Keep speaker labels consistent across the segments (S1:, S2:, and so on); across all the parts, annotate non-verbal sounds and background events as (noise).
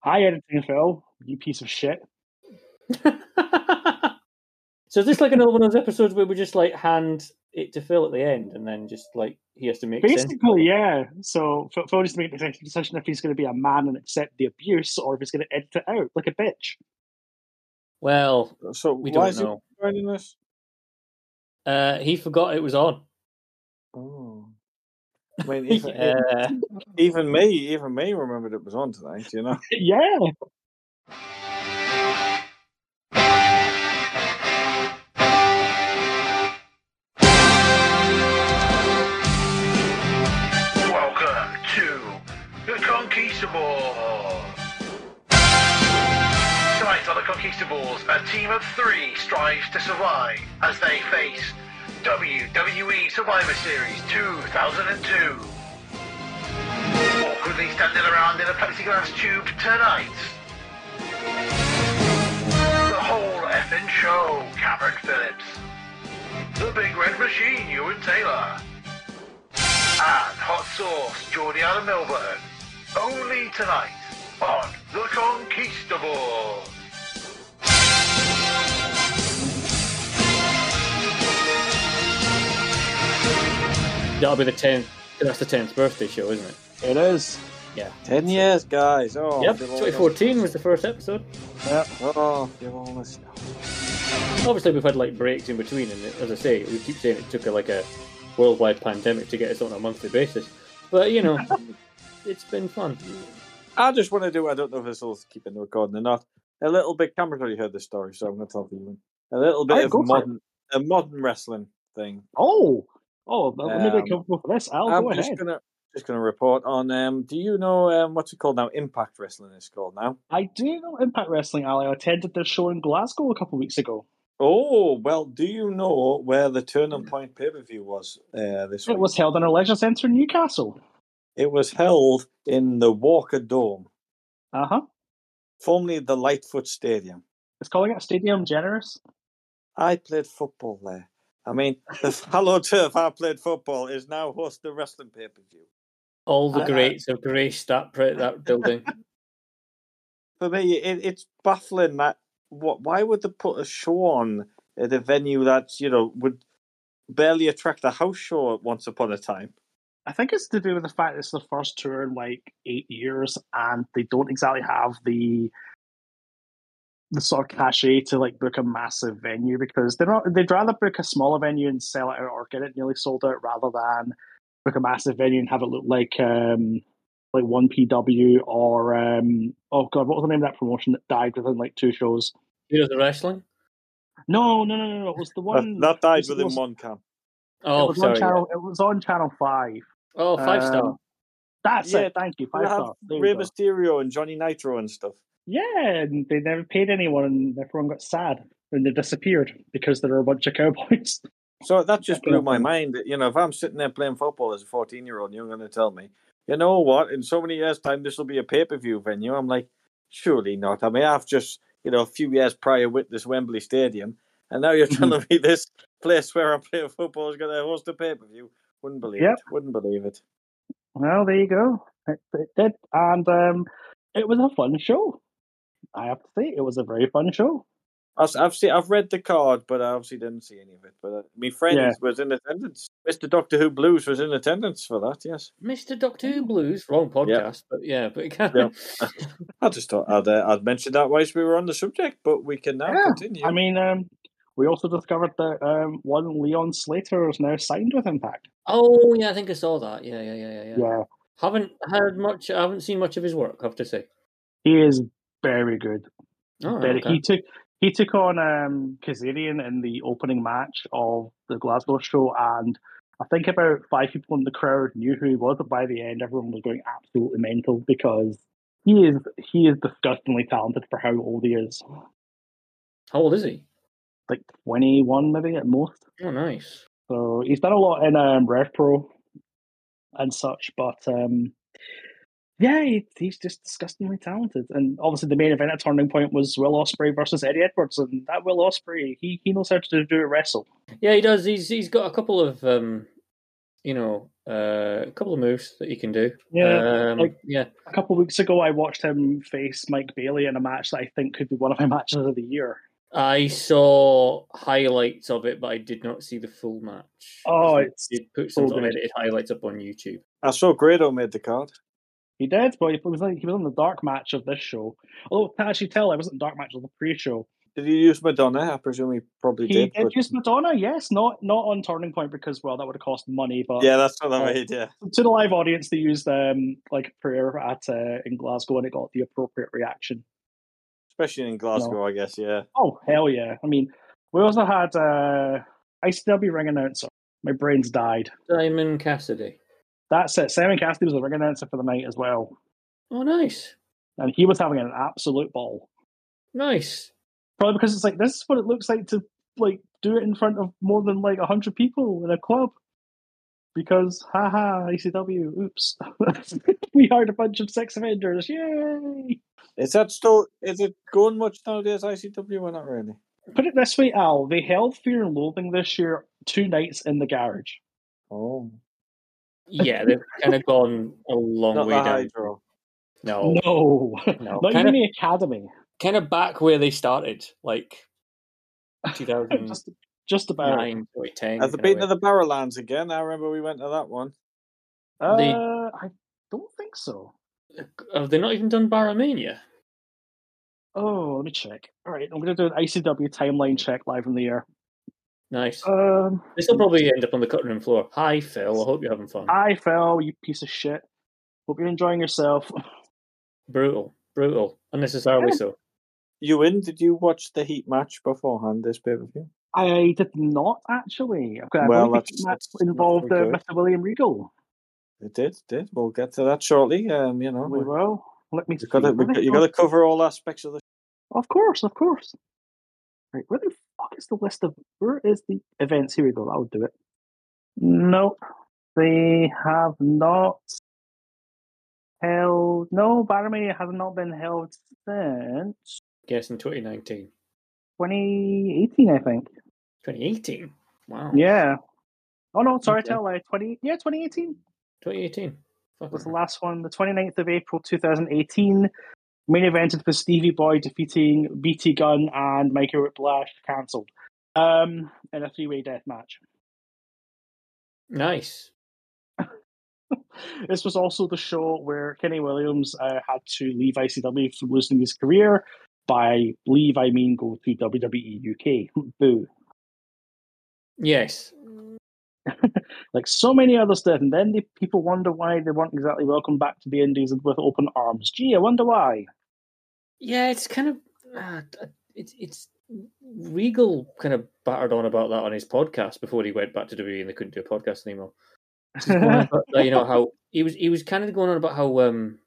S1: Hi, editing Phil, you piece of shit.
S2: (laughs) so is this like another one of those episodes where we just like hand it to Phil at the end, and then just like he has to make sense?
S1: Basically, yeah. So Phil, Phil needs to make the decision if he's going to be a man and accept the abuse, or if he's going to edit it out like a bitch. (laughs)
S2: Well,
S3: So
S2: We
S3: why
S2: don't
S3: is he
S2: know.
S3: joining this?
S2: uh, he forgot it was on.
S3: Oh. I
S2: (laughs)
S3: mean, even,
S2: Yeah.
S3: even me, even me remembered it was on tonight. You know,
S1: Yeah,
S4: Welcome to the Conquistadors. Tonight on the Conquistadors, a team of three strives to survive as they face WWE Survivor Series 2002. Awkwardly standing around in a plexiglass tube tonight. The whole effing show, Cameron Phillips. The Big Red Machine, Ewan Taylor and hot sauce Jordiana Milburn. Only tonight on The Conquistador.
S2: That'll be the tenth. That's the tenth birthday show, isn't it?
S3: it is.
S2: Yeah.
S3: ten years, guys. Oh,
S2: yep.
S3: give all
S2: Twenty fourteen was the first episode.
S3: this- Yep. Oh, give all this.
S2: Obviously, we've had like breaks in between, and it- as I say, we keep saying it took a, like a worldwide pandemic to get us on a monthly basis. But
S3: (laughs)
S2: you know, it's been fun.
S3: I just want to do. I don't know if this will keep in the recording or not. A little bit. Cameron's already heard this story, so I'm going to tell you. A little bit
S2: Oh,
S1: Alright,
S3: of
S1: go for it.
S3: modern, a modern wrestling thing.
S1: Oh, oh, well, maybe
S3: Um,
S1: I come for this.
S2: Oh,
S1: I'll
S3: I'm
S1: go
S3: just
S1: ahead.
S3: gonna just gonna report on. Um, do you know um, what's it called now? Impact Wrestling is called now.
S1: I do know Impact Wrestling Alley. I attended their show in Glasgow a couple of weeks ago.
S3: Oh well, do you know where the Turning Point pay per view was uh, this
S1: Mm. It
S3: week?
S1: was held in a leisure centre in Newcastle.
S3: It was held in the Walker Dome,
S1: Uh huh.
S3: formerly the Lightfoot Stadium.
S1: It's calling it Stadium Generous.
S3: I played football there. I mean, (laughs) the hallowed turf I played football is now host the wrestling pay per view.
S2: All the
S3: I- I-
S2: greats have graced that pre- that building.
S3: for me, it, it's baffling that what why would they put a show on at a venue that you know would barely attract a house show once upon a time?
S1: I think it's to do with the fact it's the first tour in like eight years, and they don't exactly have the the sort of cachet to like book a massive venue because they're not. They'd rather book a smaller venue and sell it out or get it nearly sold out rather than book a massive venue and have it look like um like one PW or um oh god, what was the name of that promotion that died within like two shows?
S2: You know the wrestling.
S1: No, no, no, no, no. It was the one.
S3: That, that died
S1: was-
S3: within
S1: was-
S3: one camp.
S1: it
S2: Oh,
S1: was
S2: sorry.
S1: on channel. It was on channel five.
S2: Oh, five star.
S1: Um, That's
S3: Yeah,
S1: it. Thank you.
S3: They
S1: Five
S3: had
S1: star. There you
S3: Rey
S1: go.
S3: Mysterio and Johnny Nitro and stuff.
S1: Yeah, and they never paid anyone, and everyone got sad, and they disappeared because there were a bunch of cowboys. (laughs)
S3: So that just blew my
S1: Definitely.
S3: mind. You know, if I'm sitting there playing football as a 14 year old, you're going to tell me, you know what? In so many years' time, this will be a pay per view venue. I'm like, surely not. I mean, I've just, you know, a few years prior witnessed Wembley Stadium, and now you're
S1: Mm-hmm.
S3: telling me this place where I play football is going to host a pay per view. Wouldn't believe
S1: Yep.
S3: it. Wouldn't believe it.
S1: Well, there you go. It, it did, and um, it was a fun show. I have to say, it was a very fun show.
S3: I s- I've seen, I've read the card, but I obviously didn't see any of it. But uh, my friend
S1: Yeah.
S3: was in attendance. Mister Doctor Who Blues was in attendance for that. Yes.
S2: Mr. Doctor Who Blues, wrong podcast, but yeah, but it can.
S3: I just thought I'd, uh, I'd mention that whilst we were on the subject, but we can now
S1: Yeah,
S3: continue.
S1: I mean, um, we also discovered that um, one Leon Slater is now signed with Impact.
S2: (laughs) Oh, yeah, I think I saw that. Yeah, yeah, yeah, yeah, yeah.
S1: Yeah,
S2: Haven't heard much. I haven't seen much of his work. I have to say.
S1: he is very good.
S2: Oh,
S1: But
S2: okay.
S1: he took he took on um, Kazarian in the opening match of the Glasgow show, and I think about five people in the crowd knew who he was. But by the end, everyone was going absolutely mental because he is he is disgustingly talented for how old he is,
S2: How old is he?
S1: like twenty one maybe at most.
S2: Oh, nice.
S1: So he's done a lot in um, RevPro and such, but um, yeah, he, he's just disgustingly talented. And obviously, the main event at Turning Point was Will Osprey versus Eddie Edwards, and that Will Osprey, he he knows how to do a wrestle.
S2: Yeah, he does. He's he's got a couple of um, you know, Uh, a couple of moves that he can do.
S1: Yeah,
S2: um,
S1: like-
S2: yeah.
S1: A couple of weeks ago, I watched him face Mike Bailey in a match that I think could be one of my (laughs) matches of the year.
S2: I saw highlights of it, but I did not see the full match.
S1: Oh,
S2: They
S1: it's
S2: did put
S1: so
S2: some sort of
S1: good.
S2: edited highlights up on YouTube.
S3: I saw Grado made the card.
S1: He did, but he was like he was on the dark match of this show. Although can actually tell I wasn't dark match of the pre-show.
S3: Did he use Madonna? I presume he probably
S1: He
S3: did.
S1: did
S3: but-
S1: use Madonna, yes, not not on Turning Point because well that would have cost money, but
S3: yeah, that's what I
S1: Right.
S3: mean. Yeah.
S1: to the live audience they used um like prayer at uh, in Glasgow and it got the appropriate reaction.
S3: Especially in Glasgow, I guess. Yeah.
S1: Oh hell yeah! I mean, we also had uh, ICW ring announcer. My brain's died.
S2: Simon Cassidy.
S1: That's it. Simon Cassidy was the ring announcer for the night as well.
S2: Oh, nice,
S1: and he was having an absolute ball.
S2: nice.
S1: (laughs) Probably because it's like this is what it looks like to like do it in front of more than like hundred people in a club. Because haha, ECW, oops, (laughs) we hired a bunch of sex offenders, yay!
S3: Is that still? Is it going much nowadays? ICW or not really?
S1: Put it this way, Al, they held Fear and Loathing this year two nights in the garage.
S3: Oh,
S2: Yeah, they've kind of gone a long
S3: not
S2: way
S3: the
S2: down.
S3: Hydro. Oh.
S2: No,
S1: No,
S2: No,
S1: (laughs) not even
S2: kind of-
S1: the academy.
S2: kind of back where they started, like
S1: (laughs)
S2: 2009,
S1: just, just about.
S2: 2010.
S3: At the
S2: kind
S3: beat
S2: of
S3: of the Barrowlands again. I remember we went to that one.
S1: Uh,
S2: they-
S1: I don't think so.
S2: way. Have they Oh, not even done Baromania?
S1: Oh, let me check. All right, I'm going to do an ICW timeline check live in the air.
S2: Nice.
S1: Um,
S2: This will probably end up on the cutting room floor. Hi, Phil. I hope you're having fun.
S1: I fell, you piece of shit. Hope you're enjoying yourself. (laughs)
S2: Brutal, brutal, unnecessarily
S1: Yeah.
S2: so.
S3: You in? Did you watch the Heat match beforehand? This pay per view.
S1: I did not actually. Okay, I
S3: Well,
S1: believe
S3: that's-
S1: that
S3: that's
S1: involved uh,
S3: nothing good.
S1: Mr. William Regal.
S3: It did. it Did. We'll get to that shortly. Um, you know,
S1: We
S3: we-
S1: will. Let me.
S3: you got to
S1: see. Where the
S3: you
S1: hell-
S3: got to cover all aspects of the.
S1: Of course, of course. Right, where the fuck is the list of? Where is the events? Here we go. That'll do it. Nope, they have not held. No, Baromania has not been held since
S2: Guess in 2019,
S1: 2018, I think.
S2: 2018. Wow.
S1: Yeah. Oh no, sorry,
S2: Okay.
S1: tell I twenty yeah, twenty eighteen
S2: 2018. Fucking
S1: was the last one. The 29th of April two thousand eighteen. Main evented for Stevie Boy defeating BT Gun and Mikey Whiplash cancelled. Um in a three way death match.
S2: nice.
S1: This was also the show where Kenny Williams uh, had to leave ICW from losing his career. By leave I mean go to WWE UK. (laughs) Boo.
S2: Yes.
S1: like so many other stuff. And then the people wonder why they weren't exactly welcomed back to the Indies with open arms. Gee, I wonder why.
S2: Yeah, it's kind of uh, it's it's Regal kind of battered on about that on his podcast before he went back to WWE and they couldn't do a podcast anymore.
S1: (laughs)
S2: Going on about, like, you know how he was he was kind of going on about how um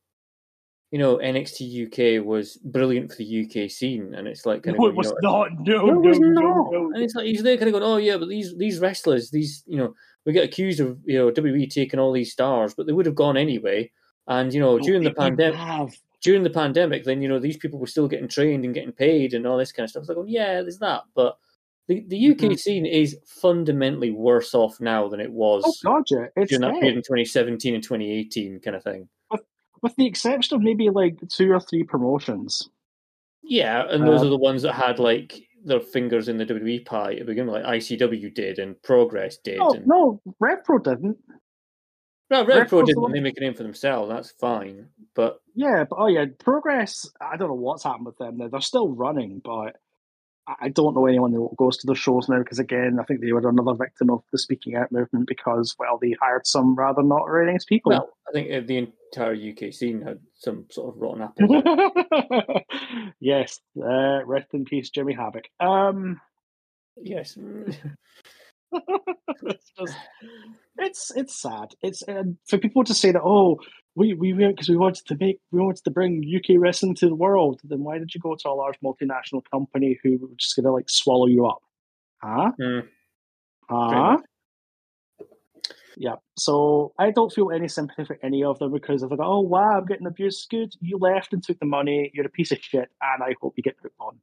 S2: you know NXT UK was brilliant for the UK scene and it's like kind of
S1: no,
S2: going,
S1: it
S2: you
S1: was
S2: know,
S1: not. No,
S2: No,
S1: no,
S2: it was
S1: no,
S2: not.
S1: no.
S2: And it's like he's there kind of going, "Oh yeah, but these these wrestlers, these you know, we get accused of you know WWE taking all these stars, but they would have gone anyway." And you know,
S1: No,
S2: during the
S1: Oh, they didn't
S2: pandemic,
S1: have.
S2: during the pandemic, then you know these people were still getting trained and getting paid and all this kind of stuff. It's like, oh, yeah, there's that, but the the UK
S1: Mhm.
S2: scene is fundamentally worse off now than it was
S1: Oh God, yeah, it's
S2: during that
S1: dead.
S2: period in 2017 and 2018, kind of thing.
S1: with the exception of maybe like two or three promotions.
S2: Yeah, and those
S1: Uh,
S2: are the ones that had like their fingers in the WWE pie at the beginning, like ICW did and Progress did.
S1: Oh, No,
S2: and,
S1: no, Repro didn't.
S2: No, Red Pro
S1: Retro's the
S2: didn't.
S1: one-
S2: They make a name for themselves. That's fine. But
S1: Yeah, but oh yeah, Progress. I don't know what's happened with them. They're, they're still running, but I- I don't know anyone that goes to the shows now because again, I think they were another victim of the speaking out movement because well, they hired some rather not ratings people.
S2: well, I think uh, the entire UK scene had some sort of rotten apple.
S1: (laughs)
S2: there.
S1: yes, uh, rest in peace, Jimmy Havoc. Um, (laughs)
S2: yes. Hmm.
S1: it's just it's it's sad. It's uh, for people to say that oh we we because we wanted to make we wanted to bring UK wrestling to the world. Then why did you go to a large multinational company who were just going to like swallow you up? Huh?
S2: Mm.
S1: Huh? Yeah. So I don't feel any sympathy for any of them because if I go, oh wow, I'm getting abused, good. You left and took the money. You're a piece of shit, and I hope you get put on.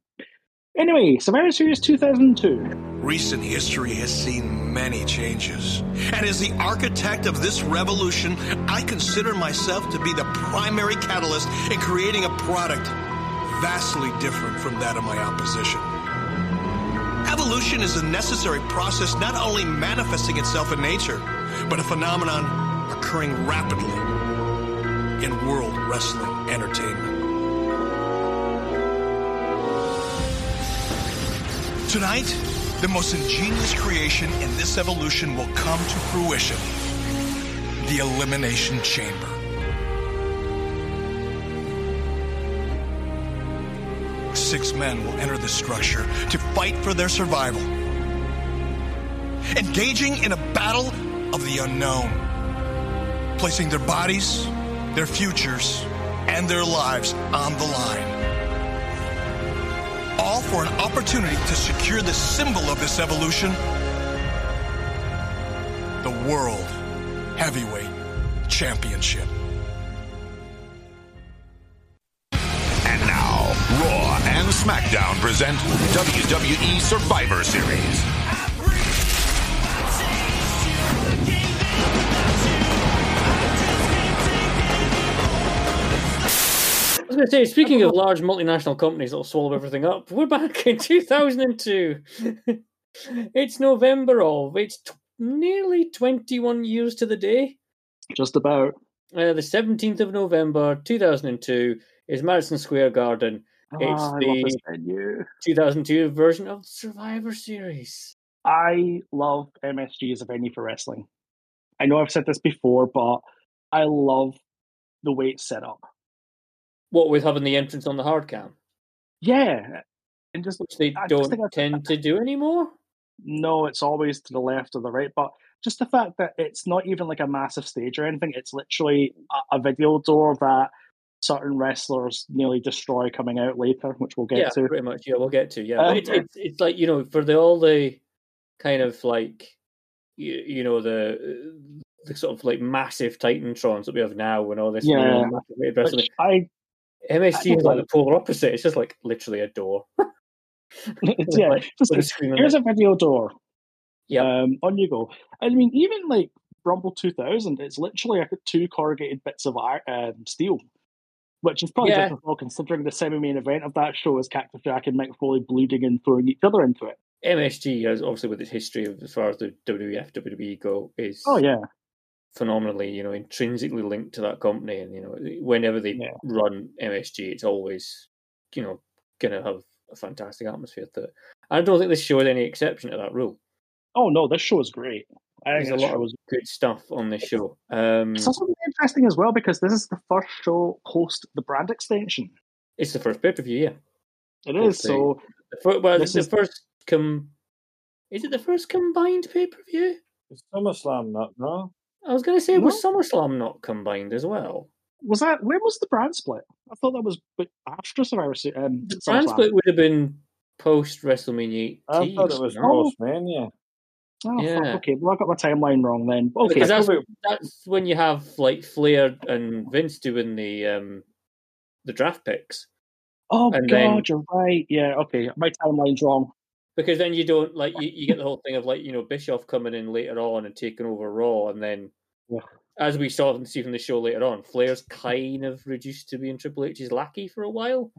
S1: Anyway, Survivor Series 2002.
S5: Recent history has seen many changes. And as the architect of this revolution, I consider myself to be the primary catalyst in creating a product vastly different from that of my opposition. Evolution is a necessary process not only manifesting itself in nature, but a phenomenon occurring rapidly in world wrestling entertainment. Tonight, the most ingenious creation in this evolution will come to fruition the Elimination Chamber. Six men will enter the structure to fight for their survival, engaging in a battle of the unknown, placing their bodies, their futures, and their lives on the line all for an opportunity to secure the symbol of this evolution the World Heavyweight Championship.
S6: And now, Raw and SmackDown present WWE Survivor Series.
S2: I was going to say, speaking
S1: (laughs)
S2: of large multinational companies that'll swallow everything up, we're back in (laughs) 2002. (laughs) it's November of. It's t- nearly 21 years to the day.
S1: Just about.
S2: Uh, the 17th of November 2002 is Madison Square Garden, It's
S1: Ah, I love this
S2: the-
S1: venue.
S2: 2002 version of Survivor Series.
S1: I love MSG as a venue for wrestling. I know I've said this before, but I love the way it's set up.
S2: What with having the entrance on the hard cam,
S1: Yeah, and just
S2: which they
S1: I just
S2: don't
S1: think I-
S2: tend to do anymore.
S1: no, it's always to the left or the right. But just the fact that it's not even like a massive stage or anything; it's literally a, a video door that certain wrestlers nearly destroy coming out later, which we'll get
S2: yeah,
S1: to.
S2: pretty much. Yeah, we'll get to. Yeah,
S1: Um,
S2: but it's, it's it's like you know for the all the kind of like you, you know the the sort of like massive Titantrons that we have now and all this. you know,
S1: Yeah.
S2: massive weight wrestling.
S1: Which I (laughs)
S2: MSG
S1: I don't
S2: is like the polar opposite. It's just like literally a door. It's
S1: yeah,
S2: like,
S1: just-
S2: with a screen on
S1: here's
S2: it.
S1: a video door.
S2: yeah,
S1: Um, on you go. I mean, even like Rumble 2000, it's literally like two corrugated bits of ir um, steel, which is probably
S2: Yeah.
S1: difficult considering the semi-main event of that show is Cactus Jack and Mick Foley bleeding and throwing each other into it.
S2: MSG is obviously with its history of, as far as the WWF WWE E go is
S1: Oh yeah,
S2: phenomenally, you know, intrinsically linked to that company. And you know, whenever they
S1: Yeah.
S2: run MSG, it's always, you know, going to have a fantastic atmosphere. To it. I don't think this show is any exception to that rule.
S1: oh no, this show is great. I think
S2: There's a
S1: this
S2: lot
S1: show
S2: of
S1: is-
S2: good stuff on this show. Um,
S1: It's also really interesting as well because this is the first show post the brand extension.
S2: it's the first pay per view, yeah.
S1: It
S2: Post
S1: is
S2: the-
S1: so.
S2: The first, well,
S1: This
S2: the
S1: is-
S2: first com. Is it the first combined pay per view?
S3: It's SummerSlam, not no.
S2: I was going to say, was SummerSlam not combined as well?
S1: Was that when was the brand split? I thought that was but after Survivor Series. Um,
S2: The brand
S1: SummerSlam.
S2: split would have been post WrestleMania 18.
S3: I thought it was
S2: no?
S3: Postmania.
S1: Oh,
S2: Yeah.
S1: fuck, okay, well I got my timeline wrong then. Okay,
S2: Because that's,
S3: Could be-
S2: that's when you have like Flair and Vince doing the um the draft picks.
S1: Oh
S2: And
S1: god,
S2: then-
S1: you're right. Yeah, okay. My timeline's wrong.
S2: Because then you don't like you, you get the whole thing of like, you know, Bischoff coming in later on and taking over Raw and then
S1: Yeah.
S2: as we saw and see from the show later on, Flair's kind of reduced to being Triple H's lackey for a while.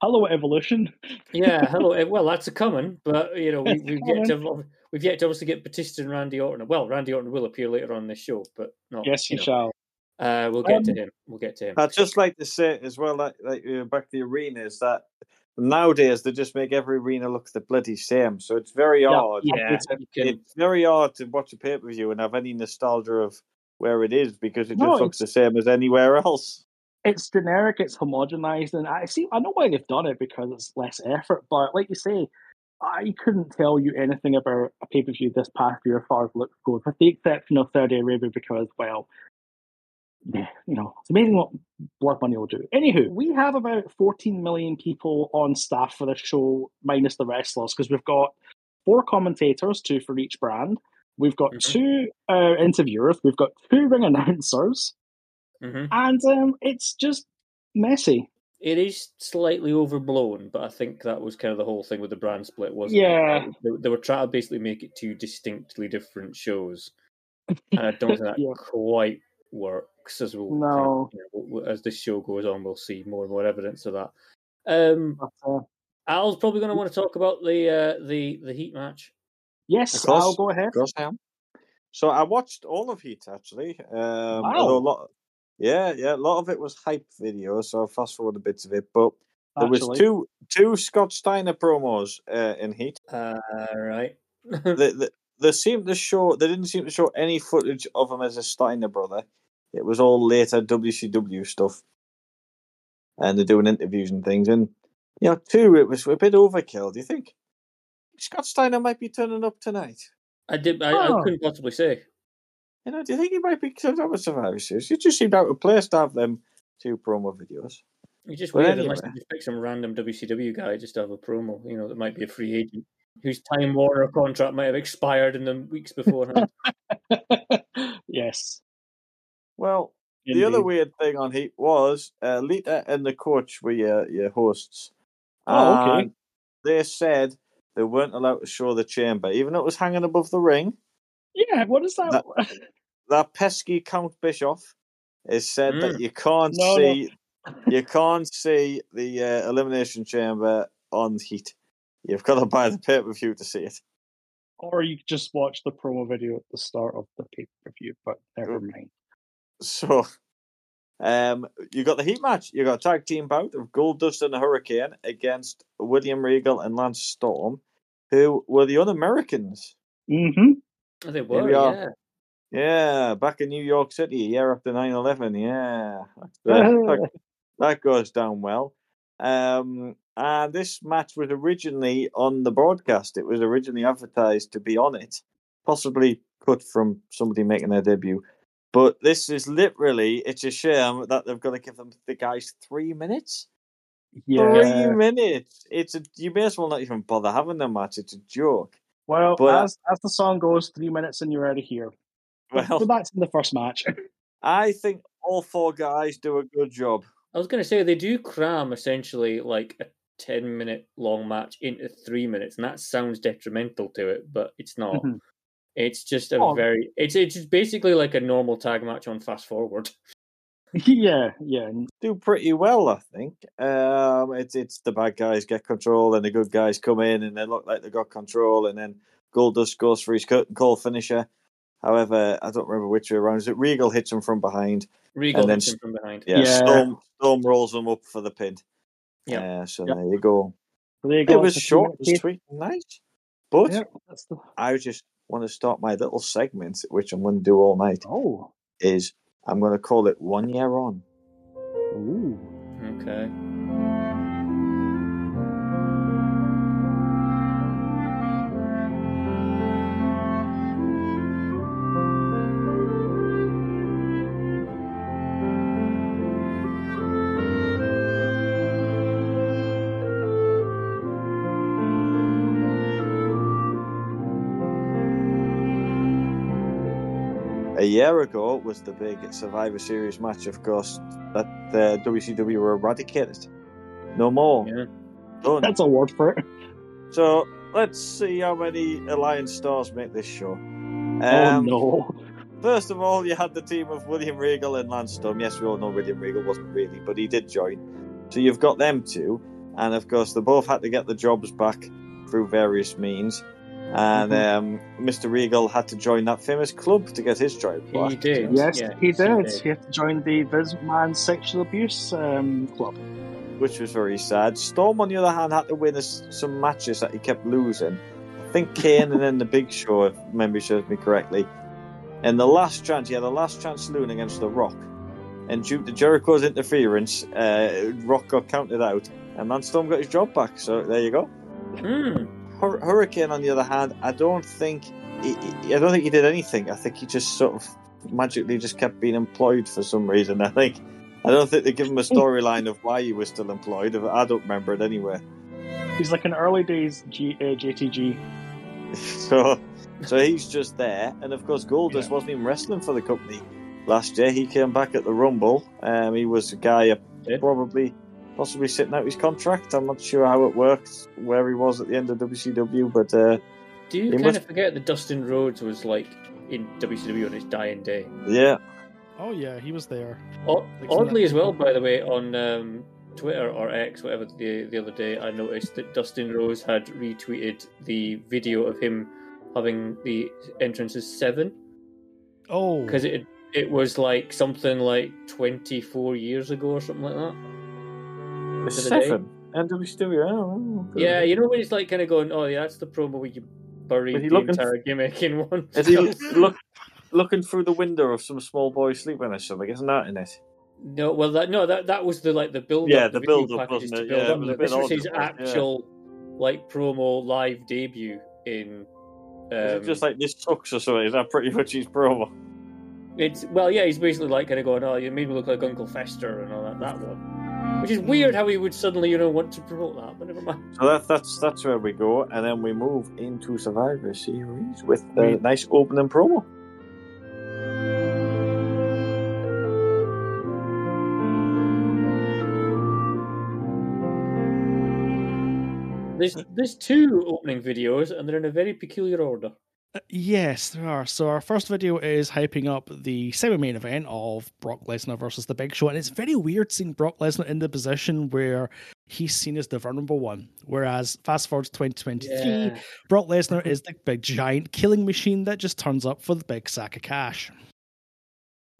S1: Hello, Evolution.
S2: Yeah, (laughs) hello. eh, Well, that's a coming, but you know, we, we've
S1: (laughs)
S2: yet to have- we've yet to obviously get Batista and Randy Orton. Well, Randy Orton will appear later on in this show, but not.
S1: Yes, you
S2: know.
S1: shall. Um, uh,
S2: Uh, we'll get to him. We'll get to him.
S3: I'd just like to say as well, like, like uh, back to the arenas, that nowadays they just make every arena look the bloody same. So it's very hard.
S2: Yeah, you can-
S3: It's very hard to watch a pay per view and have any nostalgia of where it is because it
S1: No,
S3: just looks the same as anywhere else.
S1: It's generic. It's homogenized, and I see. I know why they've done it because it's less effort. But like you say, I couldn't tell you anything about a pay per view this past year as far as looks go, with the exception of Saudi Arabia, because well, yeah, you know, it's amazing what blood money will do. Anywho, we have about 14 million people on staff for this show, minus the wrestlers, because we've got four commentators, two for each brand. We've got
S2: Mhm.
S1: two uh, interviewers. We've got two ring (laughs) announcers,
S2: Mhm.
S1: and um, it's just messy.
S2: it is slightly overblown, but I think that was kind of the whole thing with the brand split, wasn't
S7: Yeah.
S2: it? They, they were trying to basically make it two distinctly different shows, and I don't think
S7: (laughs)
S2: that
S7: Yeah.
S2: quite works. As we'll
S7: No.
S2: you know, w- as this show goes on, we'll see more and more evidence of that. Um,
S7: But, uh,
S2: Al's probably going to want to talk about the uh, the the heat match.
S7: yes,
S3: Of course.
S7: I'll go ahead.
S3: Goes down. So I watched all of Heat actually. Um,
S7: Wow.
S3: although a lot, yeah, yeah, a lot of it was hype videos. So I'll fast forward a bit of it, but there was
S7: actually.
S3: two two Scott Steiner promos uh, in Heat.
S2: Uh, right.
S3: They, they, they seemed to show they didn't seem to show any footage of him as a Steiner brother. It was all later WCW stuff, and they're doing interviews and things. And you know, two it was a bit overkill. Do you think Scott Steiner might be turning up tonight?
S2: I did. I, I
S7: Oh.
S2: couldn't possibly say.
S3: You know, do you think he might be turned up with Survivor Series? It just seemed out of place to have them two promo videos.
S2: It's just
S3: Well,
S2: weird unless you
S3: anyway.
S2: just pick some random WCW guy just to have a promo, you know, that might be a
S3: (laughs)
S2: free agent whose Time Warner contract might have expired in the weeks beforehand.
S7: (laughs) yes.
S3: Well, the other
S7: indeed.
S3: weird thing on Heat was uh, Lita and the coach were your, your hosts.
S7: Oh, okay.
S3: And They said they weren't allowed to show the chamber, even though it was hanging above the ring.
S7: Yeah, what is that?
S3: That pesky Count Bischoff has said that you can't
S7: Mm. No, no.
S3: see you can't see the uh, elimination chamber on Heat. You've got to buy the pay per view to see it.
S7: (laughs) or you just watch the promo video at the start of the pay per view, but never
S3: Mm.
S7: mind.
S3: So, um, you got the heat match. You got a tag team bout of Goldust and the Hurricane against William Regal and Lance Storm, who were the Un-Americans.
S7: hmm
S2: they were,
S3: we are.
S2: yeah.
S3: Yeah, back in New York City, a year after 9-11. Yeah,
S7: (laughs)
S3: That's, uh, that, that goes down well. Um, and this match was originally on the broadcast. It was originally advertised to be on it, possibly cut from somebody making their debut. But this is literally, it's a shame that they've got to give them the guys three minutes. Three
S7: Yeah.
S3: minutes. It's a, you may as well not even bother having the match. It's a joke.
S7: Well,
S3: But-
S7: as as the song goes, three minutes and you're out of here.
S3: Well,
S7: But that's in the first
S3: (laughs)
S7: match. (laughs)
S3: I think all four guys do a good job.
S2: I was going to say they do cram essentially like a ten minute long match into three minutes, and that sounds detrimental to it, but it's not.
S3: Mm-hmm.
S7: Mhm.
S2: It's just a
S7: Oh.
S2: very it's it's just basically like a normal tag match on fast forward. (laughs)
S7: yeah, yeah. and-
S3: do pretty well, I think. Um, it's it's the bad guys get control, and the good guys come in, and they look like they got control, and then Goldust goes for his curtain call finisher. However, I don't remember which way around. Is it Regal hits him from behind?
S2: Regal
S3: then
S2: hits
S3: s-
S2: him from behind.
S3: Yeah,
S7: Yeah.
S3: Storm Storm rolls him up for the pin.
S2: Yeah.
S3: Yeah, so
S7: Yeah.
S3: there you go.
S7: There you go.
S3: It was
S7: It's a
S3: short, it was
S7: two-minute
S3: sweet, and nice, but
S7: case. Yeah, that's the-
S3: I just want to start my little segment, which I'm going to do all night.
S7: Oh.
S3: Is I'm going to call it one year on. (laughs)
S7: Ooh.
S2: Okay.
S3: a year ago was the big Survivor Series match, of course, that uh, WCW were eradicated. No more.
S2: Yeah.
S3: Done.
S7: That's a word for it.
S3: So let's see how many Alliance stars make this show.
S7: oh
S3: Um,
S7: no.
S3: First of all, you had the team of William Regal and Lance Storm. Yes, we all know William Regal wasn't really, but he did join. So you've got them two, and of course, they both had to get the jobs back through various means. And
S2: Mm-hmm.
S3: um, Mr. Regal had to join that famous club to get his job back.
S2: He did.
S7: Yes,
S2: yeah,
S7: he did. He had to join the Vince Man Sexual Abuse um, Club.
S3: which was very sad. Storm, on the other hand, had to win us some matches that he kept losing. I think Kane and then the Big Show, if memory serves me correctly. And the last chance, yeah, the last chance saloon against The Rock. And due to Jericho's interference, uh, Rock got counted out, and Man Storm got his job back. So there you go.
S2: Hmm.
S3: Hur- Hurricane, on the other hand, I don't think he, he- I don't think he did anything. I think he just sort of magically just kept being employed for some reason. I think I don't think they give him a storyline of why he was still employed. I don't remember it anyway. (laughs)
S7: He's like an early days G- uh, JTG.
S3: So so he's just there, and of course Goldust wasn't even wrestling for the company last year. He came back at the Rumble. Um, he was a guy uh,
S2: Did.
S3: probably possibly sitting out his contract. I'm not sure how it worked, where he was at the end of WCW, but uh,
S2: Do you
S3: He
S2: kind
S3: must-
S2: of forget that Dustin Rhodes was like in WCW on his dying day?
S3: yeah,
S1: Oh yeah, he was there.
S2: O-
S1: Like some-
S2: Oddly, as well, by the way, on um, Twitter or X, whatever the the other day, I noticed that Dustin Rose had retweeted the video of him having the entrance as seven
S1: Oh,
S2: because it it was like something like twenty four years ago or something like that.
S3: it's
S2: the day.
S3: seven. And WCW, I don't know.
S2: Yeah, you know when it's like kind of going, oh yeah, that's the promo where you
S3: Was
S2: buried
S3: he
S2: the
S3: looking-
S2: entire gimmick in one.
S3: Is he look, looking through the window of some small boy sleeping or something? Isn't that in it?
S2: No, well, that no, that that was the like the build.
S3: Yeah,
S2: up,
S3: the
S2: video
S3: build-up,
S2: packages
S3: wasn't
S2: to
S3: it?
S2: build
S3: Yeah,
S2: up.
S3: it was a
S2: this
S3: bit
S2: was his
S3: older, but yeah.
S2: actual like promo live debut in.
S3: Is
S2: Um,
S3: it just like this sucks or something? Is that pretty much his promo?
S2: it's well, yeah, he's basically like kind of going, "Oh, you made me look like Uncle Fester" and all that. That one, which is
S3: Hmm.
S2: weird how he would suddenly, you know, want to promote that. But never mind.
S3: So that, that's that's where we go, and then we move into Survivor Series with the nice opening promo.
S2: There's there's two opening videos, and they're in a very peculiar order.
S1: yes, there are. So our first video is hyping up the semi-main event of Brock Lesnar versus The Big Show, and it's very weird seeing Brock Lesnar in the position where he's seen as the vulnerable one, whereas fast forward to 2023,
S2: Yeah.
S1: Brock Lesnar is the big giant killing machine that just turns up for the big sack of cash.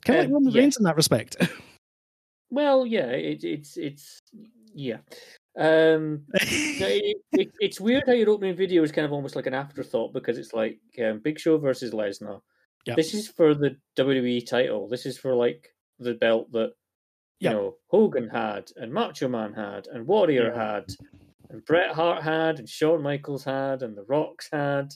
S1: Kind of like
S2: Um,
S1: Roman
S2: yeah.
S1: Reigns in that respect.
S2: Well, yeah, it, it's it's yeah. Um, No, it, it, it's weird how your opening video is kind of almost like an afterthought because it's like um, Big Show versus Lesnar.
S1: Yeah.
S2: This is for the WWE title. This is for like the belt that you
S1: Yeah.
S2: know Hogan had and Macho Man had and Warrior
S1: Yeah.
S2: had and Bret Hart had and Shawn Michaels had and The Rocks had.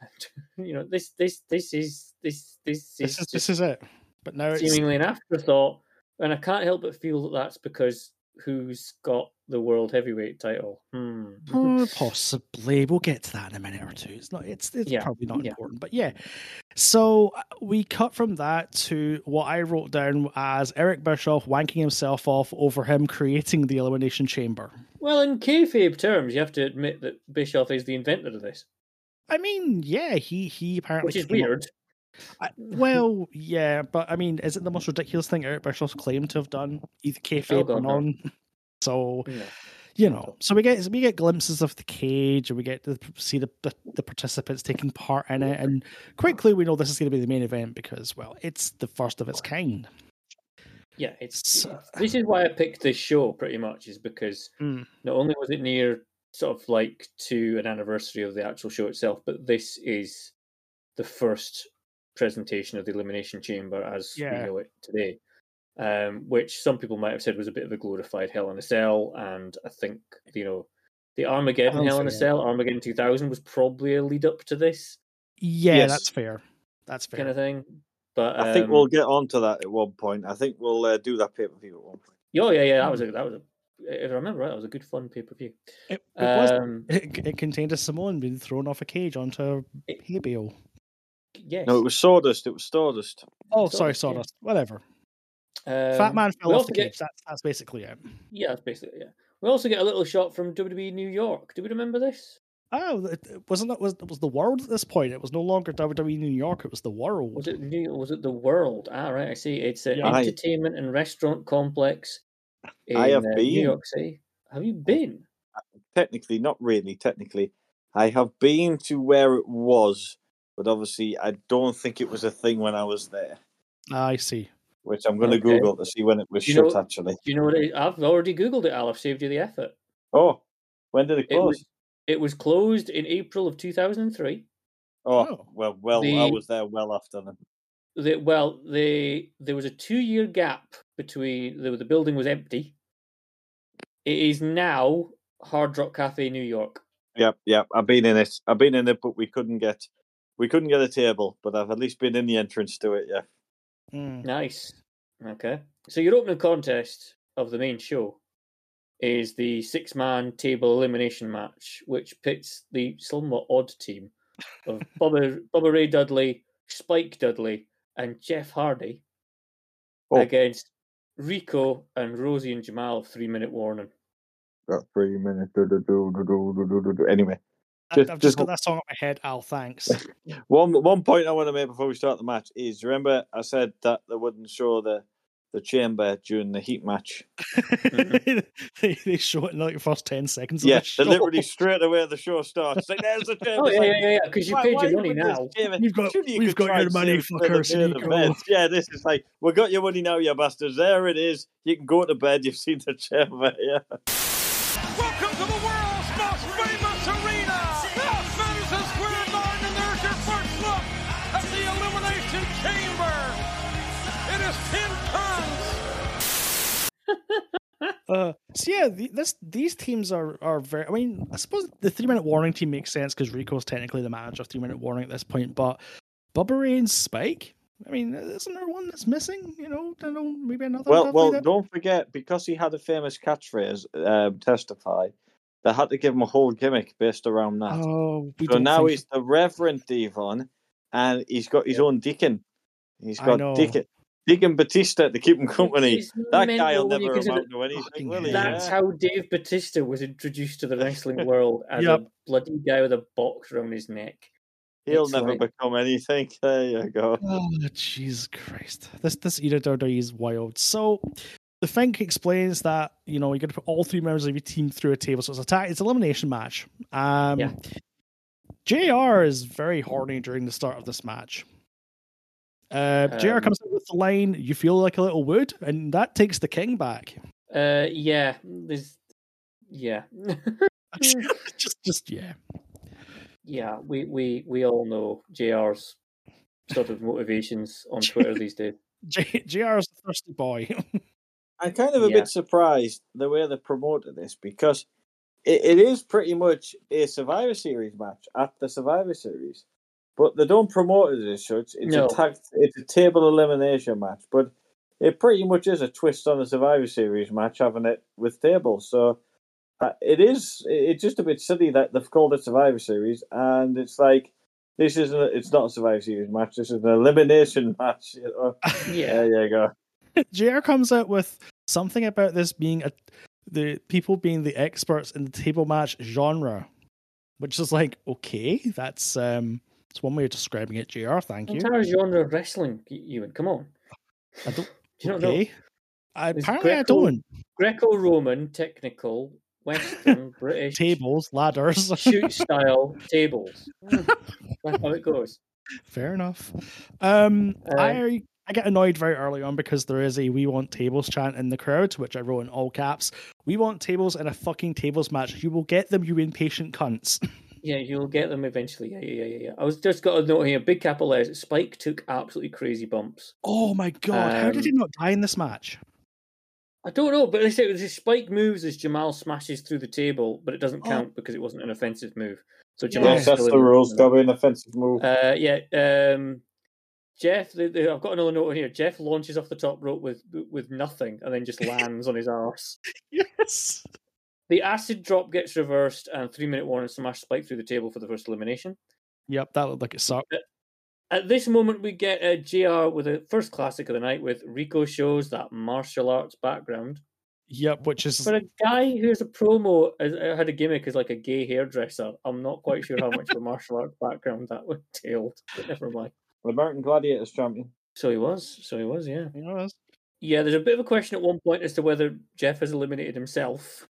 S2: (laughs) And, you know this this this is this
S1: (laughs)
S2: this is
S1: this is
S2: just
S1: this is it. But now it's (laughs)
S2: seemingly an afterthought, and I can't help but feel that that's because who's got the world heavyweight title? Hmm.
S1: Uh, possibly. We'll get to that in a minute or two. It's not. It's it's
S2: Yeah,
S1: probably not
S2: yeah.
S1: important, but yeah. So uh, we cut from that to what I wrote down as Eric Bischoff wanking himself off over him creating the Elimination Chamber.
S2: Well, in kayfabe terms, you have to admit that Bischoff is the inventor of this,
S1: I mean, yeah, he he apparently
S2: which is
S1: came up-
S2: weird.
S1: I, well, yeah, but I mean, is it the most ridiculous thing Eric Bischoff's claimed to have done? Either kayfabe
S2: Oh, God,
S1: or
S2: no.
S1: non. (laughs) So
S2: No.
S1: you know, so we get we get glimpses of the cage, and we get to see the the, the participants taking part in it, and quickly we know this is going to be the main event because, well, it's the first of its kind.
S2: Yeah, it's,
S1: So-
S2: it's- this is why I picked this show pretty much is because
S1: Mm.
S2: not only was it near sort of like to an anniversary of the actual show itself, but this is the first presentation of the Elimination Chamber as
S1: Yeah.
S2: we know it today. Um, which some people might have said was a bit of a glorified Hell in a Cell, and I think you know the Armageddon
S1: I'll
S2: Hell in a
S1: say that.
S2: Cell, Armageddon 2000 was probably a lead up to this.
S1: Yeah,
S3: Yes.
S1: that's fair. That's fair.
S2: kind of thing. But um,
S3: I think we'll get onto that at one point. I think we'll uh, do that pay per view at one point.
S2: Oh yeah, yeah. That
S1: Hmm.
S2: was a that was a. If I remember right, that was a good fun pay per view.
S1: It, it was.
S2: Um,
S1: It, it contained a Simone being thrown off a cage onto a hay bale.
S2: yes.
S3: No, it was Sawdust. It was Stardust.
S1: Oh, sorry,
S2: Sawdust, yeah.
S1: sawdust. Whatever.
S2: Um,
S1: Fat man
S2: we
S1: fell off
S2: also
S1: the
S2: get-
S1: cage. That's that's basically it.
S2: Yeah, that's basically yeah. We also get a little shot from WWE New York. Do we remember this?
S1: Oh, it- it wasn't that was it was the world at this point? It was no longer WWE New York. It was the world.
S2: Was it New? Was it the World? Ah, right. I see. It's an
S1: Yeah.
S3: Aye.
S2: entertainment and restaurant complex. In,
S3: I have
S2: uh, New
S3: been.
S2: York City. Have you been?
S3: Technically, not really. Technically, I have been to where it was, but obviously, I don't think it was a thing when I was there.
S1: Ah, I see.
S3: Which I'm going to
S2: Okay.
S3: Google to see when it was
S2: You
S3: shut.
S2: know-
S3: Actually,
S2: Do you know what? It is? I've already googled it. Al. I've saved you the effort.
S3: oh, when did it
S2: It
S3: close?
S2: was it was closed in April of two thousand and three.
S3: Oh,
S1: Oh.
S3: well, well, I
S2: The-
S3: was there well after then.
S2: They, well, they there was a two-year gap between the, the building was empty. It is now Hard Rock Cafe New York.
S3: Yep, yep. I've been in it. I've been in it, but we couldn't get, we couldn't get a table. But I've at least been in the entrance to it. Yeah.
S1: Mm.
S2: Nice. Okay. So your opening contest of the main show is the six-man table elimination match, which pits the somewhat odd team of Bubba, Bubba Ray Dudley, Spike Dudley, and Jeff Hardy
S3: Oh.
S2: against Rico and Rosie and Jamal three minute warning.
S3: Got three minutes. Do, do, do, do, do, do, do, do. Anyway,
S1: I-
S3: Just-
S1: I've just
S3: just-
S1: got that song up my head. Al, thanks.
S3: One one point I want to make before we start the match is remember I said that they wouldn't show the the chamber during the heat match.
S1: (laughs) they, they show it in like the first ten seconds.
S3: Yeah,
S1: of the show.
S3: they literally straight away the show starts. Like there's the chamber.
S2: Oh
S3: It's
S2: yeah,
S3: like,
S2: yeah, yeah. Because you
S3: why-
S2: paid
S3: why
S2: your
S3: you
S2: money
S3: with this
S2: now.
S3: chamber?
S1: You've got-
S3: Surely you
S1: we've
S3: could
S1: got
S3: try
S1: your
S3: and
S1: money,
S3: save it for the
S1: fuckers,
S3: main
S1: Nico.
S3: event. Yeah, this is like we got your money now, you bastards. There it is. You can go to bed. You've seen the chamber. (laughs) Yeah.
S8: Welcome to the world's most famous arena, Madison Square Garden, and there's your first look at the Elimination Chamber. It is ten tons.
S1: (laughs) Uh, so yeah, the, this these teams are are very. I mean, I suppose the three minute warning team makes sense because Rico's technically the manager of three minute warning at this point. But Bubba Ray and Spike. I mean, isn't there one that's missing? You know, I don't know, maybe another.
S3: Well,
S1: lovely
S3: well,
S1: that-
S3: don't forget because he had a famous catchphrase, um, testify. They had to give him a whole gimmick based around that.
S1: Oh, we
S3: so
S1: don't
S3: now
S1: think-
S3: he's the Reverend Devon, and he's got his own deacon. He's
S1: I
S3: got
S1: know.
S3: Deacon Deacon Batista to keep him (laughs) company.
S2: It's
S3: That guy
S2: mental
S3: will
S2: when you
S3: never
S2: consider-
S3: amount to anything,
S1: Fucking
S3: will he?
S1: hell.
S2: That's
S3: Yeah.
S2: how Dave Batista was introduced to the
S3: (laughs)
S2: wrestling world as a
S1: Yep.
S2: bloody guy with a box around his neck.
S3: He'll
S2: it's
S3: never
S2: like-
S3: become anything. There you go.
S1: Oh, Jesus Christ. This this era WWE is wild. So the Fink explains that, you know, you got to put all three members of your team through a table. So it's a ta- it's an elimination match. Um
S2: Yeah.
S1: JR is very horny during the start of this match. Uh, JR
S2: Um,
S1: comes out with the line, you feel like a little wood, and that takes the king back. (laughs)
S2: Uh, yeah, there's, yeah, (laughs)
S1: just just yeah.
S2: yeah. We we we all know Jr's sort of motivations
S3: (laughs)
S2: on Twitter these days.
S1: J- JR is a thirsty boy. (laughs)
S3: I'm kind of a
S2: Yeah.
S3: bit surprised the way they promoted this because it, it is pretty much a Survivor Series match at the Survivor Series, but they don't promote it as such. It's
S2: No.
S3: a tag, it's a table elimination match, but it pretty much is a twist on the Survivor Series match, having it with tables. So uh, it is. it- It's just a bit silly that they've called it Survivor Series, and it's like this isn't. A, it's not a Survivor Series match. This is an elimination (laughs) match. You know?
S2: Yeah,
S3: There you go.
S1: JR comes out with something about this being a the people being the experts in the table match genre, which is like okay, that's um, it's one way of describing it. Jr. Thank you.
S2: entire genre of wrestling, y- Ewan. Come on,
S1: I don't.
S2: Do you not know
S1: Okay. I,
S2: It's
S1: apparently, I
S2: Greco-
S1: don't.
S2: Greco-Roman,
S3: (laughs)
S2: technical, Western, British,
S1: Tables, ladders. (laughs)
S2: shoot style tables. That's how it goes.
S1: Fair enough. Um,
S2: Uh,
S1: I I get annoyed very early on because there is a "We want tables" chant in the crowd, which I wrote in all caps. We want tables in a fucking tables match. You will get them, you impatient cunts. (laughs)
S2: Yeah, you'll get them eventually. Yeah, yeah, yeah, yeah, yeah. I was just got a note here. Big capital letters. Spike took absolutely crazy bumps.
S1: Oh my god! How did he
S2: Um,
S1: not die in this match?
S2: I don't know, but they say it was just Spike moves as Jamal smashes through the table, but it doesn't
S1: Oh.
S2: count because it wasn't an offensive move. So
S1: Yeah.
S2: Jamal's
S3: Yes, that's
S2: still
S3: the
S2: in
S3: rules. Got to be an offensive move.
S2: Uh, yeah, um, Jeff. The, the, I've got another note in here. Jeff launches off the top rope with with nothing, and then just lands on his arse.
S1: (laughs) Yes.
S2: The acid drop gets reversed, and three minute warning smash Spike through the table for the first elimination.
S1: Yep, that looked like it sucked.
S2: At this moment, we get a JR with a first classic of the night with Rico shows that martial arts background.
S1: Yep, which is
S2: For a guy who's a promo, as- uh, had a gimmick as like a gay hairdresser, I'm not quite sure how much of a martial arts background that would (laughs) tailed, but never mind.
S3: The American Gladiators champion.
S2: So he was. So he was, yeah.
S1: you know, that's-
S2: Yeah, there's a bit of a question at one point as to whether Jeff has eliminated himself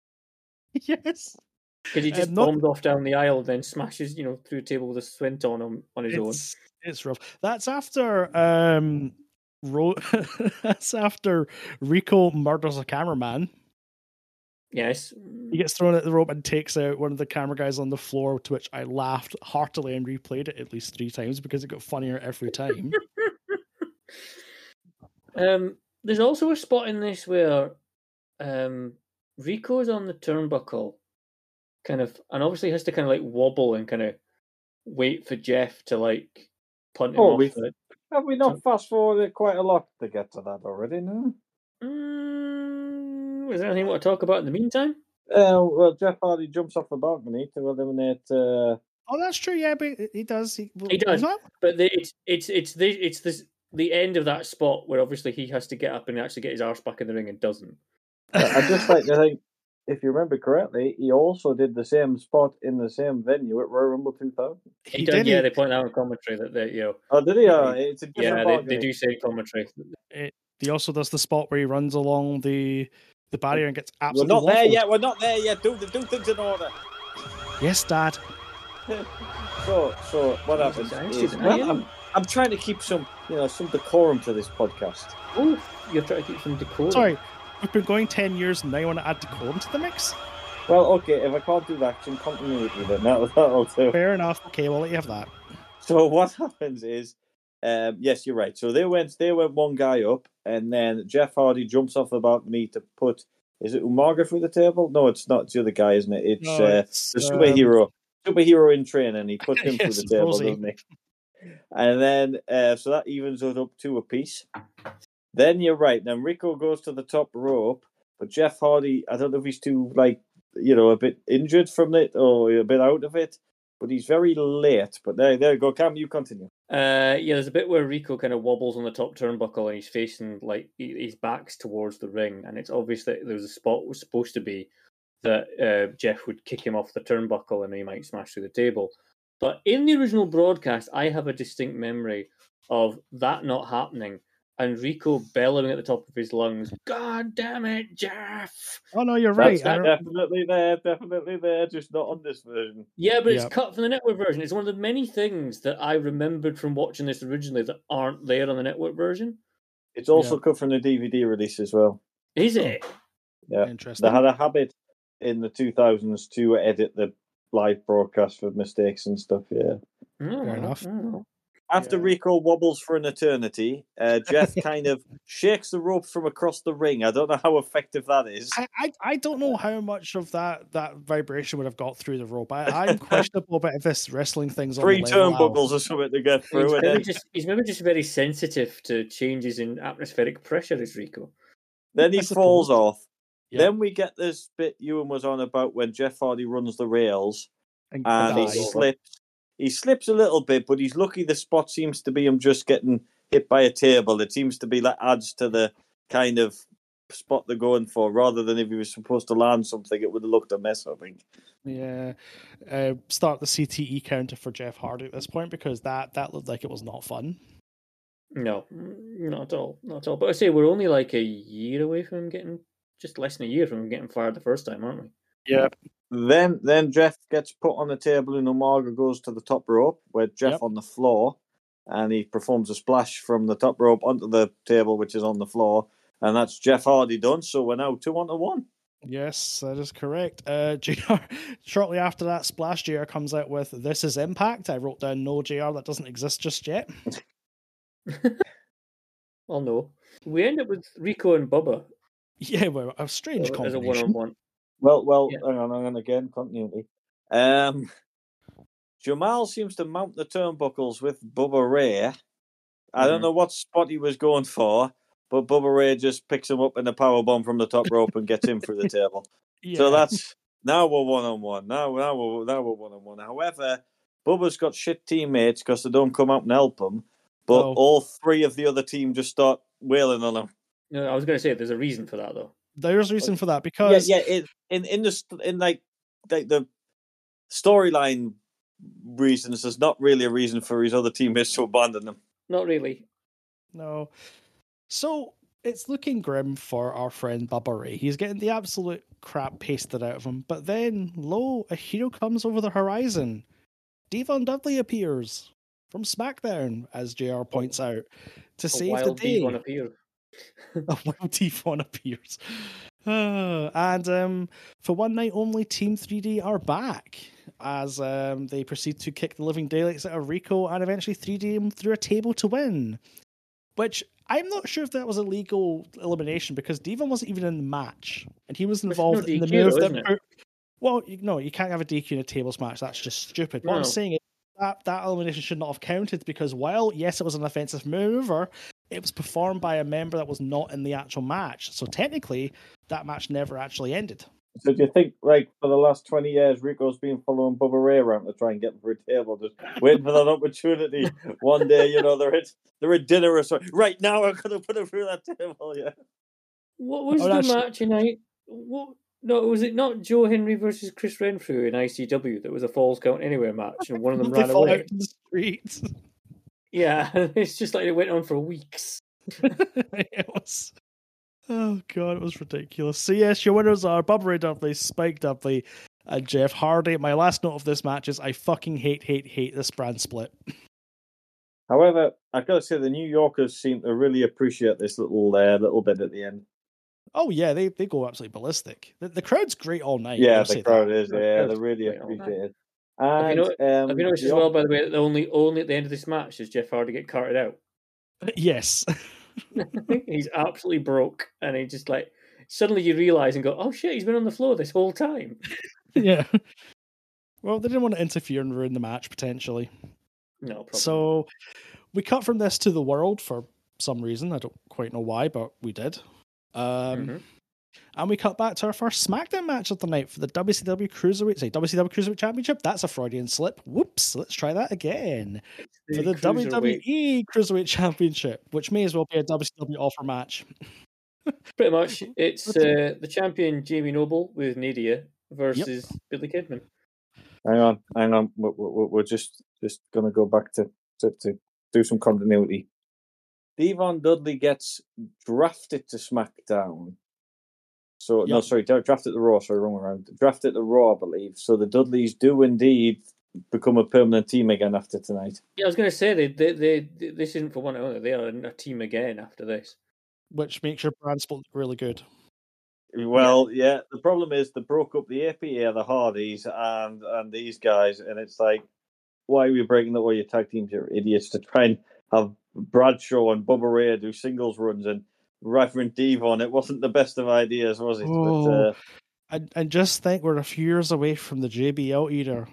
S1: (laughs) yes.
S2: because he
S1: Um,
S2: just
S1: not-
S2: bombed off down the aisle, then smashes, you know, through a table with a swint on him on his own.
S1: It's, it's rough. That's after um Ro- (laughs) that's after Rico murders a cameraman.
S2: Yes. Mm.
S1: He gets thrown at the rope and takes out one of the camera guys on the floor, to which I laughed heartily and replayed it at least three times because it got funnier every (laughs) time.
S2: Um, there's also a spot in this where um, Rico's on the turnbuckle, kind of, and obviously has to kind of like wobble and kind of wait for Jeff to like punt him
S3: Oh,
S2: off.
S3: we've-
S2: the-
S3: Have we not fast forwarded quite a lot to get to that already? No.
S2: Mm, is there anything you want to talk about in the meantime?
S3: Uh, well, Jeff Hardy jumps off the balcony to eliminate. Uh,
S1: oh, that's true. Yeah, but he does. He,
S2: He
S1: he's
S2: does.
S1: not-
S2: But the, it's it's it's this it's this the end of that spot where obviously he has to get up and actually get his arse back in the ring and doesn't.
S3: Uh, I
S1: (laughs)
S3: just like to think, if you remember correctly, he also did the same spot in the same venue at Royal Rumble 2000.
S2: He, did, yeah. They point out in commentary that they, you know,
S3: Oh, did he? Uh, it's a different
S2: yeah,
S3: yeah,
S2: they, they do say in commentary.
S1: He also does the spot where he runs along the the barrier and gets
S3: We're
S1: absolutely
S3: not there
S1: waffled.
S3: yet. We're not there yet. Do do things in order.
S1: Yes, Dad.
S3: So, so what happens?
S2: I
S3: Is,
S2: didn't know
S3: well,
S2: you.
S3: I'm, I'm trying to keep some, you know, some decorum to this podcast.
S2: Oh, you're trying to keep some decorum.
S1: Sorry, we've been going ten years and now you want to add decorum to the mix?
S3: Well, okay, if I can't do that, some continuity, then that'll, (laughs) that'll do.
S1: Fair enough. Okay, we'll let you have that.
S3: So what happens is, um, yes, you're right. So they went, they went one guy up, and then Jeff Hardy jumps off the balcony to put, is it Umaga through the table? No, it's not. It's the other guy, isn't it? It's,
S1: No,
S3: uh,
S1: it's,
S3: the
S1: um,
S3: superhero, superhero in training.
S1: (laughs)
S3: He puts him
S1: Yes,
S3: through the table,
S1: Rosie.
S3: doesn't he? And then, uh, so that evens it up to a piece. Then you're right. Then Rico goes to the top rope, but Jeff Hardy, I don't know if he's too like, you know, a bit injured from it or a bit out of it, but he's very late. But there, there you go. Cam, you continue.
S2: Uh, yeah, there's a bit where Rico kind of wobbles on the top turnbuckle and he's facing like he- his back's towards the ring, and it's obvious that there was a spot was supposed to be that uh, Jeff would kick him off the turnbuckle and he might smash through the table. But in the original broadcast, I have a distinct memory of that not happening and Rico bellowing at the top of his lungs, "God damn it, Jeff!"
S1: Oh no, you're right. I don't-
S3: That's definitely there, definitely there, just not on this version.
S2: Yeah, but
S1: Yep.
S2: it's cut from the network version. It's one of the many things that I remembered from watching this originally that aren't there on the network version.
S3: It's also cut from the DVD release as well.
S2: Is it?
S3: Yeah. They
S1: Interesting.
S3: had a habit in the 2000s to edit the live broadcast for mistakes and stuff. Yeah.
S2: Mm,
S1: Fair enough.
S2: mm.
S3: After
S2: Yeah.
S3: Rico wobbles for an eternity, uh, Jeff kind of shakes the rope from across the ring. I don't know how effective that is.
S1: I, I, I don't know how much of that, that vibration would have got through the rope. I, I'm questionable about if this wrestling thing's on
S3: Three
S1: the level of-
S3: turnbuckles or something to get
S2: He's
S3: through.
S2: (laughs)
S3: And
S2: maybe,
S3: then,
S2: just, he's maybe just very sensitive to changes in atmospheric pressure, is Rico.
S3: then he
S1: I suppose.
S3: falls off.
S1: Yeah.
S3: Then we get this bit Ewan was on about when Jeff Hardy runs the rails
S1: and
S3: and he
S1: dies.
S2: Nice.
S3: slips. He slips a little bit, but he's lucky the spot seems to be him just getting hit by a table. It seems to be that adds to the kind of spot they're going for rather than if he was supposed to land something, it would have looked a mess, I think.
S1: Yeah, uh, start the CTE counter for Jeff Hardy at this point because that that looked like it was not fun.
S2: No, mm, not at all. Not at all. But I say we're only like a year away from him getting, just less than a year from him getting fired the first time, aren't we?
S1: Yeah,
S3: Then then Jeff gets put on the table and Umaga goes to the top rope with Jeff
S1: Yep.
S3: on the floor and he performs a splash from the top rope onto the table which is on the floor and that's Jeff Hardy done, so we're now two on to one.
S1: Yes, that is correct. Uh, (laughs) Jr. Shortly after that, Splash Jr. comes out with "This is Impact." I wrote down "No Jr. That doesn't exist just yet." (laughs)
S2: Well, no. We end up with Rico and Bubba
S1: Yeah, well, a strange
S2: as a one on
S1: combination.
S2: one.
S3: Well well
S2: Yeah.
S3: hang on, hang on again, continuity. Um Jamal seems to mount the turnbuckles with Bubba Ray. I
S1: Mm-hmm.
S3: don't
S2: Mhm.
S3: know what spot he was going for, but Bubba Ray just picks him up in a power bomb from the top rope and gets him through the table.
S1: Yeah.
S3: So that's now we're one on one. Now now we're now we're one on one. However, Bubba's got shit teammates because they don't come out and help him. But
S1: Oh.
S3: all three of the other team just start wailing on him.
S2: No, I was going to say there's a reason for that, though.
S1: there's a reason for that
S3: Yeah,
S1: because
S3: yeah. It, in in the st- in like like the storyline reasons, there's not really a reason for his other teammates to abandon them.
S2: Not really.
S1: No. So it's looking grim for our friend Bubba Ray. He's getting the absolute crap pasted out of him. But then, lo, a hero comes over the horizon. Devon Dudley appears from SmackDown, as JR points out, to
S2: A
S1: save the
S2: wild
S1: day.
S2: bee on a pier.
S1: (laughs) a wild Devon appears. (sighs) Ah, and um, for one night only, Team 3D are back as um, they proceed to kick the living daylights out of Rico and eventually 3D him through a table to win. Which I'm not sure if that was a legal elimination because Devon wasn't even in the match and he was
S2: But it's
S1: involved
S2: no
S1: in the
S2: DQ
S1: move
S2: though,
S1: that.
S2: isn't it?
S1: put- Well, you, no, you can't have a DQ in a tables match. That's just stupid. What I'm
S2: No.
S1: saying is that that elimination should not have counted because while yes, it was an offensive maneuver, it was performed by a member that was not in the actual match. So technically, that match never actually ended.
S3: So do you think, like, for the last 20 years, Rico's been following Bubba Ray around to try and get him for a table, just waiting for that (laughs) opportunity? One day, you know, they're at, they're at dinner or something. Right now, I'm going to put him through that table, yeah.
S2: What was
S1: Oh,
S2: the
S1: that's-
S2: match in I? What? No, was it not Joe Henry versus Chris Renfrew in ICW that was a Falls Count Anywhere match and one of
S1: (laughs)
S2: them
S1: they
S2: ran
S1: fall out
S2: away?
S1: in the street.
S2: Yeah, (laughs) it's just like it went on for weeks.
S1: (laughs) it was. Oh god, it was ridiculous. So yes, your winners are Bubba Ray Dudley, Spike Dudley, and Jeff Hardy. My last note of this match is I fucking hate, hate, hate this brand split.
S3: However, I've got to say, the New Yorkers seem to really appreciate this little uh, little bit at the end.
S1: Oh yeah, they, they go absolutely ballistic. The, the crowd's great all night.
S3: yeah,
S1: I'll
S3: the
S1: say
S3: crowd
S1: that.
S3: is.
S2: The
S3: Yeah,
S2: crowd's
S3: they really
S2: great all
S3: appreciate it.
S2: Have
S3: And
S2: you
S3: um,
S2: Have you noticed
S3: the
S2: as well, by the way, that the only only at the end of this match does Jeff Hardy get carted
S3: (laughs)
S2: out?
S1: (laughs) Yes,
S2: he's absolutely broke, and he just like suddenly you realise and go, oh shit, he's been on the floor this whole time.
S1: yeah. Well, they didn't want to interfere and ruin the match potentially.
S2: No problem.
S1: So we cut from this to the world for some reason. I don't quite know why, but we did. Um,
S3: Mm-hmm.
S2: Mhm.
S1: And we cut back to our first SmackDown match of the night for the WCW Cruiserweight, say WCW Cruiserweight Championship. That's a Freudian slip. Whoops, let's try that again. For the
S2: Cruiserweight-
S1: WWE
S3: E
S1: Cruiserweight Championship, which may as well be a WCW offer match.
S2: pretty
S3: (laughs)
S2: much it's
S1: What's
S2: uh, the champion Jamie Noble with Nadia versus Billy Kidman.
S3: Hang on, hang on. We're, we're, we're just just gonna go back to, to to do some continuity. Devon Dudley gets drafted to SmackDown. So no,
S1: Yep.
S3: sorry, dra- drafted to Raw. Sorry, wrong around. Drafted to Raw, I believe. So the Dudleys do indeed become a permanent team again after tonight.
S2: Yeah, I was going to say they, they they th- this isn't for one another. They are a team again after this.
S1: Which makes your brand split really good.
S3: Well, yeah. The problem is they broke up the APA, the Hardys, and and these guys, and it's like, why are we breaking up all your tag teams? You're idiots to try and have Bradshaw and Bubba Ray do singles runs and Reverend Devon. It wasn't the best of ideas, was it? But
S1: Oh.
S3: uh,
S1: And, and just think we're a few years away from the JBL eater.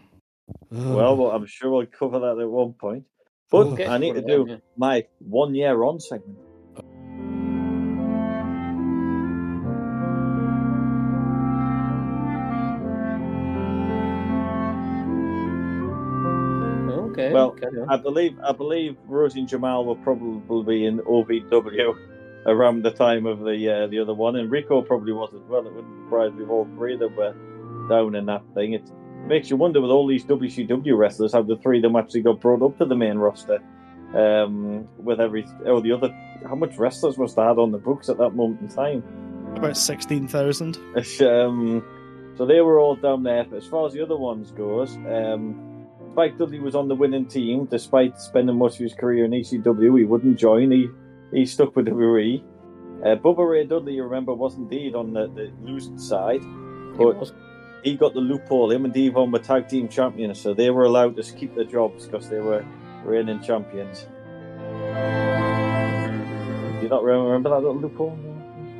S3: well,
S1: Ugh.
S3: well, I'm sure we'll cover that at one point. But
S2: We'll get
S3: I need
S2: one
S3: to
S2: of them,
S3: do
S2: yeah.
S3: my one year on segment.
S2: Okay.
S3: Well,
S2: carry on.
S3: I believe I believe Rosie and Jamal will probably be in OVW around the time of the uh, the other one, and Rico probably was as well. It wouldn't surprise me if all three of them were down in that thing. It makes you wonder with all these WCW wrestlers how the three of them actually got brought up to the main roster. Um, with every oh the other how much wrestlers must have had on the books at that moment in time.
S1: About 16,000.
S3: It's, um, so they were all down there. But as far as the other ones goes, um, Spike Dudley was on the winning team despite spending much of his career in ECW. He wouldn't join. He he stuck with WWE. Uh, Bubba Ray Dudley, you remember, was indeed on the, the losing side,
S2: It
S3: but
S2: was-
S3: he got the loophole. Him and Devon were tag team champions, so they were allowed to keep their jobs because they were reigning champions. Do you not remember that little loophole?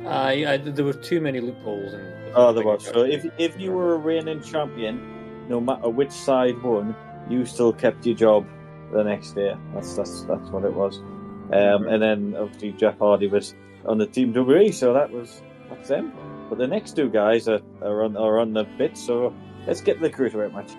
S2: I, Uh, I there were too many loopholes and
S3: Oh, there was. So if if you were a reigning champion, no matter which side won, you still kept your job the next day. That's that's that's what it was. Um, and then obviously Jeff Hardy was on the team WWE, so that was that's them. But the next two guys are, are on are on the bit. So let's get the cruiserweight match.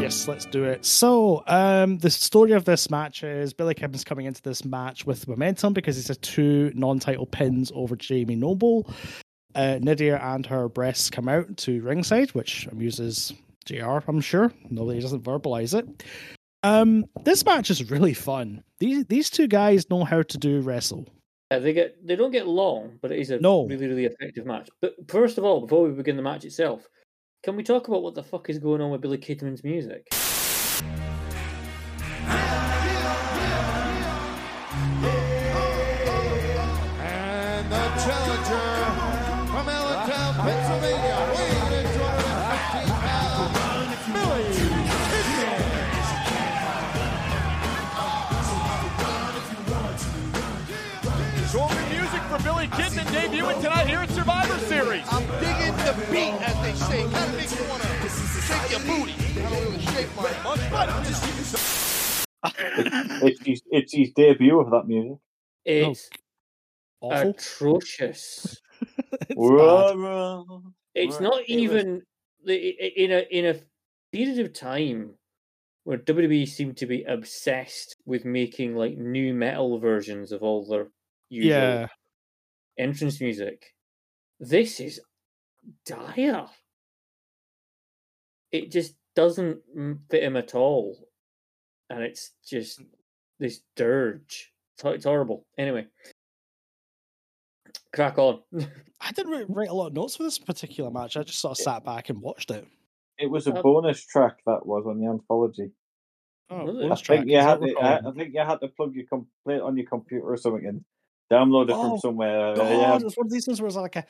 S1: Yes, let's do it. So, um, the story of this match is Billy Kidman's coming into this match with momentum because he's had two non-title pins over Jamie Noble. Uh, Nydia and her breasts come out to ringside, which amuses Jr. I'm sure. No, he doesn't verbalize it. Um, this match is really fun. These these two guys know how to do wrestle.
S2: Yeah, they get they don't get long, but it is a
S1: No.
S2: really really effective match. But first of all, before we begin the match itself, can we talk about what the fuck is going on with Billy Kidman's music?
S1: Oh,
S9: And the challenger from Allentown, Pennsylvania, weighing in 250 pounds, Billy Kidman.
S8: Showing music for Billy Kidman debuting tonight here at Survivor Series.
S9: I'm digging the beat, as they say. Kind of makes you want to shake your booty. I don't really shake mine much, but I'm just
S3: It's his, it's his debut of that music.
S2: It's
S1: awful. (laughs)
S2: atrocious.
S1: it's bad.
S3: Whoa,
S2: It's
S3: Right,
S2: not
S3: it was-
S2: even the- i- i- in a in a period of time where WWE seemed to be obsessed with making like new metal versions of all their usual
S1: Yeah,
S2: entrance music. This is dire. It just doesn't m- fit him at all, and it's just
S1: Mm.
S2: this dirge. It's hor- It's horrible. Anyway, crack on.
S1: I didn't really write a lot of notes for this particular match. I just sort of sat back and watched it.
S3: It was a
S2: Um,
S3: bonus track that was on the anthology.
S1: Oh,
S2: Was it?
S3: I
S1: bonus track,
S3: think you
S1: is
S3: had
S1: that
S3: to,
S1: what-
S3: I, I think you had to plug your complaint on your computer or something and download it
S1: Oh,
S3: from somewhere. uh,
S1: God,
S3: yeah.
S1: it's one of these things where it's like a,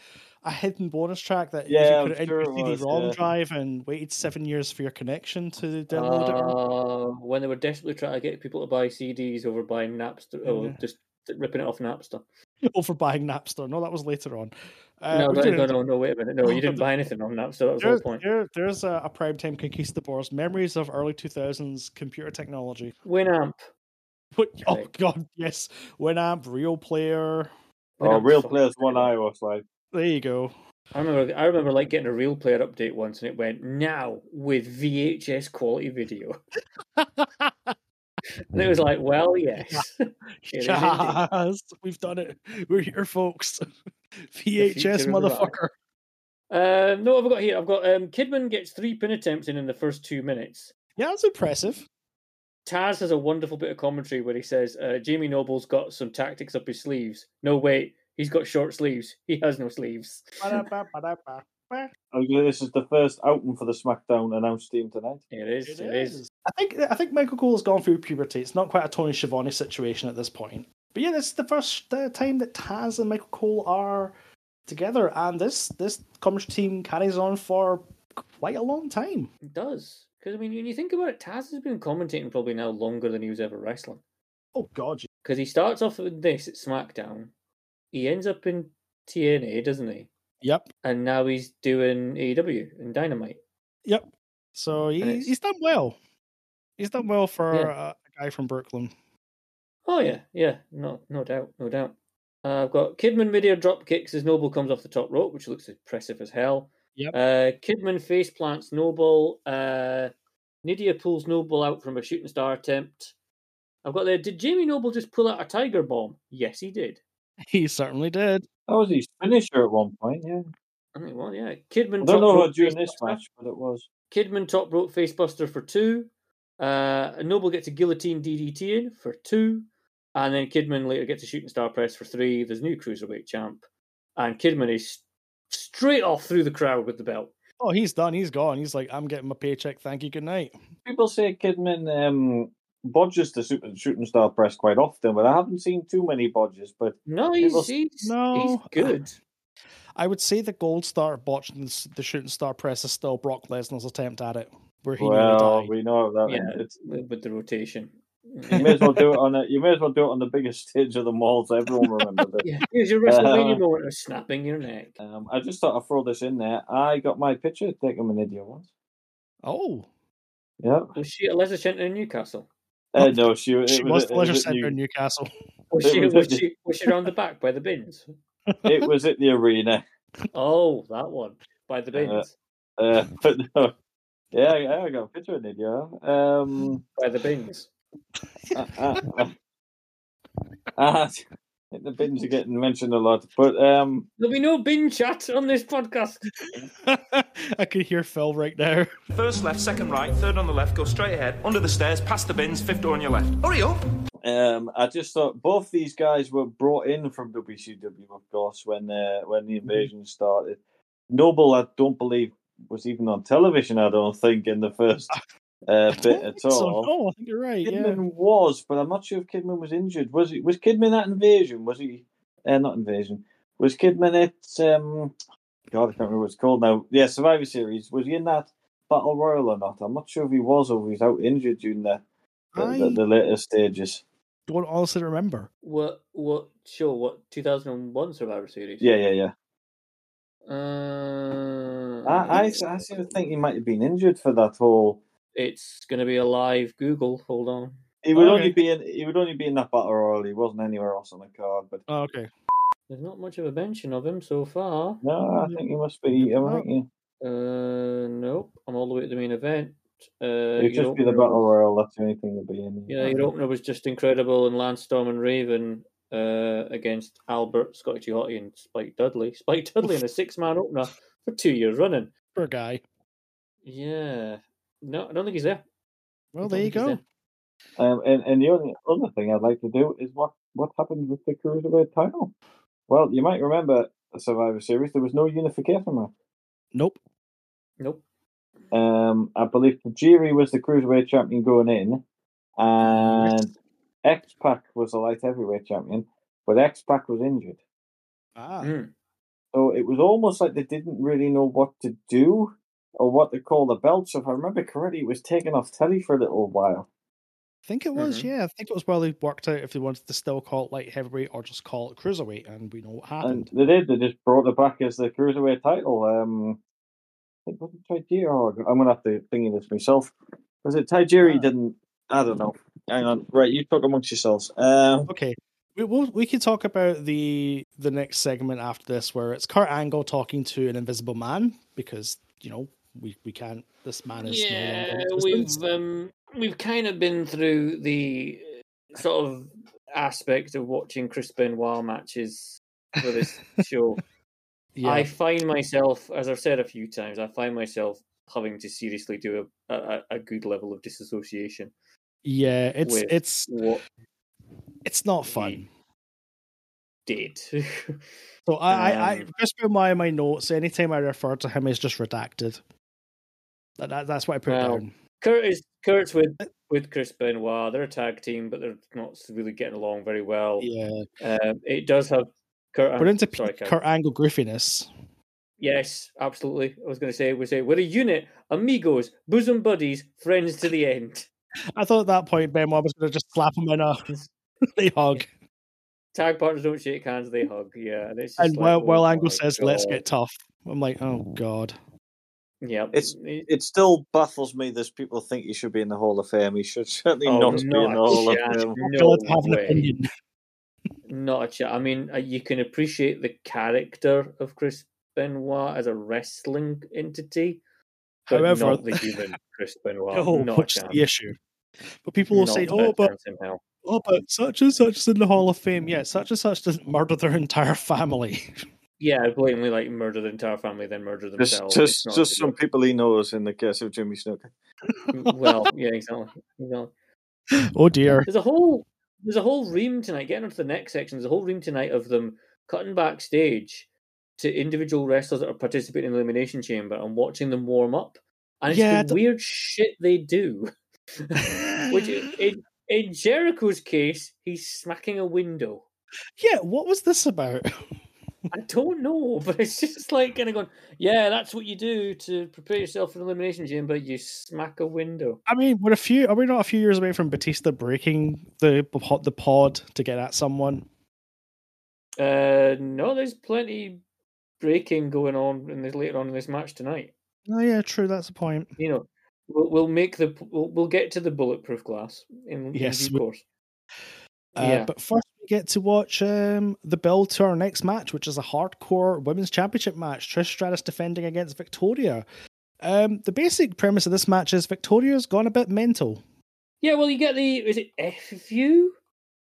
S1: a hidden bonus track that
S3: Yeah,
S1: you put it
S3: I'm
S1: in
S3: sure
S1: your
S3: it was,
S1: CD-ROM
S3: yeah.
S1: drive and waited seven years for your connection to download it. or-
S2: Uh, when they were desperately trying to get people to buy CDs over buying Napster, or
S1: Yeah.
S2: just ripping it off Napster.
S1: (laughs) over buying Napster. No, that was later on. Uh,
S2: no,
S1: we're
S2: that,
S1: doing-
S2: no, no, no, wait a minute. No,
S1: Oh,
S2: you didn't
S1: but-
S2: buy anything on Napster. That was the
S1: There,
S2: whole point.
S1: there- there's a, a primetime conquistadors memories of early 2000s computer technology. (laughs)
S2: Winamp.
S1: What, oh
S2: Right.
S1: god, yes, Winamp, Real Player.
S3: Oh, real
S2: Fuck.
S3: players one eye was like,
S1: There you go.
S2: I remember, I remember like getting a real player update once, and it went now with VHS quality (laughs) video, and it was like, well, yes, (laughs) is indeed.
S1: yes, we've done it. We're here, folks. (laughs)
S2: future
S1: VHS
S2: of
S1: motherfucker.
S2: um, no, I've got here. I've got um, Kidman gets three pin attempts in in the first two minutes.
S1: Yeah, that's impressive.
S2: Taz has a wonderful bit of commentary where he says, uh, Jamie Noble's got some tactics up his sleeves. No, wait, he's got short sleeves. (laughs) He has no sleeves. (laughs)
S1: Ba-da-ba-ba-da-ba.
S3: okay, this is the first outing for the SmackDown announced team tonight.
S2: It is. It, it is.
S1: I think I think Michael Cole has gone through puberty. It's not quite a Tony Schiavone situation at this point. But yeah, this is the first uh, time that Taz and Michael Cole are together, and this this commentary team carries on for quite a long time.
S2: It does. Because, I mean, when you think about it, Taz has been commentating probably now longer than he was ever wrestling.
S1: Oh god, yeah.
S2: Because he starts off with this at SmackDown. He ends up in TNA, doesn't he?
S1: yep,
S2: And now he's doing AEW and Dynamite.
S1: yep. So he,
S2: And it's-
S1: he's done well. He's done well for
S2: Yeah.
S1: uh, a guy from Brooklyn. (laughs)
S2: Oh yeah, yeah, no, no doubt, no doubt. Uh, I've got Kidman video drop kicks as Noble comes off the top rope, which looks impressive as hell.
S1: Yep.
S2: Uh, Kidman face plants Noble. Uh, Nidia pulls Noble out from a shooting star attempt. I've got there. Did Jamie Noble just pull out a tiger bomb? Yes, he did.
S1: He certainly did.
S3: That was his finisher at one point, yeah.
S2: I think well, yeah. Kidman. top
S3: I don't know
S2: rope
S3: how during
S2: face
S3: this
S2: buster.
S3: match, but it was.
S2: Kidman top rope facebuster for two. Uh, Noble gets a guillotine DDT in for two, and then Kidman later gets a shooting star press for three. There's new cruiserweight champ, and Kidman is s- straight off through the crowd with the belt.
S1: Oh, he's done. He's gone. He's like, I'm getting my paycheck. Thank you. Good night.
S3: People say Kidman um, bodges the super shooting star press quite often, but I haven't seen too many bodges. But
S2: No, he's
S3: was-
S2: he's, he's
S1: No, uh,
S3: (laughs)
S2: good.
S1: I would say the gold star botching the s- the shooting star press is still Brock Lesnar's attempt at it, where he
S3: well,
S1: nearly died.
S3: we know that
S1: (laughs)
S2: Yeah.
S3: it's,
S2: with, with the
S3: (laughs)
S2: rotation.
S3: you may as well do it on a, you may as well do it on the biggest (laughs) stage of the mall, so everyone remembers it.
S2: yeah, here's your
S3: Uh,
S2: WrestleMania moment of snapping your neck.
S3: Um, I just thought I'd throw this in there. I got my picture taken with India once.
S1: Oh, (laughs)
S3: Yeah,
S2: Was she at Leisure Centre in Newcastle?
S3: uh, no, she, it
S1: she
S3: was,
S1: was
S3: at-
S1: the
S3: it
S1: leisure
S3: was at
S1: centre
S3: New-
S1: in Newcastle. (laughs)
S2: Was
S3: It
S2: she,
S3: was
S2: was
S3: at-
S2: she was she around the back by the bins?
S3: it was at the arena.
S1: (laughs)
S2: Oh, that one by the
S3: Uh,
S2: bins.
S3: Uh, (laughs) but no, yeah, I, I got a picture in it. Yeah, um,
S2: By the bins.
S3: I, I,
S1: (laughs)
S3: I, I (laughs) think the bins are getting mentioned a lot, but um,
S2: There'll be no bin chat on this podcast.
S1: I could hear Phil right now.
S10: First left, second right, third on the left, go straight ahead, under the stairs, past the bins, fifth door on your left. Hurry up!
S3: um, I just thought both these guys were brought in from WCW, of course, when uh, when
S1: Mm-hmm.
S3: the invasion started. Noble, I don't believe was even on television. I don't think in the first
S1: (laughs)
S3: uh,
S1: I
S3: bit
S1: don't think
S3: at
S1: so.
S3: all.
S1: No, "Oh, I think you're right. Yeah.
S3: Kidman was, but I'm not sure if Kidman was injured. Was he? Was Kidman at Invasion? Was he? Uh, not Invasion. Was Kidman at? Um, God, I can't remember what it's called now. Yeah, Survivor Series. Was he in that Battle Royal or not? I'm not sure if he was or if he was out injured during the the, the,
S1: I
S3: the later stages.
S1: don't honestly remember.
S2: What? What? Sure. What? Two thousand and one Survivor Series.
S3: Yeah, yeah, yeah.
S2: Uh,
S3: I I, I seem to think he might have been injured for that whole.
S2: It's going to be a live Google. Hold on.
S3: He would
S1: Okay.
S3: only be in. He would only be in that Battle Royal. He wasn't anywhere else on the card, but.
S1: Oh, okay.
S2: There's not much of a mention of him so far.
S3: No, I think you must be. I think you,
S2: Uh, nope. I'm all the way to the main event. Uh,
S3: it'd
S2: your
S3: just be the
S2: opener
S3: battle
S2: was-
S3: royal. That's the only thing that'd be in.
S2: Yeah, your opener was just incredible, and Lance Storm and Raven uh, against Albert, Scotty Giotti, and Spike Dudley. Spike Dudley in a six-man opener for two years running.
S1: Poor guy.
S2: Yeah. No, I don't think he's there.
S1: Well,
S2: don't
S1: there you
S2: think he's
S1: go.
S3: Um, and and the only other thing I'd like to do is what what happened with the cruiserweight title. Well, you might remember Survivor Series. There was no unification match.
S1: Nope.
S2: Nope.
S3: Um, I believe Tajiri was the cruiserweight champion going in, and X Pac was the light heavyweight champion, but X Pac was injured,
S1: Ah.
S2: Mm.
S3: so it was almost like they didn't really know what to do or what to call the belt. So if I remember correctly, it was taken off telly for a little while.
S1: I think it was,
S3: Mm-hmm.
S2: Mhm.
S1: yeah. I think it was well they worked out if they wanted to still call it light heavyweight or just call it cruiserweight, and we know what
S3: And
S1: happened.
S3: they did. They just brought it back as the cruiserweight title. Um, I think was it Tajiri? Or, I'm gonna have to think of this myself. Was it
S2: Uh.
S3: Tajiri? Didn't I don't know. Hang on. Right, you talk amongst yourselves. Um,
S1: Okay. We we'll, we can talk about the the next segment after this, where it's Kurt Angle talking to an invisible man because you know we we can't. This man is no longer
S2: Yeah,
S1: in existence.
S2: we've um, we've kind of been through the uh, sort of aspect of watching Chris Benoit matches
S1: (laughs)
S2: for this show.
S1: yeah.
S2: I find myself, as I've said a few times, I find myself having to seriously do a, a, a good level of disassociation.
S1: yeah, it's
S2: with
S1: it's
S2: What
S1: it's not fun.
S2: did? (laughs)
S1: So I I, I
S2: Um,
S1: just put my my notes. Anytime I refer to him, is just redacted. That, that that's what I put
S2: Well,
S1: down.
S2: Kurt is Kurt's with with Chris Benoit. They're a tag team, but they're not really getting along very well.
S1: Yeah,
S2: Um, it does have Kurt.
S1: we're into
S2: uh, sorry,
S1: peak
S2: Kurt.
S1: Kurt Angle griffiness.
S2: Yes, absolutely. I was going to say we say we're a unit, amigos, bosom buddies, friends to the end.
S1: I thought at that point Benoit was going to just slap him in a (laughs) they hug,
S2: Tag partners don't shake hands; they hug. Yeah, and, it's just
S1: and
S2: like,
S1: while,
S2: oh
S1: while Angle
S2: my
S1: says "Let's
S2: God."
S1: get tough," I'm like, "Oh God."
S2: yeah,
S3: It's-
S2: it-
S3: it still baffles me. There's people think he should be in the Hall of Fame. He should certainly
S2: oh,
S3: not be in the
S2: a
S3: Hall of
S2: chance,
S3: Fame.
S1: Well,
S2: no
S1: let's have an
S2: way.
S1: opinion. (laughs)
S2: Not a chance. I mean, uh, you can appreciate the character of Chris Benoit as a wrestling entity, but
S1: However, (laughs)
S2: not the human Chris Benoit.
S1: no,
S2: not
S1: which
S2: a
S1: is
S2: chance.
S1: Oh, the issue. But people will
S2: Not
S1: say,
S2: a
S1: "Oh, but
S2: chance in hell.
S1: oh, but such and such is in the Hall of Fame. Yeah, such and such doesn't murder their entire family. (laughs)
S2: yeah, blatantly like murder the entire family, then murder
S3: Just,
S2: themselves. It's
S3: just,
S2: not
S3: just
S2: good
S3: some
S2: look.
S3: people he knows. In the case of Jimmy Snooker,
S2: Mm, well, yeah, exactly. exactly.
S1: oh
S2: (laughs)
S1: dear.
S2: There's a whole there's a whole ream tonight. Getting onto the next section, there's a whole ream tonight of them cutting backstage to individual wrestlers that are participating in the elimination chamber and watching them warm up. And it's
S1: Yeah, I
S2: the
S1: don't-
S2: weird shit they do. Which
S1: (laughs)
S2: i- in, in Jericho's case, he's smacking a window.
S1: Yeah, what was this about?
S2: I don't know, (laughs) but it's just like kind of going, yeah, that's what you do to prepare yourself for the elimination chamber. You smack a window.
S1: I mean, we're a few. Are we not a few years away from Batista breaking the the pod to get at someone?
S2: Uh, no, there's plenty breaking going on in this later on in this match tonight.
S1: Oh yeah, true. That's a point.
S2: You know, we'll, we'll make the we'll, we'll get to the bulletproof glass in, in
S1: Yes,
S2: due
S1: we-
S2: course.
S1: Uh,
S2: Yeah.
S1: But first, we get to watch um, the build to our next match, which is a hardcore women's championship match. Trish Stratus defending against Victoria. Um, the basic premise of this match is Victoria's gone a bit mental.
S2: Yeah, well, you get the is it F view?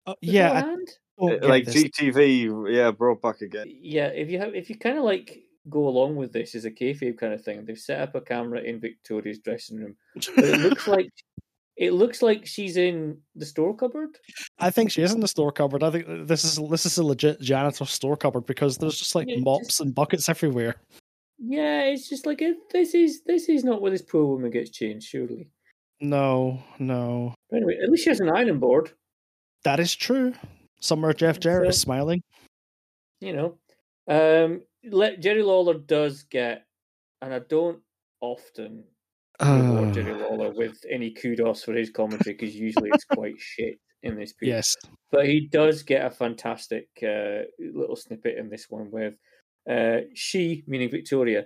S1: Uh, yeah, I
S2: beforehand?
S1: don't get
S3: Uh, like
S1: this.
S3: GTV, yeah, brought back again.
S2: yeah. If you have if you kind of like go along with this as a kayfabe kind of thing, they've set up a camera in Victoria's dressing room, but it (laughs) looks like it looks like she's in the store cupboard.
S1: I think she is in the store cupboard. I think this is this is a legit janitor store cupboard because there's just like
S2: Yeah, just-
S1: mops and buckets everywhere.
S2: Yeah, it's just like it, this is this is not where this poor woman gets changed, surely.
S1: No, no,
S2: But anyway, at least she has an iron board,
S1: that is true. Somewhere Jeff Jarrett is
S2: So-
S1: smiling.
S2: you know. Um, let Jerry Lawler does get, and I don't often reward
S1: Ah, (sighs)
S2: Jerry Lawler with any kudos for his commentary because usually
S1: (laughs)
S2: it's quite shit in this piece.
S1: yes,
S2: But he does get a fantastic uh, little snippet in this one with uh, she, meaning Victoria,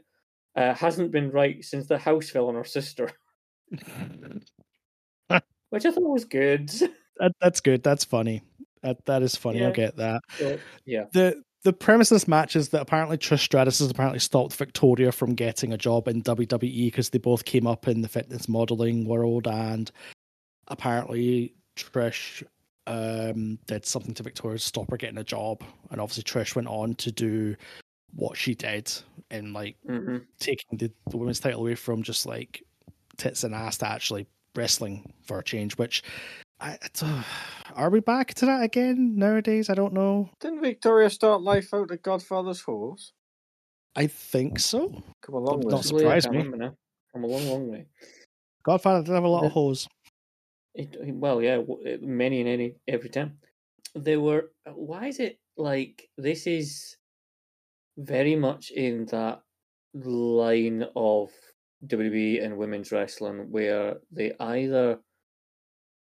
S2: uh, hasn't been right since the house fell on her sister, (laughs) which I thought was good.
S1: that, that's good. That's funny. That that is funny. I
S2: Yeah.
S1: get that.
S2: So, yeah.
S1: the the premise of this match is that apparently Trish Stratus has apparently stopped Victoria from getting a job in WWE because they both came up in the fitness modeling world, and apparently Trish um, did something to Victoria to stop her getting a job, and obviously Trish went on to do what she did in like
S2: Mm-hmm.
S1: taking the, the women's title away from just like tits and ass to actually wrestling for a change. Which I, it's, uh, are we back to that again nowadays? I don't know.
S3: Didn't Victoria start life out at Godfather's Horse?
S1: I think so.
S3: Come along
S1: Don't-
S3: with
S1: don't
S3: us.
S1: say- surprise me.
S2: I'm a long, long way.
S1: Godfather did have a lot of
S2: Yeah.
S1: hoes.
S2: It, uh, well, yeah, w- it- many and any every time. They were. uh, Why is it like this is very much in that line of WWE and women's wrestling where they either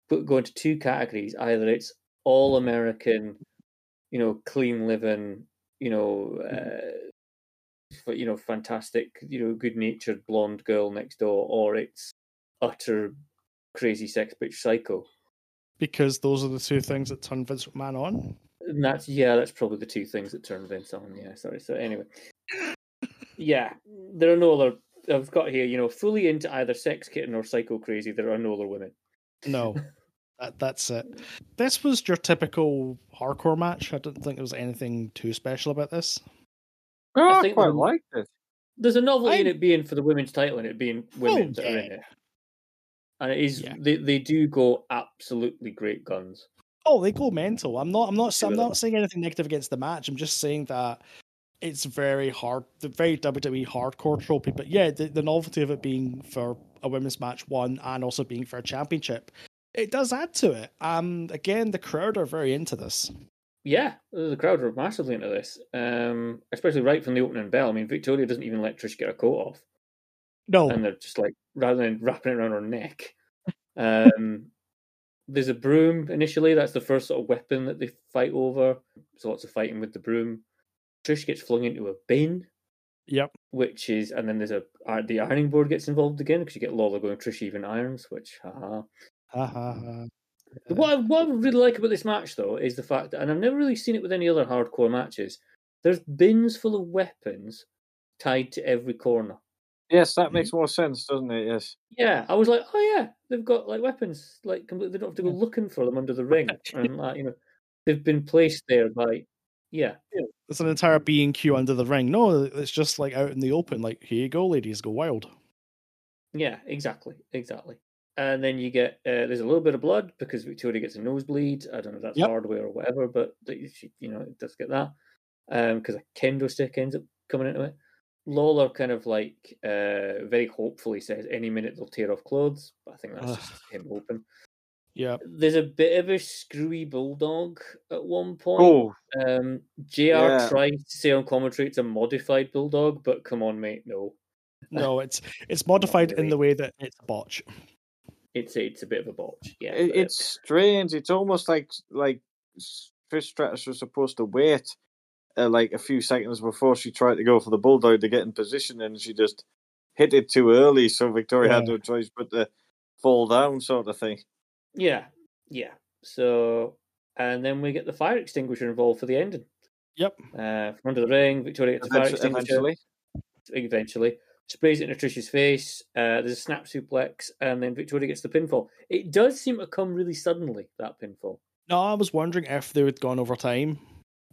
S2: put, go into two categories. Either it's all American, you know, clean living, you know, uh, f- you know, fantastic, you know, good natured blonde girl next door, or it's utter crazy sex bitch psycho.
S1: Because those are the two things that turn Vince McMahon on.
S2: And that's yeah, that's probably the two things that turned Vince on. Yeah, sorry. So anyway, yeah, there are no other. I've got here, you know, fully into either sex kitten or psycho crazy. There are no other women.
S1: No, that, that's it. This was your typical hardcore match. I didn't think there was anything too special about this.
S3: Oh,
S2: I
S3: I,
S2: think
S3: quite
S2: the-
S3: liked it.
S2: There's a novelty
S1: I'm-
S2: in
S1: Oh,
S2: it being for the women's title and it being women that are in
S1: yeah.
S2: it, and it is
S1: Yeah.
S2: they they do go absolutely great guns.
S1: Oh, they go mental. I'm not. I'm not. I'm
S2: Really?
S1: not saying anything negative against the match. I'm just saying that it's very hard. The very WWE hardcore trophy. But yeah, the, the novelty of it being for a women's match one and also being for a championship, it does add to it. Um, again, the crowd are very into this.
S2: Yeah, the crowd were massively into this, um, especially right from the opening bell. I mean, Victoria doesn't even let Trish get her coat off.
S1: No,
S2: and they're just like rather than wrapping it around her neck. Um, (laughs) there's a broom initially. That's the first sort of weapon that they fight over. There's lots of fighting with the broom. Trish gets flung into a bin,
S1: yep.
S2: which is, and then there's a uh, the ironing board gets involved again because you get Lawler going Trish even irons, which haha.
S1: Ha, ha, ha. (laughs)
S2: But What I, what I really like about this match though is the fact that, and I've never really seen it with any other hardcore matches. There's bins full of weapons tied to every corner.
S3: Yes, that makes more sense, doesn't it? Yes.
S2: Yeah, I was like, oh yeah, they've got like weapons, like completely. They don't have to go looking for them under
S1: (laughs)
S2: the ring, and like you know, they've been placed there by, yeah,
S1: There's an entire B and Q under the ring. No, it's just like out in the open. Like here you go, ladies, go wild.
S2: yeah, exactly, exactly. And then you get uh, there's a little bit of blood because Victoria gets a nosebleed. I don't know if that's
S1: Yep.
S2: hardware or whatever, but that she, you know, it does get that because a kendo stick ends up coming into it. Lawler kind of like uh, very hopefully says, "Any minute they'll tear off clothes." But I think that's
S1: Ugh.
S2: just him hoping.
S1: Yeah.
S2: There's a bit of a screwy bulldog at one point.
S3: Oh,
S2: Um, JR
S3: Yeah.
S2: tried to say on commentary it's a modified bulldog, but come on, mate, no,
S1: No, it's it's modified in
S2: really.
S1: the way that it's a botch.
S2: it's a, it's a bit of a botch. Yeah,
S3: it,
S2: but- uh,
S3: it's strange. It's almost like like s- Trish Stratus was supposed to wait uh, like a few seconds before she tried to go for the bulldog to get in position, and she just hit it too early, so Victoria had
S1: Yeah.
S3: no choice but to fall down, sort of thing.
S2: yeah, yeah. So, and then we get the fire extinguisher involved for the ending.
S1: Yep.
S2: Uh, from under the ring, Victoria gets the fire
S3: Eventu-
S2: extinguisher
S3: Eventually,
S2: eventually. Sprays it into Trish's face. Uh, there's a snap suplex, and then Victoria gets the pinfall. It does seem to come really suddenly that pinfall.
S1: No, I was wondering if they had gone over time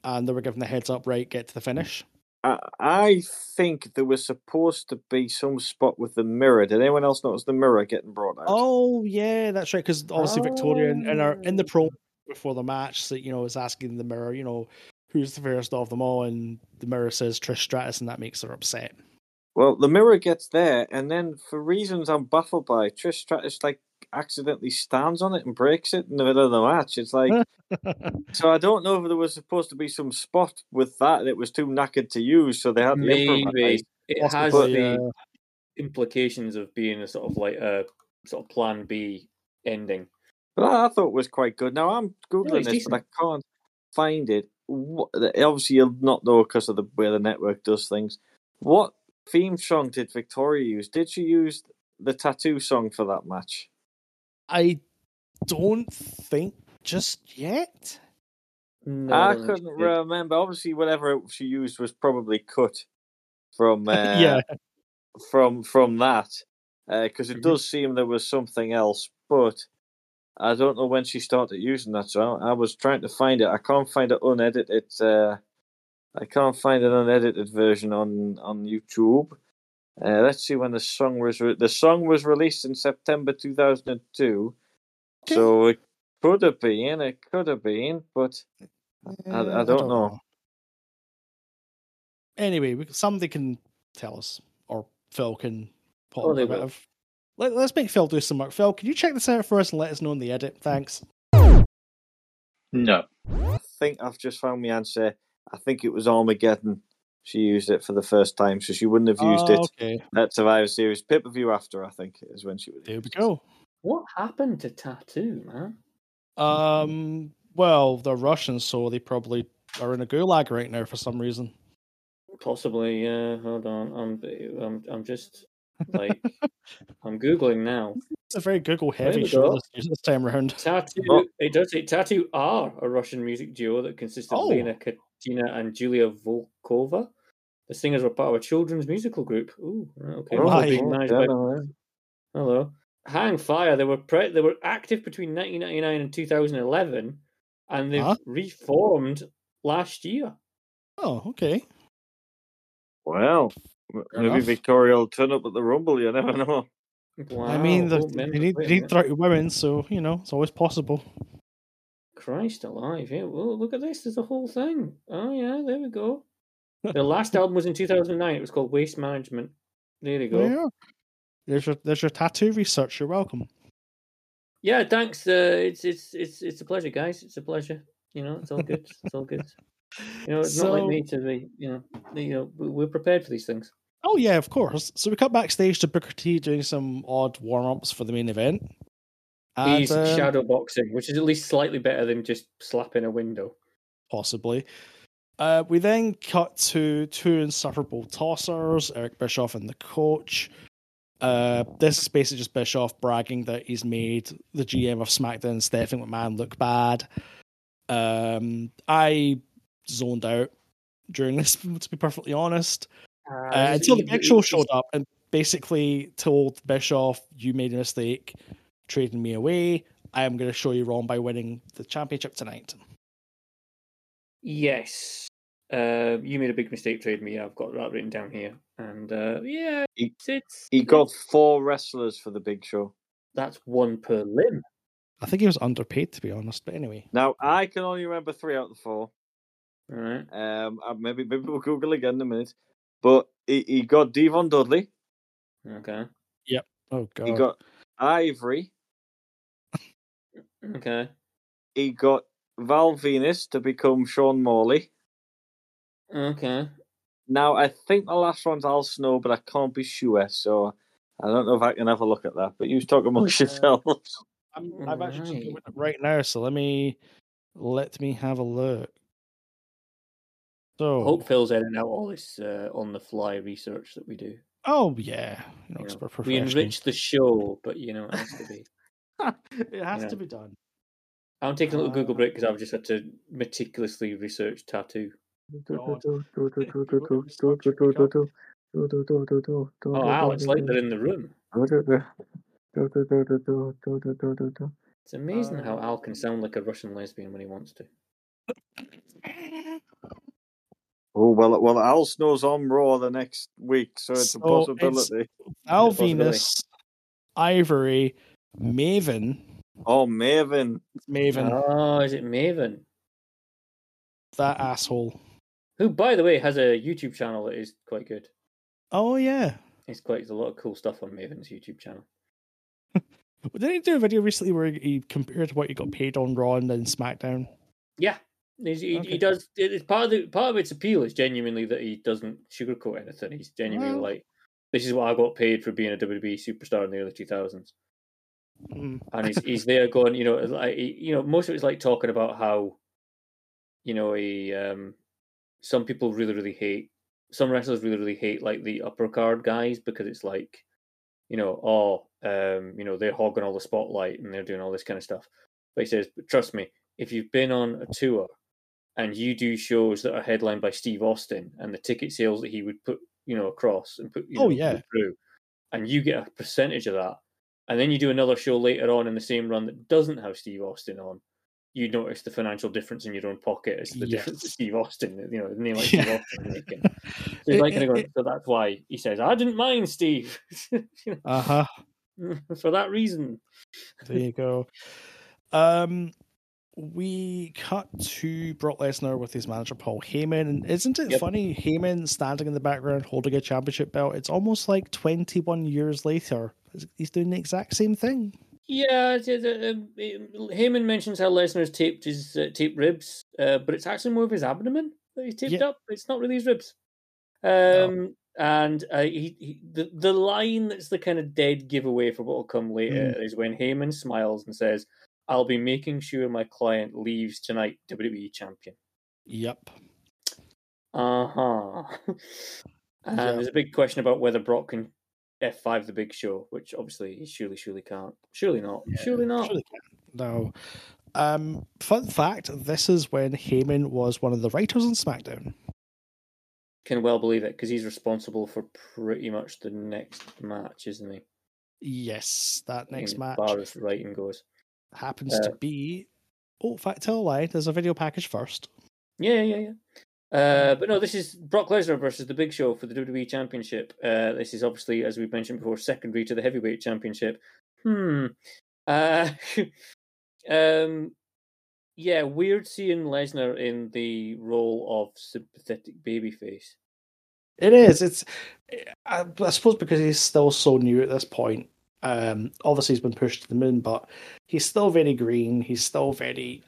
S1: and they were given the heads up, right, get to the finish.
S3: I, I think there was supposed to be some spot with the mirror. Did anyone else notice the mirror getting brought out?
S1: Oh yeah, that's right. Because obviously Victoria in, in, our, in the
S2: Oh.
S1: pro before the match, so, you know, is asking the mirror, you know, who's the fairest of them all, and the mirror says Trish Stratus, and that makes her upset.
S3: Well, the mirror gets there, and then for reasons I'm baffled by, Trish Stratus like accidentally stands on it and breaks it in the middle of the match. It's like so I don't know if there was supposed to be some spot with that, and it was too knackered to use, so they had to improvise.
S2: Maybe it has
S3: Possibly,
S2: the.
S1: yeah.
S2: implications of being a sort of like a sort of plan B ending.
S3: But I, I thought it was quite good. Now I'm
S2: No,
S3: googling
S2: it's
S3: this, but I can't find it. What, obviously, you'll not know because of the way the network does things. What theme song did Victoria use? Did she use the tattoo song for that match?
S1: I don't think just yet.
S2: No,
S3: I
S2: don't think she
S3: couldn't
S2: did.
S3: remember. Obviously, whatever she used was probably cut
S2: (laughs)
S3: from uh,
S1: yeah,
S3: from from that because
S2: Mm-hmm.
S3: it does seem there was something else, but I don't know when she started using that. So I, I was trying to find it. I can't find it unedited. Uh, I can't find an unedited version on on YouTube. Uh, let's see when the song was re- the song was released in September two thousand and two. So it could have been, it could have been, but I, I don't know.
S1: Anyway, we, somebody can tell us, or Phil can put
S2: Oh,
S1: up
S2: they
S1: a bit
S2: will.
S1: of. Let, us make Phil do some work. Phil, can you check this out for us and let us know in the edit? Thanks.
S11: No.
S3: I think I've just found my answer. I think it was Armageddon. She used it for the first time, so she wouldn't have used
S1: Ah,
S3: it
S1: Okay,
S3: at Survivor Series pay per view after. I think is when she would.
S1: there we go.
S2: What happened to Tattoo, man?
S1: Um, well, they're Russians, so they probably are in a gulag right now for some reason.
S2: Possibly, yeah. Hold on, I'm, I'm, I'm just
S1: (laughs)
S2: like, I'm googling now.
S1: It's a very Google
S2: There
S1: heavy
S2: we
S1: show
S2: go.
S1: this, this time around. (laughs)
S2: Tattoo.
S3: Oh.
S2: It does say Tattoo are a Russian music duo that consisted of
S1: Oh.
S2: Lena Katina and Julia Volkova. The singers were part of a children's musical group. Ooh, right, okay. well,
S1: Right.
S2: being managed by- Hello. Hang Fire. They were pre- they were active between 1999 and 2011, and they've
S1: Huh?
S2: reformed last year.
S1: Oh, okay.
S3: Well, m-
S1: Fair
S3: maybe
S1: enough.
S3: Victoria will turn up at the Rumble. You never know.
S1: I mean,
S2: Wow,
S1: the,
S2: oh,
S1: they
S2: members,
S1: need,
S2: wait
S1: they
S2: a
S1: need
S2: minute.
S1: 30 women, so, you know, it's always possible.
S2: Christ alive. Yeah, well, look at this. There's a whole thing. Oh, yeah, there
S1: (laughs)
S2: we go. Their last album was in 2009. It was called Waste Management. There you go.
S1: Yeah. There's your, there's your tattoo research. You're welcome.
S2: Yeah, thanks. Uh, it's it's it's it's a pleasure, guys. It's a pleasure. You know, it's all good. It's all good. You know, it's not like
S1: So-
S2: me to be. You know, the- you know, we- we're prepared for these things.
S1: Oh, yeah, of course. So we cut backstage to Booker T doing some odd warm ups for the main event. And,
S2: He's
S1: um,
S2: shadow boxing, which is at least slightly better than just slapping a window.
S1: possibly. Uh, we then cut to two insufferable tossers, Eric Bischoff and the coach. Uh, this is basically just Bischoff bragging that he's made the GM of SmackDown, Stephanie McMahon, look bad. Um, I zoned out during this, (laughs) to be perfectly honest, uh,
S2: he's-
S1: until the
S2: he-
S1: Big
S2: he-
S1: Show
S2: he's-
S1: showed up and basically told Bischoff, "You made a mistake, trading me away. I am going to show you wrong by winning the championship tonight."
S2: Yes. Uh, you made a big mistake trading me. I've got that written down here. And uh, yeah,
S3: He-
S2: it's, it's
S3: He got four wrestlers for the big show.
S2: that's one per limb.
S1: I think he was underpaid, to be honest. But anyway,
S3: Now I can only remember three out of the four.
S2: All right.
S3: Um, uh, maybe maybe we'll Google again in a minute. But he, he got Devon Dudley.
S2: Okay.
S1: oh god,
S3: He got Ivory.
S2: Okay.
S3: He got Val Venus to become Sean Morley.
S2: Okay.
S3: Now, I think the last one's Al Snow, but I can't be sure, so I don't know if I can have a look at that. But you talk
S1: (laughs)
S3: amongst yourselves.
S1: I'm,
S2: Mm,
S1: I'm actually just
S2: right.
S1: doing it right now. So let me let me have a look. So,
S2: I hope Phil's editing out all this uh, on the fly research that we do.
S1: oh yeah, you know,
S2: you
S1: it's
S2: know.
S1: for
S2: we
S1: professionals.
S2: enrich the show, but you know, it has to be.
S1: (laughs) it has
S2: Yeah.
S1: to be done.
S2: I'm taking a little Google
S1: Uh,
S2: break because I've just had to meticulously research tattoo.
S1: God.
S2: Oh, Al, it's like they're in the room. It's amazing
S1: Um,
S2: how Al can sound like a Russian lesbian when he wants to.
S3: Oh, well, well, Al Snow's on Raw the next week, so it's
S1: So
S3: a
S1: it's-
S3: possibility.
S1: Al
S2: possibility.
S1: Venus, Ivory, Maven,
S3: Oh, Maven.
S1: It's Maven,
S2: Oh, is it Maven?
S1: that asshole.
S2: Who, by the way, has a YouTube channel that is quite good.
S1: Oh yeah,
S2: It's quite there's a lot of cool stuff on Maven's YouTube channel.
S1: didn't he do a video recently where he compared what he got paid on Raw and then SmackDown?
S2: Yeah, he's, he, he
S1: Okay.
S2: does. it- It's part of the, part of its appeal is genuinely that he doesn't sugarcoat anything. He's genuinely
S1: Well-
S2: like, this is what I got paid for being a WWE superstar in the early two thousands.
S1: Mm.
S2: and he's he's there going, you know, like he- you know, most of it's like talking about how, you know, he um, some people really really hate some wrestlers really really hate like the upper card guys because it's like, you know, oh, um, you know, they're hogging all the spotlight and they're doing all this kind of stuff. But he says, but trust me, if you've been on a tour and you do shows that are headlined by Steve Austin and the ticket sales that he would put, you know, across and put, you
S1: Oh,
S2: know,
S1: yeah.
S2: put through, and you get a percentage of that, and then you do another show later on in the same run that doesn't have Steve Austin on, you notice the financial difference in your own pocket as the difference to Steve Austin, you know, the name like
S1: (laughs)
S2: Steve Austin. making. So he's
S1: It-
S2: like, kinda
S1: it-
S2: going, so that's why he says, I didn't mind Steve (laughs)
S1: Uh huh.
S2: for that reason.
S1: There you go. Um, we cut to Brock Lesnar with his manager Paul Heyman, and isn't it
S2: Yep.
S1: funny? Heyman standing in the background holding a championship belt. It's almost like 21 years later. He's doing the exact same thing.
S2: Yeah, it- it- um, it- Heyman mentions how Lesnar's taped his uh, taped ribs, uh, but it's actually more of his abdomen that he's taped
S1: Yeah.
S2: up. It's not really his ribs. Um, And uh, he, he the, the line that's the kind of dead giveaway for what will come later
S1: Mm.
S2: is when Heyman smiles and says, "I'll be making sure my client leaves tonight, WWE champion."
S1: Yep.
S2: Uh huh. (laughs) and
S1: Yeah.
S2: there's a big question about whether Brock can F5 the Big Show, which obviously he surely, surely can't. Surely not. Surely not.
S1: Surely can't. No. Um, fun fact: This is when Heyman was one of the writers on SmackDown.
S2: Can well believe it because he's responsible for pretty much the next match, isn't he?
S1: Yes, that next
S2: As
S1: match
S2: far as writing goes.
S1: happens
S2: Hmm. uh,
S1: to be. Oh, fact tell a lie. There's a video package first.
S2: Yeah, yeah, yeah. Uh, but no, this is Brock Lesnar versus The Big Show for the WWE Championship. Uh, this is obviously, as we've mentioned before, secondary to the Heavyweight Championship. Hmm. Uh, (laughs) um. Yeah, weird seeing Lesnar in the role of sympathetic babyface.
S1: It is. It's. I, I suppose because he's still so new at this point. Um, obviously he's been pushed to the moon, but he's still very green. He's still very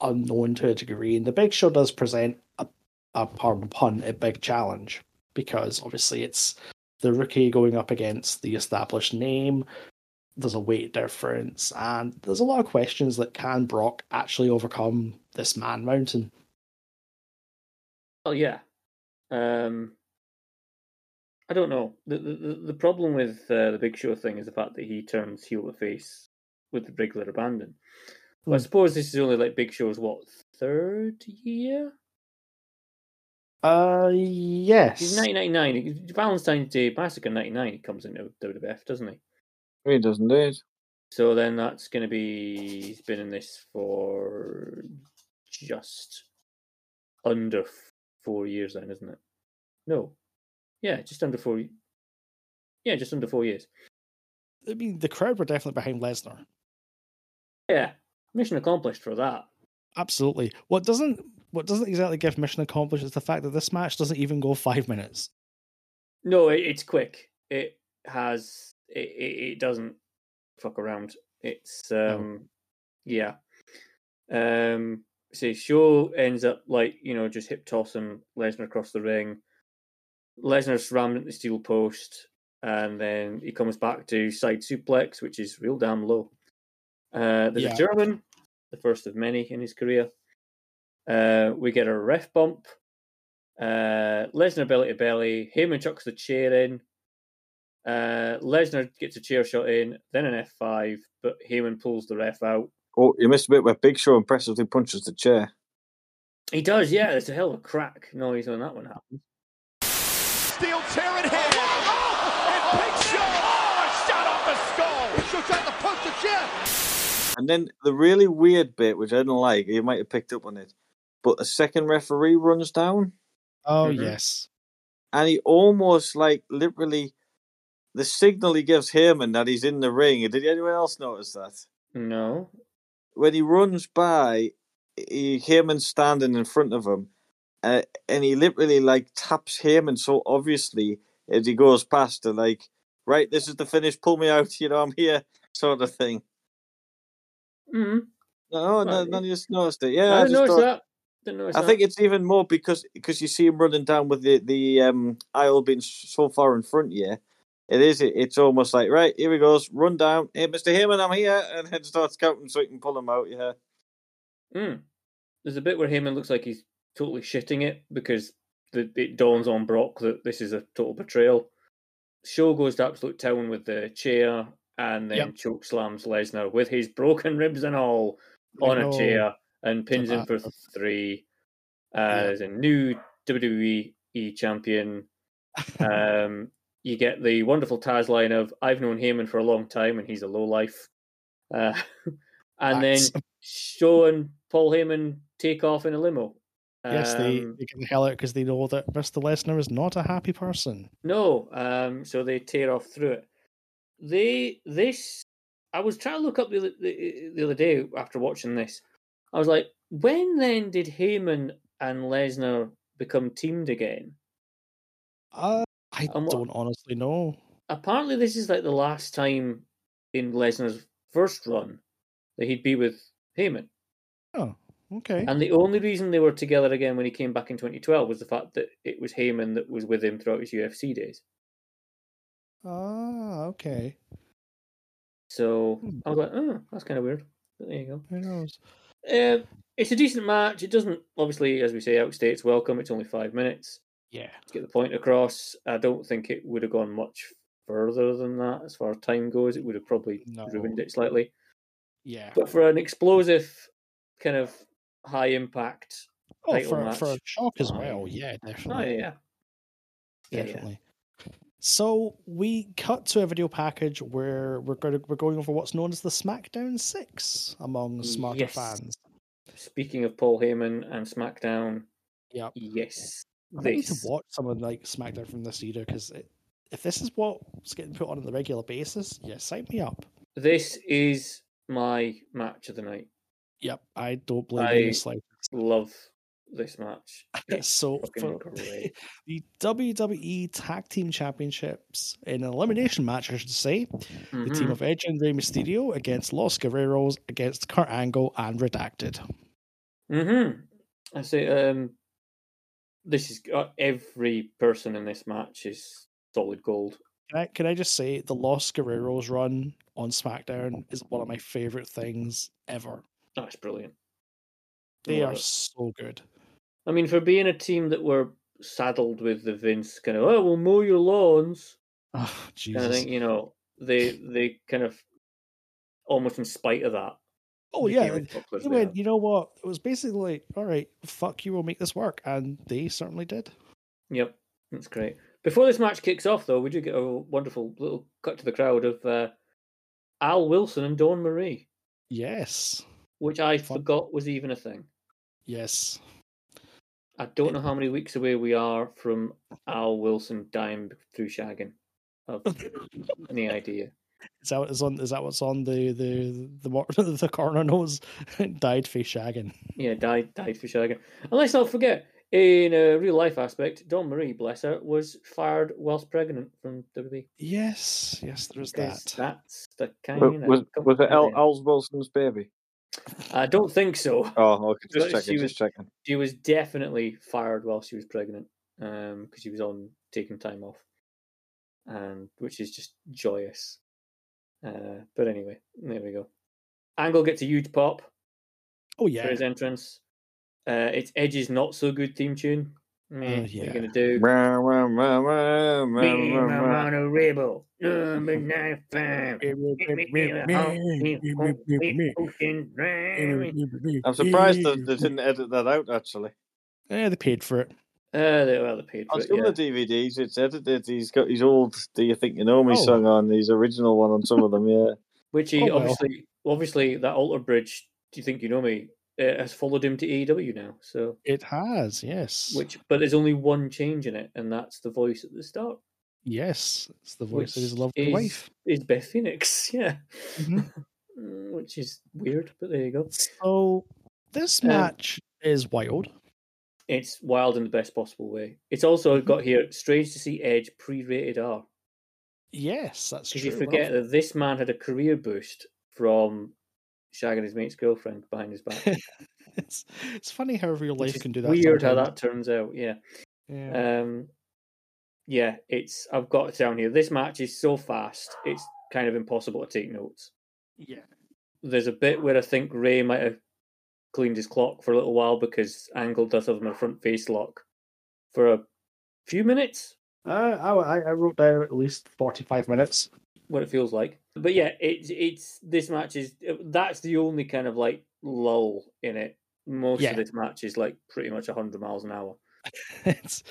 S1: unknown to a degree, and the Big Show does present a, a pardon the pun, a big challenge because obviously it's the rookie going up against the established name. There's a weight difference, and there's a lot of questions that can Brock actually overcome this man mountain?
S2: Oh yeah. Um, I don't know. The, the the- the problem with uh, the Big Show thing is the fact that he turns heel to face with regular abandon. Well, I
S1: Hmm.
S2: suppose this is only like Big Show's what third year?
S1: Uh, yes.
S2: He's nineteen ninety nine. Valentine's Day Massacre ninety nine. He comes into WWF, doesn't he?
S3: He doesn't do it.
S2: So then that's going to be he's been in this for just under f- four years, then, isn't it? No, yeah, just under four. y- Yeah, just under four years.
S1: I mean, the crowd were definitely behind Lesnar.
S2: Yeah, mission accomplished for that.
S1: Absolutely. What doesn't what doesn't exactly give mission accomplished is the fact that this match doesn't even go five minutes.
S2: No, it, it's quick. It has. It, it, it doesn't fuck around. It's um, yeah. Um, say Show ends up like you know just hip tossing Lesnar across the ring. Lesnar's rammed into the steel post, and then he comes back to side suplex, which is real damn low. Uh, there's
S1: Yeah.
S2: a German, the first of many in his career. Uh, we get a ref bump. Uh, Lesnar belly to belly. Heyman chucks the chair in. Uh, Lesnar gets a chair shot in, then an F5, but Heyman pulls the ref out.
S3: Oh, you missed a bit where Big Show impressively punches the chair.
S2: He does, yeah. There's a hell of a crack noise when that one happens.
S9: Steel tear in hand. and Big Show. Oh, a shot off the skull. Big Show trying to punch the chair.
S3: And then the really weird bit, which I didn't like, you might have picked up on it, but a second referee runs down
S1: Oh
S2: Mhm.
S1: yes.
S3: and he almost like literally the signal he gives Heyman that he's in the ring. Did anyone else notice that?
S2: No.
S3: when he runs by, he, Heyman's standing in front of him, uh, and he literally like taps Heyman so obviously as he goes past, and like, right, this is the finish, pull me out, (laughs) you know, I'm here, sort of thing.
S2: Mm-hmm.
S3: No, no,
S2: Well,
S3: none of you noticed it. Yeah,
S2: I
S3: I,
S2: didn't
S3: just
S2: notice
S3: thought-
S2: that. Didn't notice
S3: I
S2: that.
S3: think it's even more because because you see him running down with the the um, aisle being so far in front of you. It is. It, it's almost like right here he goes, run down. Hey, Mister Heyman, I'm here, and then starts counting so he can pull him out. Yeah.
S2: Mm. There's a bit where Heyman looks like he's totally shitting it because the, it dawns on Brock that this is a total betrayal. Show goes to absolute town with the chair and then
S1: Yep.
S2: choke slams Lesnar with his broken (laughs) ribs and all
S1: I
S2: on a
S1: know.
S2: chair and pins him
S1: that.
S2: for three. as a new WWE champion. Um, you get the wonderful Taz line of "I've known Heyman for a long time, and he's a low life," uh, (laughs) and
S1: That's-
S2: then Shaw and Paul Heyman take off in a limo.
S1: (laughs) yes, they,
S2: Um,
S1: they get the hell out because they know that Mr. Lesnar is not a happy person.
S2: No, um, so they tear off through it. They this I was trying to look up the, other- the the other day after watching this. I was like, when then did Heyman and Lesnar become teamed again?
S1: Uh, I
S2: And what-
S1: don't honestly know.
S2: Apparently, this is like the last time in Lesnar's first run that he'd be with Heyman.
S1: Oh, okay.
S2: And the only reason they were together again when he came back in 2012 was the fact that it was Heyman that was with him throughout his UFC days.
S1: ah, okay.
S2: So I was like, oh, that's kind of weird. But there you go.
S1: Who knows?
S2: Um, it's a decent match. It doesn't, obviously, as we say, outstay its welcome. It's only five minutes.
S1: Yeah.
S2: Let's get the point across. I don't think it would have gone much further than that as far as time goes. It would have probably
S1: No.
S2: ruined it slightly.
S1: Yeah.
S2: But for an explosive, kind of high impact
S1: Oh,
S2: title
S1: for,
S2: match,
S1: for a shock as
S2: fine.
S1: well. Yeah, definitely.
S2: oh, yeah, yeah, yeah.
S1: definitely. So we cut to a video package where we're going to, we're going over what's known as the SmackDown Six among smarter
S2: Mm, Yes.
S1: fans.
S2: Speaking of Paul Heyman and SmackDown,
S1: Yeah,
S2: yes,
S1: I might need to
S2: this
S1: watch some of like SmackDown from this era because if this is what's getting put on on the regular basis, yeah, sign me up.
S2: this is my match of the night.
S1: Yep, I don't blame you. in
S2: I-
S1: the slightest.
S2: Love
S1: (laughs)
S2: this match. It's
S1: so
S2: fucking
S1: for
S2: great.
S1: the WWE Tag Team Championships in an elimination match, I should say, (laughs) the team
S2: Mhm.
S1: of Edge and Rey Mysterio against Los Guerreros against Kurt Angle and Redacted.
S2: Mm-hmm. I say, um, this is uh, every person in this match is solid gold.
S1: Can I, can I just say the Los Guerreros run on SmackDown is one of my favorite things ever.
S2: That's brilliant. I
S1: They
S2: love
S1: are
S2: it.
S1: so good.
S2: I mean, for being a team that were saddled with the Vince kind of, oh, we'll mow your lawns.
S1: Oh,
S2: Kind of
S1: Jesus.
S2: thing, you know, they they kind of almost in spite of that.
S1: Oh,
S2: became
S1: yeah.
S2: as popular as
S1: They
S2: they
S1: went,
S2: are.
S1: you know what? It was basically like, all right, fuck you, we'll make this work. And they certainly did.
S2: Yep, that's great. Before this match kicks off, though, we do get a wonderful little cut to the crowd of uh, Al Wilson and Dawn Marie,
S1: Yes.
S2: which I
S1: Fun.
S2: forgot was even a thing.
S1: Yes.
S2: I don't know how many weeks away we are from Al Wilson dying b- through shagging.
S1: (laughs)
S2: Of any idea?
S1: Is that what is on? Is that what's on the the the mor- the coroner nose? Died face shagging.
S2: Yeah, died died for shagging. And let's not forget, in a real life aspect, Dawn Marie, bless her, was fired whilst pregnant from WWE.
S1: Yes, yes, there is
S2: because
S1: that.
S2: That's the kind
S3: Was,
S2: of
S3: was, was
S2: company
S3: it Al,
S2: they're in.
S3: Al Wilson's baby?
S2: I don't think so.
S3: Oh, okay,
S2: But
S3: just
S2: she
S3: checking,
S2: was-
S3: just checking.
S2: She was definitely fired while she was pregnant because she was on taking time off, and which is just joyous. Uh, but anyway, there we go. Angle gets a huge pop
S1: Oh yeah,
S2: for his entrance. Uh, it's Edge's not so good theme tune. Meh, What are
S1: Oh, yeah.
S2: you gonna do?
S3: Rah, rah, rah, rah, rah,
S2: Being
S3: rah,
S2: a
S3: rah.
S2: mono rebel, number 95. Hit me in the heart, hit home, hit ocean drive.
S3: I'm surprised that they didn't edit that out, actually.
S1: Yeah, they paid for it.
S2: Uh, they well, they paid for
S3: On
S2: it,
S3: some
S2: yeah.
S3: of the DVDs, it's edited. He's got his old Do You Think You Know Me
S1: Oh.
S3: song on, his original one on some of them, yeah.
S2: Which he
S1: Oh, well.
S2: obviously, obviously, that alter bridge. Do you think you know me? Uh, has followed him to AEW now. So,
S1: It has yes,
S2: which, but there's only one change in it, and that's the voice at the start.
S1: yes. It's the voice of his
S2: which
S1: lovely
S2: is-
S1: wife.
S2: Is Beth Phoenix? (laughs) Yeah,
S1: Mhm.
S2: Mm, which is weird, but there you go.
S1: So this
S2: Um,
S1: match is wild.
S2: It's wild in the best possible way. It's also got here. Strange to see Edge pre-rated R
S1: Yes, that's true.
S2: because you
S1: Well,
S2: forget that this man had a career boost from shagging his mate's girlfriend behind
S1: (laughs)
S2: his back. which
S1: it's, it's funny how real life
S2: is
S1: can do that.
S2: Weird how
S1: sometimes.
S2: that turns out. Yeah.
S1: Yeah.
S2: Um, yeah, it's. I've got it down here. This match is so fast; it's kind of impossible to take notes.
S1: yeah.
S2: There's a bit where I think Ray might have cleaned his clock for a little while because Angle does have him in a front face lock for a few minutes,
S1: Uh, I, I wrote down at least 45 minutes.
S2: what it feels like. But yeah, it's it's this match is that's the only kind of like lull in it Most
S1: Yeah.
S2: of this match is like pretty much 100 miles an hour.
S1: (laughs) it's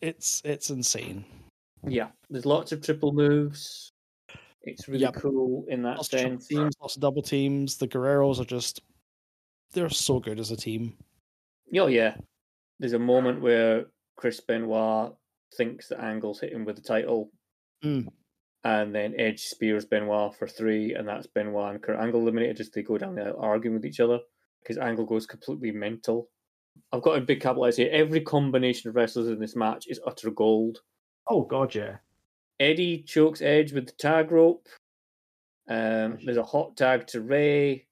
S1: it's it's insane.
S2: Yeah, there's lots of triple moves. It's really
S1: Yep.
S2: cool in that
S1: Lots of triple
S2: sense.
S1: teams, lots of double teams. The Guerreros are just they're so good as a team.
S2: Oh yeah, there's a moment where Chris Benoit thinks that Angle's hit him with the title,
S12: Hmm.
S1: Mm.
S2: and then Edge spears Benoit for three, and that's Benoit and Kurt Angle eliminated. Just they go down there arguing with each other because Angle goes completely mental. I've got a big capitalize here. Every combination of wrestlers in this match is utter gold.
S12: Oh god, yeah.
S2: Eddie chokes Edge with the tag rope. Um, there's a hot tag to Ray.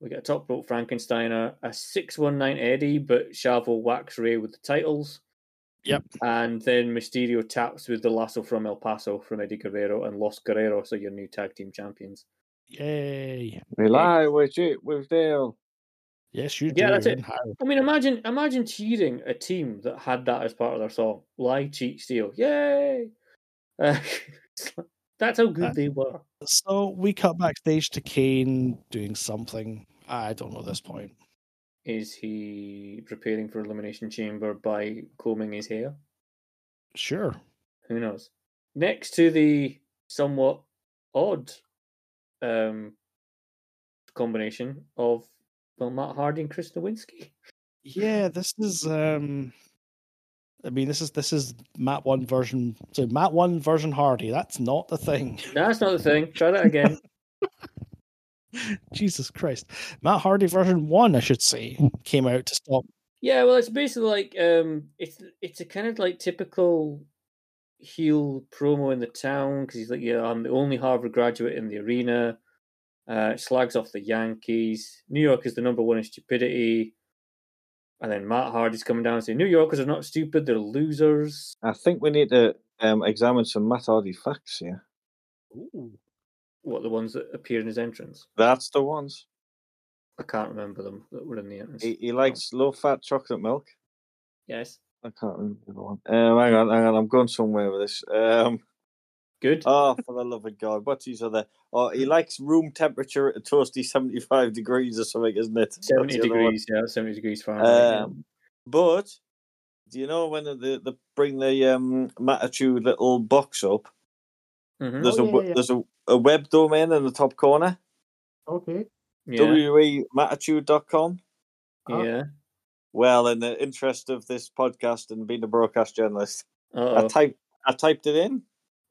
S2: We get a top rope Frankensteiner, a 619 Eddie, but Chavo whacks Ray with the titles.
S1: Yep.
S2: And then Mysterio taps with the lasso from El Paso from Eddie Guerrero and Los Guerreros are your new tag team champions.
S1: Yay!
S3: (laughs) We lie with it with Dale.
S1: Yes, you do.
S2: Yeah, that's it.
S1: and how.
S2: I mean, imagine imagine cheating a team that had that as part of their song. Lie, cheat, steal. Yay! (laughs) Uh, it's like- that's how good they were.
S1: So we cut backstage to Kane doing something. I don't know at this point.
S2: Is he preparing for Elimination Chamber by combing his hair?
S1: Sure.
S2: Who knows? Next to the somewhat odd um, combination of well, Matt Hardy and Chris Nowinski. (laughs)
S1: Yeah, this is um I mean this is this is Matt one version so Matt one version Hardy. That's not the thing. (laughs)
S2: No, that's not the thing. Try that again.
S1: Jesus Christ. Matt Hardy version one, I should say, came out to stop
S2: yeah, well, it's basically like um, it's it's a kind of like typical heel promo in the town because he's like, yeah, I'm the only Harvard graduate in the arena. Uh, slags off the Yankees. New York is the number one in stupidity. And then Matt Hardy's coming down and saying, New Yorkers are not stupid, they're losers.
S3: I think we need to um, examine some Matt Hardy facts here.
S2: What, the ones that appear in his entrance?
S3: That's the ones.
S2: I can't remember them that were in the entrance.
S3: He, he likes low fat chocolate milk.
S2: Yes.
S3: I can't remember the other one. Um, hang on, hang on. I'm going somewhere with this. Um, (laughs)
S2: Good.
S3: oh, for the love of God, what's his other? Oh, he likes room temperature at a toasty 75 degrees or something, isn't it? That's
S2: 70
S3: the other one.
S2: degrees, yeah, 70 degrees Fahrenheit. yeah.
S3: Um, but do you know when they, they bring the um, Matitude little box up?
S2: Mhm.
S3: There's
S12: Oh,
S3: a
S12: yeah,
S3: we-
S12: yeah.
S3: there's a, a web domain in the top corner. E
S12: Okay.
S2: Yeah.
S3: wematitude.com. uh,
S12: Ah.
S2: yeah.
S3: Well, in the interest of this podcast and being a broadcast journalist, I
S2: Uh-oh.
S3: typed I typed it in.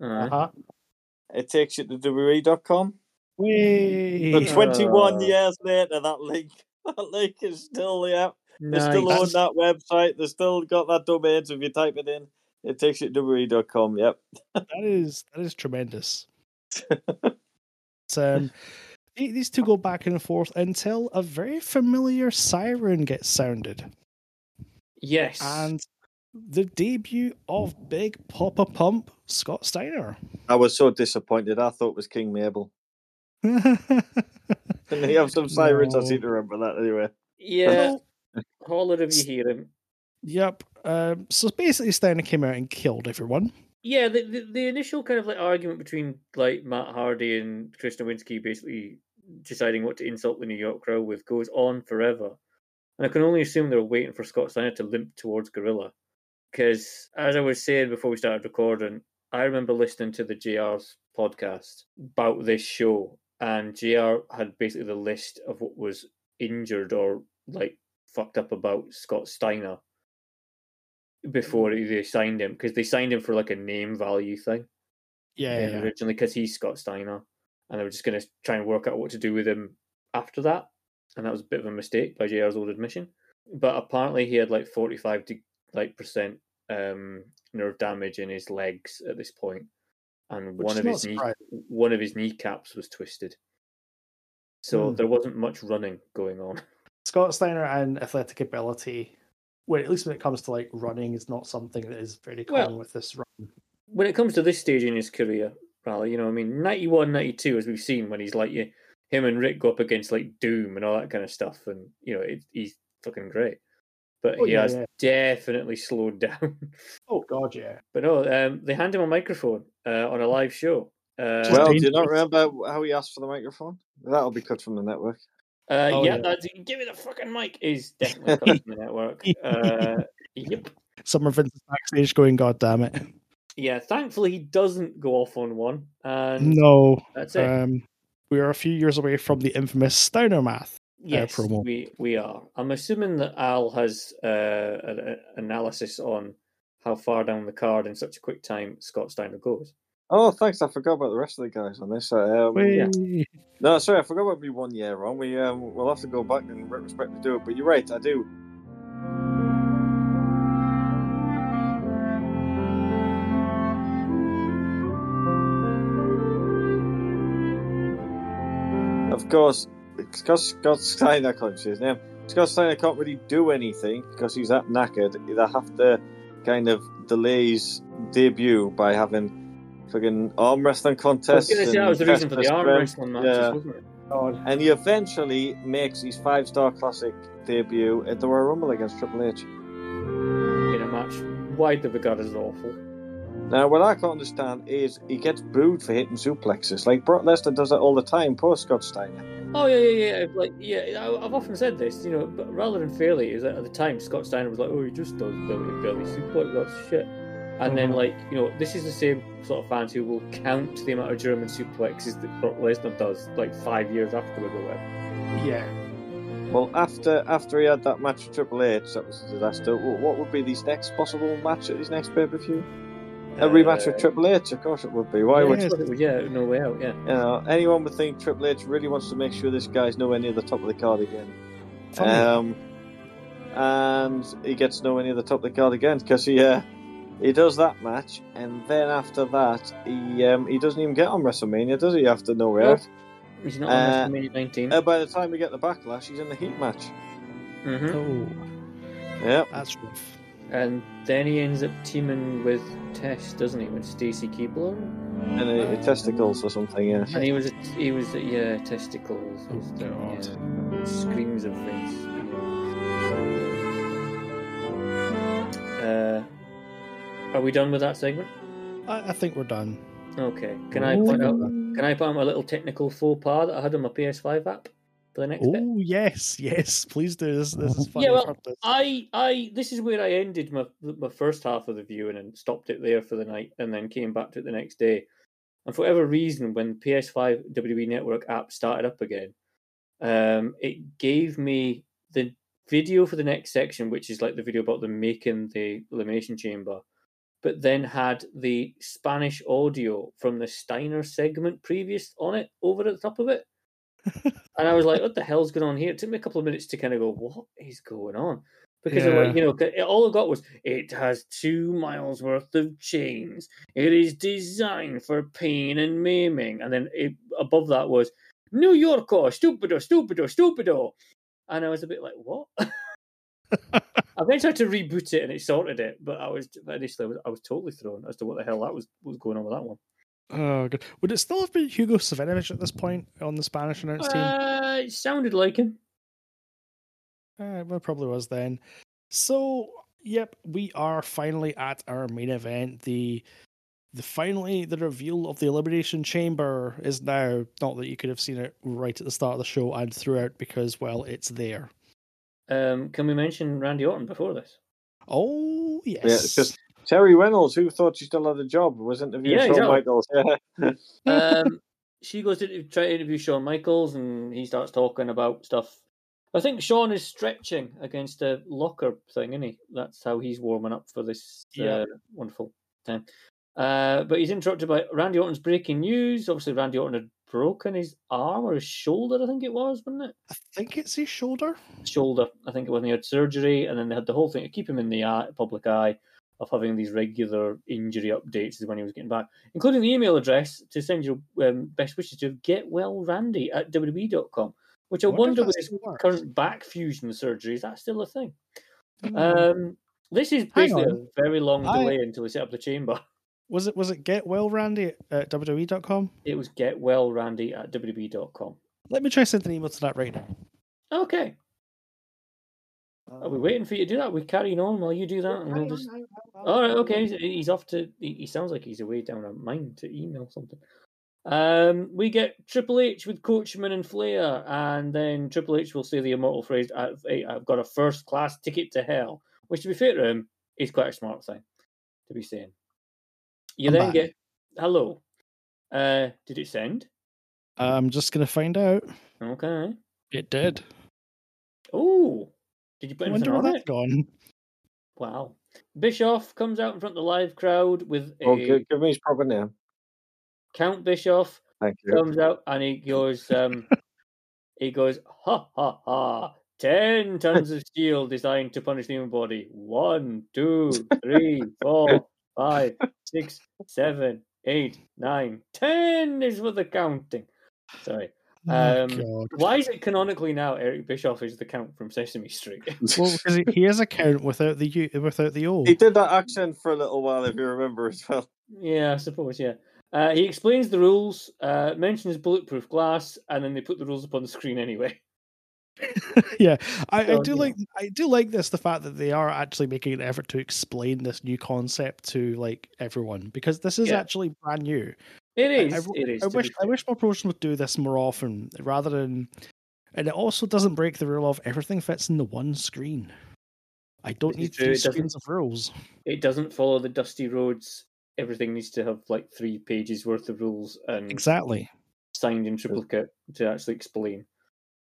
S2: Uh,
S12: Uh-huh.
S3: It takes you to WWE.com.
S1: Way
S3: But 21
S2: Oh.
S3: years later, that link (laughs) that link is still there. They still
S2: nice.
S3: own that website. They still got that domain. So if you type it in, it takes you to WWE.com. Yep.
S1: that is that is tremendous. It's, um, the- these two go back and forth until a very familiar siren gets sounded,
S2: Yes.
S1: and the debut of Big Papa Pump Scott
S3: (laughs)
S1: Steiner.
S3: I was so disappointed. I thought it was King Mabel. (laughs) And they have some sirens. I seem to remember that anyway.
S2: yeah. Holler if you hear him.
S1: Yep. Um, so basically, Steiner came out and killed everyone.
S2: Yeah, the, the, the initial kind of like argument between like Matt Hardy and Chris Nowinski basically deciding what to insult the New York crowd with goes on forever. And I can only assume they're waiting for Scott Steiner to limp towards Gorilla. Because as I was saying before we started recording, I remember listening to the JR's podcast about this show, and JR had basically the list of what was injured or like fucked up about Scott Steiner before they signed him because they signed him for like a name value thing
S1: Yeah,
S2: um, originally because he's Scott Steiner, and they were just going to try and work out what to do with him after that, and that was a bit of a mistake by JR's old admission. But apparently, he had like forty five to like percent um, nerve damage in his legs at this point, and
S1: Which
S2: one
S1: is
S2: of
S1: not
S2: his knee,
S1: surprising.
S2: one of his kneecaps was twisted, so
S12: Hmm.
S2: there wasn't much running going on.
S12: Scott Steiner and athletic ability. Well, at least when it comes to like running, is not something that is very
S2: Well-
S12: common with this run.
S2: when it comes to this stage in his career, Raleigh, you know, I mean, 91, 92, as we've seen when he's like, you, him and Rick go up against like Doom and all that kind of stuff, and you know, it, he's fucking great. But
S12: Oh,
S2: he
S12: yeah,
S2: has
S12: yeah.
S2: definitely (laughs) slowed down.
S12: Oh god, yeah.
S2: but no, um, they hand him a microphone uh, on a live show. Uh,
S3: well, do you
S1: dangerous.
S3: not remember how he asked for the microphone? That'll be cut from the network.
S2: Uh,
S1: Oh,
S2: yeah,
S1: yeah.
S2: That's, give me the fucking mic is definitely coming from the network. Uh, yep.
S1: Summer Vince is backstage going, God damn it.
S2: Yeah, thankfully he doesn't go off on one. And
S1: No.
S2: That's it.
S1: Um, we are a few years away from the infamous Steiner Math uh,
S2: yes,
S1: promo.
S2: we we are. I'm assuming that Al has uh, an an analysis on how far down the card in such a quick time Scott Steiner goes.
S3: Oh, thanks. I forgot about the rest of the guys on this. Um,
S1: Whee!
S3: No, sorry, I forgot about me one year on. We um, we'll have to go back and retrospect to do it. But you're right, I do. Of course, Scott, Scott Steiner can't say his name. Scott Steiner can't really do anything because he's that knackered. They have to kind of delay his debut by having fucking arm wrestling contests.
S2: I was going to
S3: and
S2: say that was the reason for
S3: test
S2: the arm
S3: strength.
S2: wrestling matches,
S3: Yeah.
S2: wasn't it?
S3: And he eventually makes his five star classic debut at the Royal Rumble against Triple H.
S2: In a match widely regarded as awful.
S3: Now, what I can't understand is he gets booed for hitting suplexes. Like Brock Lesnar does that all the time, poor Scott Steiner.
S2: Oh yeah, yeah, yeah. Like yeah, I- I've often said this. You know, but rather than fairly, is that at the time Scott Steiner was like, "Oh, he just does the belly suplex, that's shit." And then
S12: Mhm.
S2: like you know, this is the same sort of fans who will count the amount of German suplexes that Brock Lesnar does like five years afterward or whatever.
S12: Yeah.
S3: Well, after after he had that match with Triple H, that was a disaster. Wh- What would be his next possible match at his next pay per view? A rematch with
S2: Uh,
S3: Triple H, of course it would be. Why would
S2: yeah, it's- yeah, no way out. Yeah,
S3: you know, anyone would think Triple H really wants to make sure this guy's nowhere near the top of the card again.
S1: Funny.
S3: Um, and he gets nowhere near the top of the card again because he uh, he does that match, and then after that he um, he doesn't even get on WrestleMania, does he? After nowhere
S2: Nope.
S3: out.
S2: he's not
S3: Uh,
S2: on WrestleMania 19.
S3: And by the time we get the backlash, he's in the heat match.
S2: hmm
S1: Oh,
S3: Yeah,
S1: that's rough.
S2: And then he ends up teaming with Tess, doesn't he, with Stacy Keebler?
S3: and uh, testicles or something. Yeah.
S2: And he was a, he was a, yeah testicles. um,
S1: Oh, God.
S2: Yeah. Screams of face. Uh, are we done with that segment?
S1: I, I think we're done.
S2: Okay. Can I point out? Can I point out my little technical faux pas that I had on my PS5 app for the next bit?
S1: Oh, yes, yes. Please do. This, this
S2: (laughs)
S1: is funny.
S2: Yeah,
S1: I've
S2: well,
S1: heard this.
S2: I, I, this is where I ended my my first half of the viewing and stopped it there for the night, and then came back to it the next day. And for whatever reason, when PS5 WWE E Network app started up again, um, it gave me the video for the next section, which is like the video about them making the elimination chamber, but then had the Spanish audio from the Steiner segment previous on it over at the top of it. And I was like, what the hell's going on here? It took me a couple of minutes to kind of go, what is going on? Because I'm like,
S1: Yeah.
S2: you know, 'cause it- all I got was, it has two miles worth of chains. It is designed for pain and maiming. And then it, above that was, New Yorko, stupido, stupido, stupido. And I was a bit like, what? Eventually, I had to reboot it and it sorted it. But I was initially, I was, I was totally thrown as to what the hell that was, what was going on with that one.
S1: Oh, good. Would it still have been Hugo Savinovich at this point on the Spanish announce team?
S2: Uh, it sounded like him.
S1: Uh, well, it probably was then. So, yep, we are finally at our main event. The the finally the reveal of the Elimination Chamber is now. Not that you could have seen it right at the start of the show and throughout, because well, it's there.
S2: Um, can we mention Randy Orton before this?
S1: Oh yes,
S3: Yeah, it's just- Terry Reynolds, who thought she still had a job, was interviewing
S2: Yeah,
S3: Shawn
S2: exactly.
S3: Michaels. (laughs) Yeah.
S2: um, she goes to inter- try to interview Shawn Michaels, and he starts talking about stuff. I think Shawn is stretching against a locker thing, isn't he? That's how he's warming up for this
S1: Yeah.
S2: uh, wonderful time. Uh, but he's interrupted by Randy Orton's breaking news. Obviously, Randy Orton had broken his arm or his shoulder, I think it was, wasn't
S1: I think it's his shoulder.
S2: it? Shoulder, I think it was. And he had surgery, and then they had the whole thing to keep him in the eye, public eye of having these regular injury updates is when he was getting back including the email address to send your um, best wishes to getwellrandy at wwe.com, which I
S1: Wonder if
S2: wonder
S1: that
S2: with his
S1: still works.
S2: current back fusion surgery, is that still a thing?
S1: Hmm.
S2: Um, this is basically a
S1: on.
S2: very long
S1: I-
S2: delay until we set up the chamber.
S1: Was it was it get well Randy at uh, WWE.com?
S2: It was getwellrandy at E wwe.com.
S1: Let me try sending an email to that right now.
S2: Okay. Are we
S1: Uh,
S2: waiting for you to do that? We're carrying on while you do that. And we'll just... All right, okay. He's, he's off to. He, he sounds like he's away down a mine to email something. Um, we get Triple H with Coachman and Flair, and then Triple H will say the immortal phrase, "I've, I've got a first class ticket to hell," which, to be fair to him, is quite a smart thing to be saying. You
S1: I'm
S2: then
S1: back.
S2: get hello. Uh, did it send?
S1: I'm just going to find out.
S2: Okay.
S1: It did.
S2: Oh, did you put
S1: I
S2: anything
S1: wonder where
S2: on
S1: that's
S2: it?
S1: gone.
S2: Wow. Bischoff comes out in front of the live crowd with a
S3: Oh, give, give me his proper name.
S2: Count Bischoff
S3: Thank you.
S2: comes out and he goes,
S1: (laughs)
S2: um, he goes, ha ha ha. Ten tons of steel designed to punish the human body. One, two, three, four, five, six, seven, eight, nine, ten is for the counting. Sorry.
S1: Oh,
S2: Um, why is it canonically now Eric Bischoff is the count from Sesame Street? (laughs)
S3: (laughs)
S1: Well, because he- he has a count without the U, without the O.
S3: He did that accent for a little while, if you remember as well. (laughs)
S2: Yeah, I suppose. Yeah. Uh, he explains the rules, uh, mentions bulletproof glass, and then they put the rules upon the screen anyway.
S1: (laughs)
S2: (laughs)
S1: yeah, I, I
S2: So,
S1: do
S2: you know.
S1: like I do like this the fact that they are actually making an effort to explain this new concept to like everyone because this is
S2: Yeah.
S1: actually brand new.
S2: It
S1: I,
S2: is.
S1: w-
S2: it is.
S1: I
S2: to be
S1: wish I
S2: fair.
S1: wish more promotions would do this more often rather than, and it also doesn't break the rule of everything fits in the one screen. I don't
S2: This is
S1: need
S2: true,
S1: three
S2: it doesn't- Mm.
S1: screens of rules.
S2: It doesn't follow the dusty roads. Everything needs to have like three pages worth of rules and
S1: Exactly.
S2: signed in triplicate to actually explain.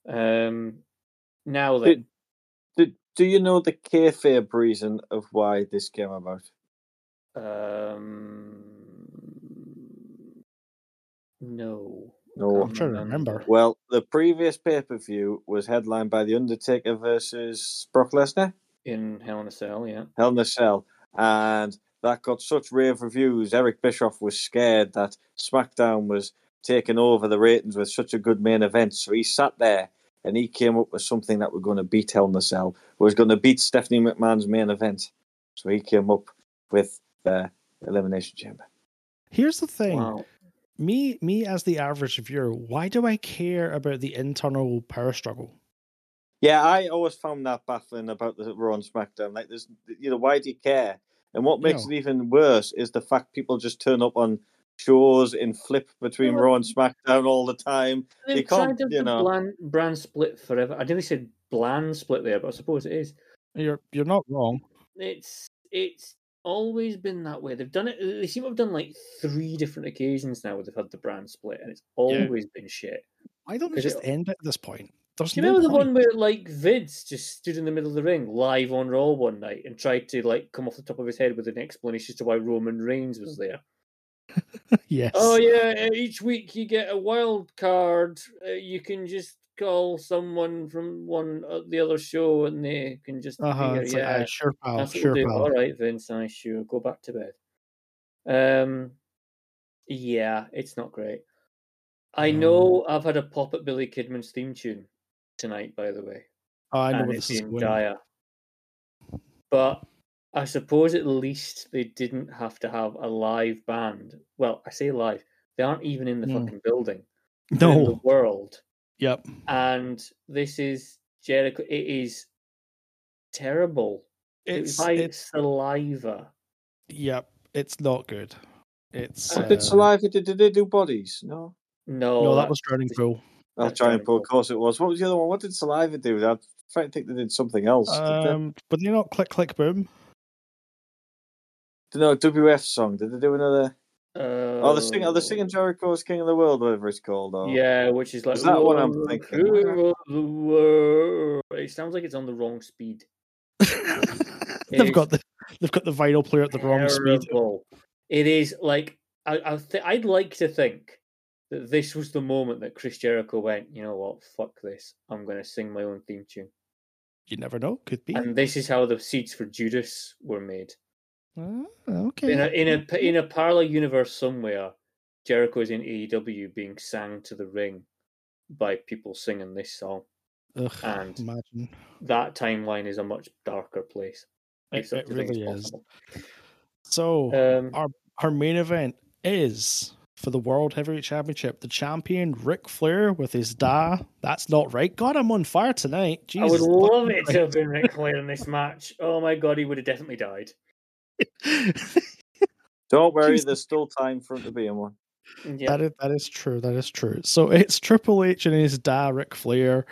S2: Um, now then,
S3: Did, did, do you know the kayfabe reason of why this came about?
S2: um, no.
S3: No.
S1: I'm trying to remember.
S3: Well, the previous pay per view was headlined by The Undertaker versus Brock Lesnar,
S2: In Hell in a Cell, yeah.
S3: Hell in a Cell, and that got such rave reviews. Eric Bischoff was scared that SmackDown was taking over the ratings with such a good main event, so he sat there and he came up with something that were going to beat Hell in a Cell, was going to beat Stephanie McMahon's main event. So he came up with the Elimination Chamber.
S1: Here's the thing.
S2: Wow.
S1: me me as the average viewer why do i care about the internal power struggle
S3: Yeah, I always found that baffling about the Raw and SmackDown. Like, there's, you know, why do you care? And what makes
S1: No.
S3: it even worse is the fact people just turn up on shows and flip between
S2: Well,
S3: Raw and SmackDown all the time.
S2: They've
S3: You
S2: tried
S3: can't,
S2: to have
S3: you
S2: the
S3: know.
S2: bland, brand split forever. I nearly said bland split there, but I suppose it is.
S1: you're you're not wrong
S2: It's it's always been that way. They've done it. They seem to have done like three different occasions now where they've had the brand split, and it's always been shit.
S1: why don't we
S2: Is it-
S1: just end it at this point there's
S2: Do you
S1: no
S2: remember the
S1: point.
S2: one where like Vince just stood in the middle of the ring live on Raw one night and tried to like come off the top of his head with an explanation as to why Roman Reigns was there?
S1: (laughs) yes
S2: Oh yeah, uh, each week you get a wild card. Uh, you can just call someone from one uh, the other show, and they can just
S1: uh-huh
S2: appear.
S1: it's
S2: yeah,
S1: like, aye, sure pal
S2: that's what
S1: sure
S2: we'll do.
S1: pal
S2: All right, Vince, I sure go back to bed. Um, yeah, it's not great. I
S1: Um,
S2: know I've had a pop at Billy Kidman's theme tune tonight, by the way,
S1: oh, i know
S2: and
S1: where
S2: it's
S1: this is
S2: been
S1: going
S2: dire. But I suppose at least they didn't have to have a live band. Well, I say live; they aren't even in the
S1: Mm.
S2: fucking building. They're (laughs) in the
S1: no
S2: world,
S1: yep
S2: and this is Jericho. It is terrible. It was
S1: it's
S2: by
S1: it's
S2: saliva.
S1: yep it's not good it's um,
S3: Did Saliva, did, did they do bodies? No.
S2: No,
S1: no that
S2: that's
S1: was drowning
S2: just-
S1: pool
S3: That's
S2: That's
S3: Giant
S2: Giant
S3: Paul,
S2: Paul.
S3: of course it was. What was the other one? What did Saliva do? I'm trying to think they did something else. Did they-
S1: um but you not click click boom (laughs)
S3: no, WF song. Did they do another? Oh, the sing, oh, the
S2: Oh.
S3: singing Jericho's King of the World, whatever it's called. Or...
S2: Yeah, which is like
S3: Is that what I'm
S2: "Whoa,
S3: thinking?
S2: whoa, whoa." It sounds like it's on the wrong speed.
S1: they've got the they've got the vinyl player at the wrong speed
S2: Terrible. It is like I, I th- I'd like to think that this was the moment that Chris Jericho went, you know what, fuck this, I'm going to sing my own theme tune,
S1: you never know could be
S2: and this is how the seeds for Judas were made.
S1: Ah, okay
S2: In a in a p- in a parallel universe somewhere, Jericho is in AEW being sang to the ring by people singing this song.
S1: Ugh,
S2: and-
S1: imagine
S2: that timeline is a much darker place.
S1: It-
S2: if such
S1: it
S2: a thing
S1: really is.
S2: possible.
S1: so
S2: Um,
S1: our main event is for the World Heavyweight Championship. The champion Ric Flair with his da. That's not right. God, I'm on fire tonight.
S2: I would
S1: Jesus,
S2: love
S1: fucking
S2: it to have been Ric Flair in this match. Oh my god, he would have definitely died.
S1: Christ. (laughs)
S3: Don't worry,
S1: Jeez.
S3: there's still time for him to be in one.
S2: Yeah.
S1: That is that is true. That is true. So it's Triple H and his dad, Ric Flair,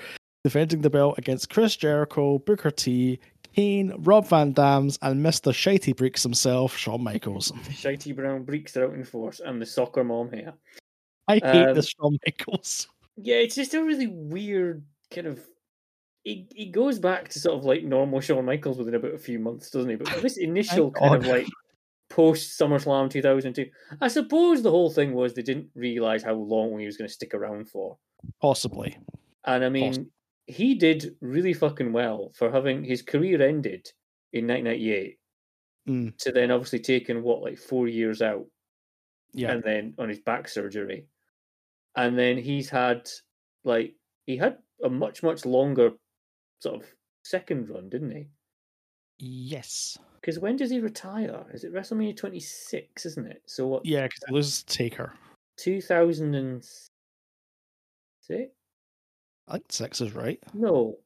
S1: defending the belt against Chris Jericho, Booker T, Kane, Rob Van Dams, and Mister Shitey Breeks himself, Shawn Michaels.
S2: Shitey brown breeks are out in force, and the soccer mom here.
S1: I hate
S2: Um,
S1: this Shawn Michaels. (laughs)
S2: Yeah, it's just a really weird kind of. It, it goes back to sort of like normal Shawn Michaels within about a few months, doesn't he? But
S1: (laughs)
S2: this initial kind of
S1: God.
S2: like post SummerSlam 2002, I suppose the whole thing was they didn't realize how long he was going to stick around for.
S1: Possibly.
S2: And I mean,
S1: Awesome.
S2: he did really fucking well for having his career ended in 1998
S1: Mm,
S2: to then obviously taking what, like four years out
S1: yeah.
S2: and then on his back surgery. And then he's had like he had a much much longer sort of second run, didn't he?
S1: yes.
S2: Because when does he retire? Is it WrestleMania 26, isn't it? So what?
S1: Yeah, because he loses to Taker.
S2: 2006?
S1: I think six is right.
S2: No.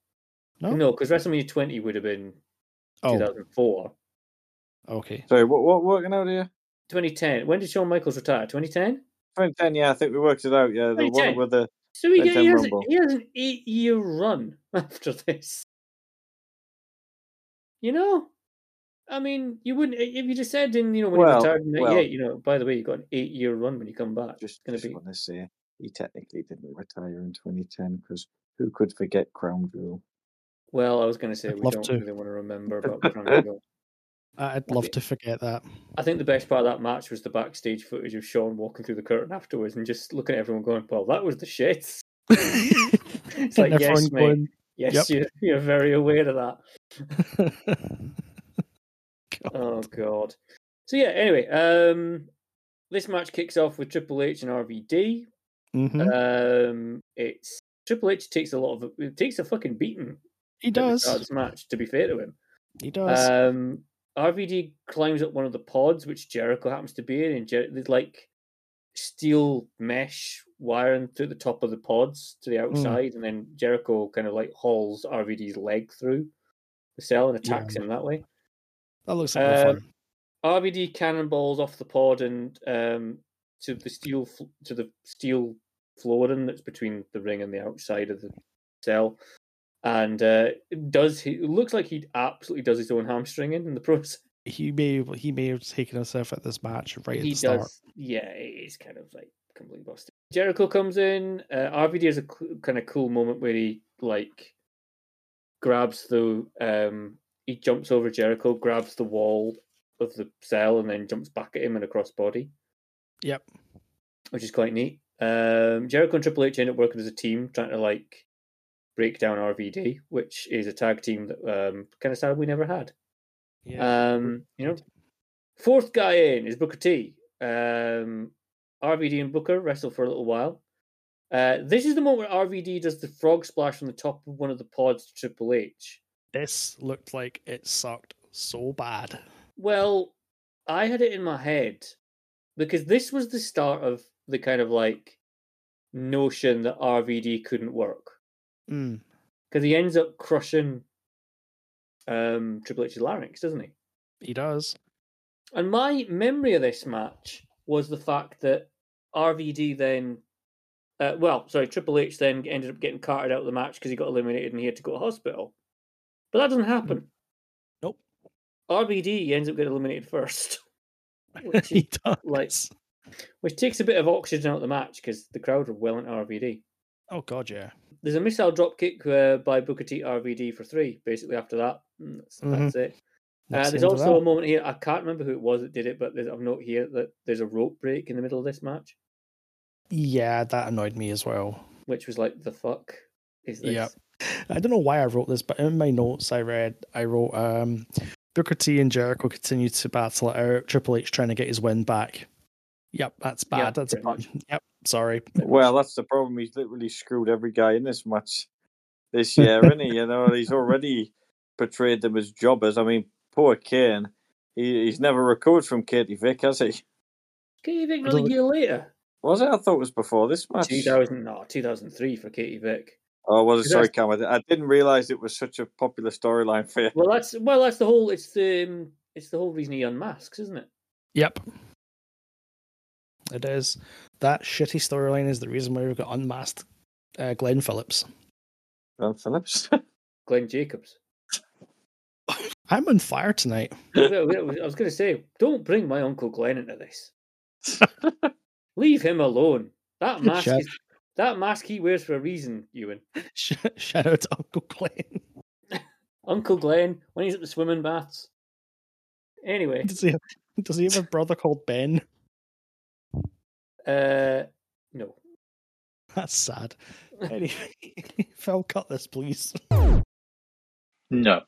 S1: No?
S2: No, because WrestleMania 20 would have been
S1: Oh,
S2: 2004.
S1: okay.
S3: Sorry, what what working out here?
S2: 2010. When did Shawn Michaels retire? 2010?
S3: 2010, yeah, I think we worked it out. Yeah, the one
S2: 2010.
S3: with the
S2: So he, get- he,
S3: 2010
S2: has,
S3: Rumble.
S2: he has an eight year run (laughs) after this. You know? I mean, you wouldn't, if you just said in, you know, when
S3: Well,
S2: he retired in
S3: well.
S2: 98, you know, by the way, you got an eight year run when you come back.
S3: just,
S2: gonna
S3: just
S2: be-
S3: want to say he technically didn't retire in 2010 because who could forget Crown Jewel?
S2: Well, I was going to say,
S1: I'd
S2: we
S1: love
S2: don't
S1: to.
S2: really want to
S3: (laughs)
S2: remember about the Crown Jewel.
S1: I'd love to forget that.
S2: I think the best part of that match was the backstage footage of Sean walking through the curtain afterwards and just looking at everyone going, well, that was the shit. (laughs)
S1: (laughs)
S2: it's like,
S1: And
S2: yes,
S1: everyone
S2: mate.
S1: going,
S2: Yes,
S1: "Yep."
S2: you're, you're very aware of that. Oh god. So yeah, anyway, um this match kicks off with Triple H and RVD.
S1: Mhm.
S2: Um it's Triple H takes a lot of it takes a fucking beating.
S1: He
S2: at the
S1: does.
S2: start of this match, to be fair to him.
S1: He does.
S2: Um RVD climbs up one of the pods, which Jericho happens to be in, and Jer- there's like steel mesh wiring through the top of the pods to the
S1: Hmm.
S2: outside, and then Jericho kind of like hauls RVD's leg through the cell and
S1: Yeah.
S2: attacks him that way.
S1: that looks like real
S2: um,
S1: fun.
S2: RVD cannonballs off the pod and um, to the steel fl- to the steel flooring that's between the ring and the outside of the cell, and uh, does he it looks like he absolutely does his own hamstring in, in the (laughs) process.
S1: He may he may have taken himself at this match right at
S2: he
S1: the start.
S2: does, yeah, it's kind of like completely busted. Jericho comes in. Uh, RVD has a cl- kind of cool moment where he like grabs the um, he jumps over Jericho, grabs the wall of the cell, and then jumps back at him in a crossbody.
S1: Yep.
S2: which is quite neat. Um, Jericho and Triple H end up working as a team, trying to like break down RVD, which is a tag team that um, kind of sad we never had. Um, you know, fourth guy in is Booker T. Um, RVD and Booker wrestle for a little while. Uh, this is the moment where RVD does the frog splash from the top of one of the pods to Triple H.
S1: This looked like it sucked so bad.
S2: Well, I had it in my head because this was the start of the kind of like notion that RVD couldn't work
S1: Mm.
S2: because he ends up crushing um, Triple H's larynx, doesn't he?
S1: He does.
S2: And my memory of this match was the fact that RVD then, uh, well, sorry, Triple H then ended up getting carted out of the match because he got eliminated and he had to go to hospital. But that doesn't happen.
S1: Hmm. Nope.
S2: RVD ends up getting eliminated first, (laughs)
S1: (laughs)
S2: which is
S1: he does.
S2: like, which takes a bit of oxygen out of the match because the crowd are well into RVD.
S1: Oh god,
S2: uh,
S1: yeah.
S2: There's a missile dropkick uh, by Booker T RVD for three. Basically, after that, Mm, that's, that's it.
S1: That's the
S2: Uh,
S1: end
S2: there's
S1: of
S2: also a
S1: Mm-hmm. that.
S2: moment here. I can't remember who it was that did it, but there's a note here that there's a rope break in the middle of this match,
S1: Yeah, that annoyed me as well.
S2: which was like, the fuck is this?
S1: Yep. I don't know why I wrote this, but in my notes I read I wrote um Booker T and Jericho continue to battle it out, Triple H trying to get his win back. Yep, that's bad.
S2: Yeah,
S1: that's a
S2: pretty
S1: (laughs) bad. Yep, sorry.
S3: Well, that's the problem. He's literally screwed every guy in this match (laughs) this (laughs) year, isn't he? You know, he's already portrayed them as jobbers. I mean, poor Kane. He, he's never recovered from Katie Vick, has he?
S2: Katie Vick
S1: Although-
S2: another year later.
S3: Was it? I thought it was before this match.
S2: 2000, no, 2003 for Katie Vick.
S3: Oh, was it? Sorry,
S2: That's-
S3: Cam. I di- I didn't realize it was such a popular storyline for you.
S2: Well, that's well, that's the whole. It's the um, it's the whole reason he unmasks, isn't it?
S1: Yep. It is. That shitty storyline is the reason why we've got unmasked uh, Glenn Phillips.
S3: Glenn Phillips?
S1: (laughs)
S2: Glenn Jacobs.
S1: I'm on fire tonight. (laughs)
S2: Well, I was going to say, don't bring my Uncle Glenn into
S1: (laughs)
S2: this. Leave him alone. That mask,
S1: Shout-
S2: is, that mask he wears for a reason, Ewan.
S1: Sh- Shout out to Uncle Glenn. (laughs)
S2: Uncle Glenn, when he's at the swimming baths. Anyway,
S1: Does he, does he have a brother called Ben? (laughs)
S2: uh, no.
S1: That's sad. Anyway, (laughs) Phil, cut this, please. (laughs)
S11: No.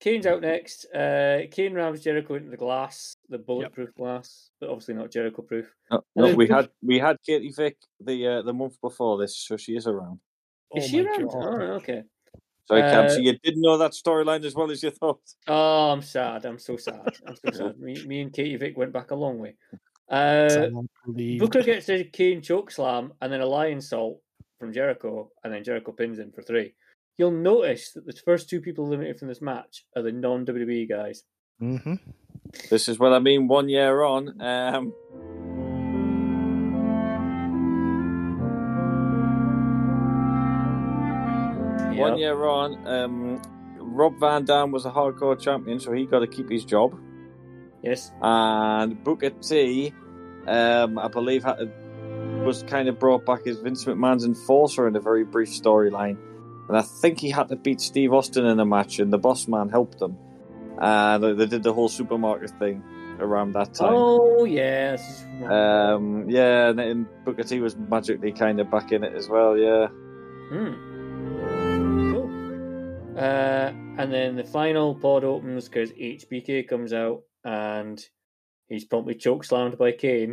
S2: Kane's out next. Uh, Kane rams Jericho into the glass, the bulletproof glass, but obviously not Jericho proof.
S3: No,
S2: And
S3: no,
S2: then- (laughs)
S3: we had we had Katie Vick the uh, the month before this, so she is around.
S2: Is she around? Oh, okay.
S3: Sorry, Cam, so
S2: Uh,
S3: you didn't know that storyline as well as you thought.
S2: Oh, I'm sad. I'm so sad. I'm so sad. Me, me and Katie Vick went back a long way. Uh, Booker gets a Kane choke slam and then a lion salt from Jericho, and then Jericho pins him for three. You'll notice that the first two people eliminated from this match are the non WWE guys.
S1: Mm-hmm.
S3: This is what I mean. One year on, um, one
S2: Yep.
S3: year on. Um, Rob Van Dam was a hardcore champion, so he got to keep his job.
S2: Yes.
S3: And Booker T, um, I believe, had, was kind of brought back as Vince McMahon's enforcer in a very brief storyline. And I think he had to beat Steve Austin in a match, and the boss man helped them. And they- they did the whole supermarket thing around that time.
S2: Oh, yes.
S3: Um, yeah, and, and Booker T was magically kind of back in it as well. Yeah,
S2: Hmm. Cool. Uh, and then the final pod opens because HBK comes out and he's promptly choke slammed by Kane.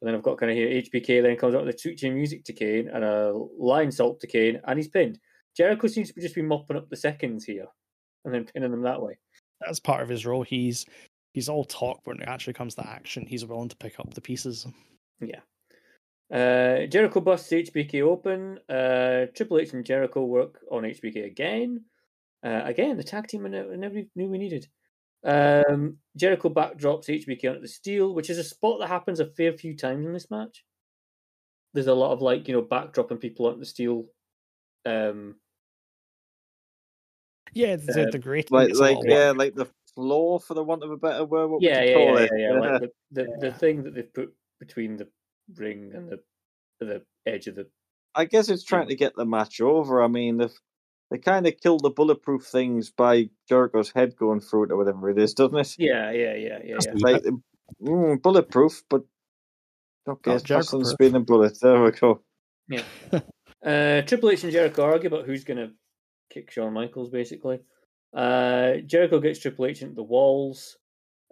S2: And then I've got kind of here HBK then comes out with a Tucci music to Kane and a line salt to Kane and he's pinned. Jericho seems to be just be mopping up the seconds here and then pinning them that way.
S1: That's part of his role. He's he's all talk, but when it actually comes to action, he's willing to pick up the pieces.
S2: Yeah. Uh, Jericho busts HBK open. Uh, Triple H and Jericho work on HBK again. Uh, again, the tag team I ne- I never knew we needed. Um, Jericho backdrops HBK onto the steel, which is a spot that happens a fair few times in this match. There's a lot of like you know backdropping people onto the steel. Um,
S1: Yeah, the,
S2: Uh,
S1: the great
S3: like, like yeah, like the floor, for the want of a better word. What
S2: yeah,
S3: would you
S2: yeah,
S3: call
S2: yeah,
S3: it?
S2: yeah, yeah, Like the,
S3: (laughs)
S2: the, the thing that they've put between the ring and the the edge of the
S3: I guess it's trying to get the match over. I mean, they've, they kind of killed the bulletproof things by Jericho's head going through it or whatever it is, doesn't it?
S2: yeah, yeah, yeah, yeah. yeah.
S3: It's like mm, bulletproof, but okay,
S2: Not
S3: it's faster than
S2: Jericho-proof.
S3: speed and bullet. There we go.
S2: Yeah. uh, Triple H and Jericho argue about who's going to kick Shawn Michaels, basically. Uh, Jericho gets Triple H into the walls.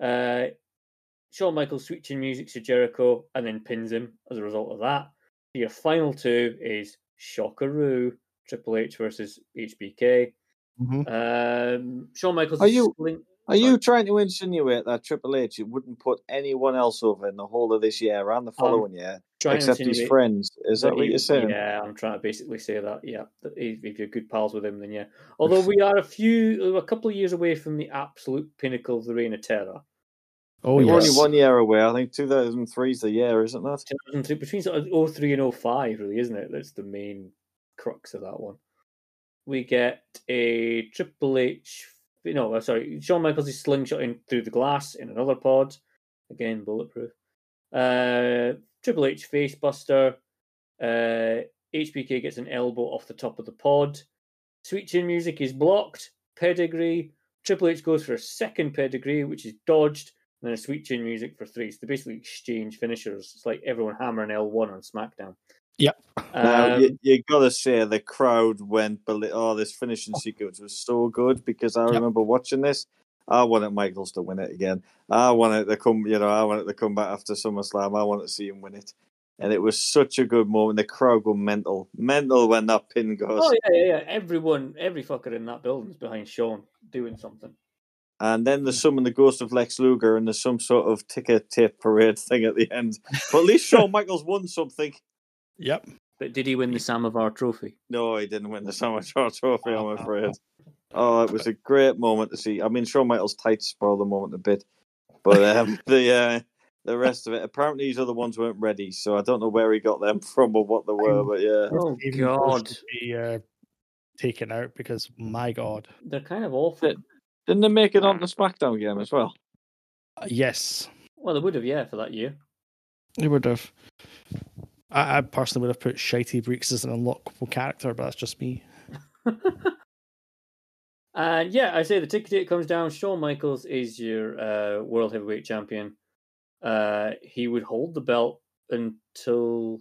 S2: Uh, Shawn Michaels switching music to Jericho and then pins him as a result of that. Your final two is Shockeroo, Triple H versus HBK. Um, Shawn Michaels.
S3: Mm-hmm. Are
S2: is
S3: you-
S2: sling-
S3: Are you trying to insinuate that Triple H wouldn't put anyone else over in the whole of this year and the following year,
S2: trying to
S3: except his
S2: Um, insinuate
S3: friends? Is that what
S2: he-
S3: you're saying?
S2: Yeah, I'm trying to basically say that. Yeah, that if if you're good pals with him, then
S3: (laughs)
S2: yeah. Although we are a few, a couple of years away from the absolute pinnacle of the reign of terror.
S1: Oh,
S3: We're
S1: yes.
S3: only one year away. I think 2003 is the year, isn't that?
S2: 2003 Between sort of 03 and 05, really, isn't it? That's the main crux of that one. We get a Triple H. No, uh, sorry, Shawn Michaels is slingshotting through the glass in another pod. Again, bulletproof. Uh, Triple H face buster. Uh, HBK gets an elbow off the top of the pod. Sweet Chin Music is blocked. Pedigree. Triple H goes for a second pedigree, which is dodged, and then a Sweet Chin Music for three. So they basically exchange finishers. It's like everyone hammering L1 on SmackDown.
S1: Yep.
S3: Now,
S2: Um,
S3: you, you gotta say the crowd went. But oh, this finishing sequence was so good because I remember watching this. I wanted Michaels to win it again. I wanted to come. You know, I wanted to come back after SummerSlam. I wanted to see him win it, and it was such a good moment. The crowd go mental, mental when that pin goes.
S2: Oh yeah, yeah, yeah. Everyone, every fucker in that building's behind Sean doing something.
S3: And then there's some in the ghost of Lex Luger, and there's some sort of ticker tape parade thing at the end. But at least Shawn Michaels won something.
S1: Yep.
S2: But did he win the Samovar Trophy?
S3: No, he didn't win the (laughs) Samatar Trophy, I'm afraid. Oh, it was a (laughs) great moment to see. I mean, Shawn Michaels' tights spoil the moment a bit, but um, the uh, The rest of it, apparently, these other ones weren't ready, so I don't know where he got them (laughs) from or what they were, but yeah.
S2: Oh,
S1: Even supposed
S2: God.
S1: to Be, uh, taken out because my God.
S2: They're kind of awful.
S3: Didn't they make it onto SmackDown game as well?
S1: Uh, yes,
S2: Well, they would have, yeah, for that year.
S1: it would have. I, I personally would have put Shitey Breeks as an unlockable character, but that's just me.
S2: And yeah, I say the ticker tape comes down. Shawn Michaels is your uh, world heavyweight champion. Uh, he would hold the belt until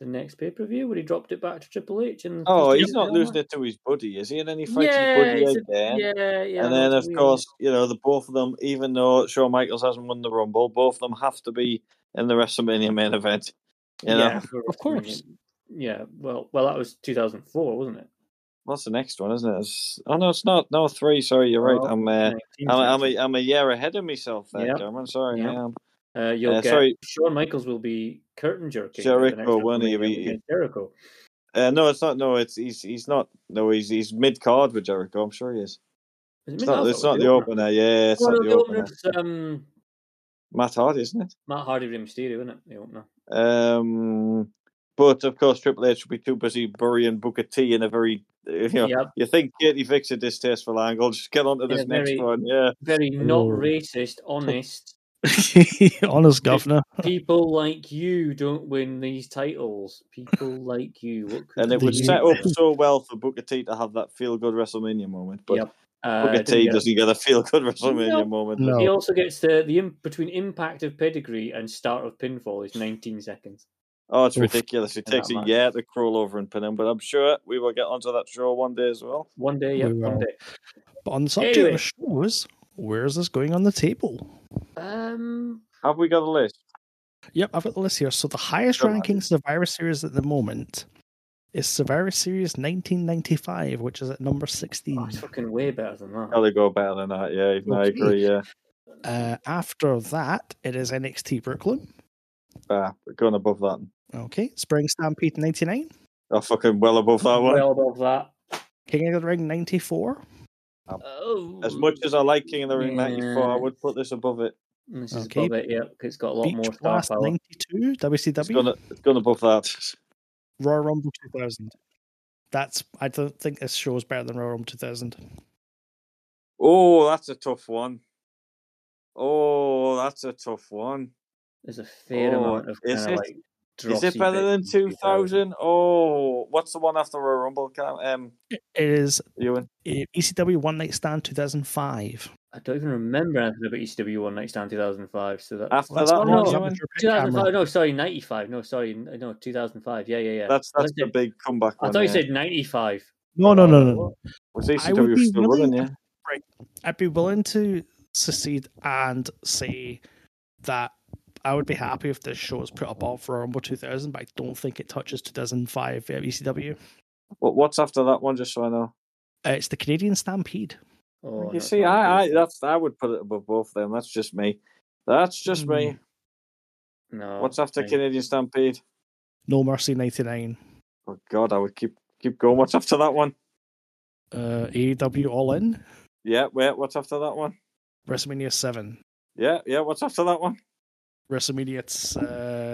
S2: the next pay per view when he dropped it back to Triple H. And
S3: Oh, he's not losing it to his buddy, is he? And then he fights
S2: Yeah,
S3: his
S2: it's
S3: buddy
S2: a-
S3: again.
S2: yeah, yeah,
S3: And then, of
S2: that's weird.
S3: course, you know, the both of them, even though Shawn Michaels hasn't won the Rumble, both of them have to be in the WrestleMania main event. You know,
S2: Yeah, for
S1: Of course.
S2: WrestleMania. Yeah, well, well, that was 2004, wasn't it?
S3: what's the next one, isn't it? It's- oh, no, it's not. No, three. Sorry, you're right.
S2: Well,
S3: I'm, uh, I'm,
S2: 19th
S3: I'm,
S2: century.
S3: a, I'm a year ahead of myself there,
S2: Yep.
S3: Cameron. Sorry,
S2: Yep.
S3: I am.
S2: Uh, you'll
S3: Uh,
S2: get
S3: sorry.
S2: Shawn Michaels will be curtain jerking. at the next
S3: Jericho, won't he?
S2: WrestleMania
S3: He-
S2: against Jericho.
S3: Uh, no, it's not. No, it's he's he's not. No, he's he's mid card with Jericho. I'm sure he is.
S2: Is it
S3: It's
S2: mid-
S3: not.
S2: I
S3: It's
S2: thought
S3: not
S2: it was
S3: the opener. Yeah, it's
S2: Oh,
S3: not
S2: no,
S3: the
S2: the opener
S3: opener.
S2: was um,
S3: Matt Hardy, isn't it?
S2: Matt Hardy with Mysterio, isn't it? The opener.
S3: Um, but of course, Triple H will be too busy burying Booker T in a very uh, you know.
S2: Yep.
S3: You think Katie Vick's a distasteful angle? Just get on to
S2: In
S3: this
S2: a
S3: next
S2: very-
S3: one. Yeah,
S2: Very not
S1: Oh.
S3: (laughs)
S2: racist, honest.
S1: (laughs) Honest governor.
S2: People like you don't win these titles. People like you. What could
S3: and it
S1: Did
S3: was
S1: you-
S3: set
S2: (laughs)
S3: up so well for Booker T to have that feel good WrestleMania moment. But
S2: Yep. Uh,
S3: Booker
S2: didn't
S3: T
S2: get it.
S3: doesn't get a feel good WrestleMania
S2: No.
S3: moment.
S1: No.
S2: He also gets the the in, between impact of pedigree and start of pinfall is 19 seconds.
S3: Oh, it's
S1: Oof.
S3: ridiculous. It
S2: In that
S3: takes a
S2: match.
S3: year to crawl over and pin him, but I'm sure we will get onto that show one day as well.
S2: One day,
S3: Oh,
S2: yeah,
S1: We
S2: one
S1: will.
S2: day.
S1: But on the subject
S2: Anyway.
S1: of shows, where is this going on the table?
S2: Um,
S3: Have we got a list?
S1: Yep, I've got the list here. So the highest
S3: Go on.
S1: ranking Survivor Series at the moment is Survivor Series 1995, which is at number 16.
S2: oh, it's fucking way better than that.
S3: How they go better than that? Yeah, even I
S1: Okay.
S3: agree. Yeah,
S1: Uh, after that, it is NXT Brooklyn.
S3: ah, we're going above that.
S1: Okay, Spring Stampede 99,
S3: Oh, fucking well above that one.
S2: Well above that.
S1: King of the Ring 94.
S2: Oh,
S3: as much as I like King of the Ring '94, I
S2: yeah.
S3: would put this above it.
S2: This is
S1: Okay.
S2: above it, yeah. 'cause It's got a lot
S1: Beach
S2: more star
S1: Blast
S2: power.
S1: 92,
S3: It's
S1: WCW,
S3: going, it's going above that.
S1: Royal Rumble 2000. That's I don't think this show is better than Royal Rumble 2000.
S3: Oh, that's a tough one. Oh, that's a tough one.
S2: There's a fair
S3: Oh,
S2: amount of
S3: is
S2: kind
S3: it-
S2: of like.
S3: Is
S2: drossy
S3: it better
S2: bits
S3: than
S2: in 2000.
S3: 2000? Oh, what's the one after Royal Rumble? Cam? Um,
S1: It is
S3: Ewan.
S1: uh, ECW One Night Stand 2005.
S2: I don't even remember anything about ECW One Night Stand 2005. So that
S3: After
S1: Well,
S3: that
S2: oh,
S1: one,
S2: no,
S1: is
S3: one,
S1: that
S3: Ewan?
S1: with your pick,
S2: 2005.
S1: Cameron?
S2: No, sorry, 95. No, sorry, n- no, 2005. Yeah, yeah, yeah.
S3: That's
S2: I thought
S3: that's
S2: you
S3: the
S2: said-
S3: big comeback
S2: I
S3: one.
S2: thought you
S3: yeah.
S2: said 95.
S1: no, no, no, no, no.
S3: was
S1: I would
S3: ECW
S1: be
S3: still
S1: willing
S3: running? Yeah.
S1: I'd be willing to secede and say that I would be happy if this show is put up all for Rumble 2000, but I don't think it touches 2005 at ECW.
S3: What, what's after that one? Just so I know.
S1: Uh, it's the Canadian Stampede.
S2: Oh,
S3: you see, I, I that's I would put it above both of them. That's just me. That's just me.
S2: no,
S3: What's after
S2: right.
S3: Canadian Stampede?
S1: No Mercy 99.
S3: Oh God, I would keep keep going. What's after that one?
S1: Uh, AEW All In.
S3: Yeah, wait. What's after that one?
S1: WrestleMania 7.
S3: Yeah, yeah. What's after that one?
S1: WrestleMania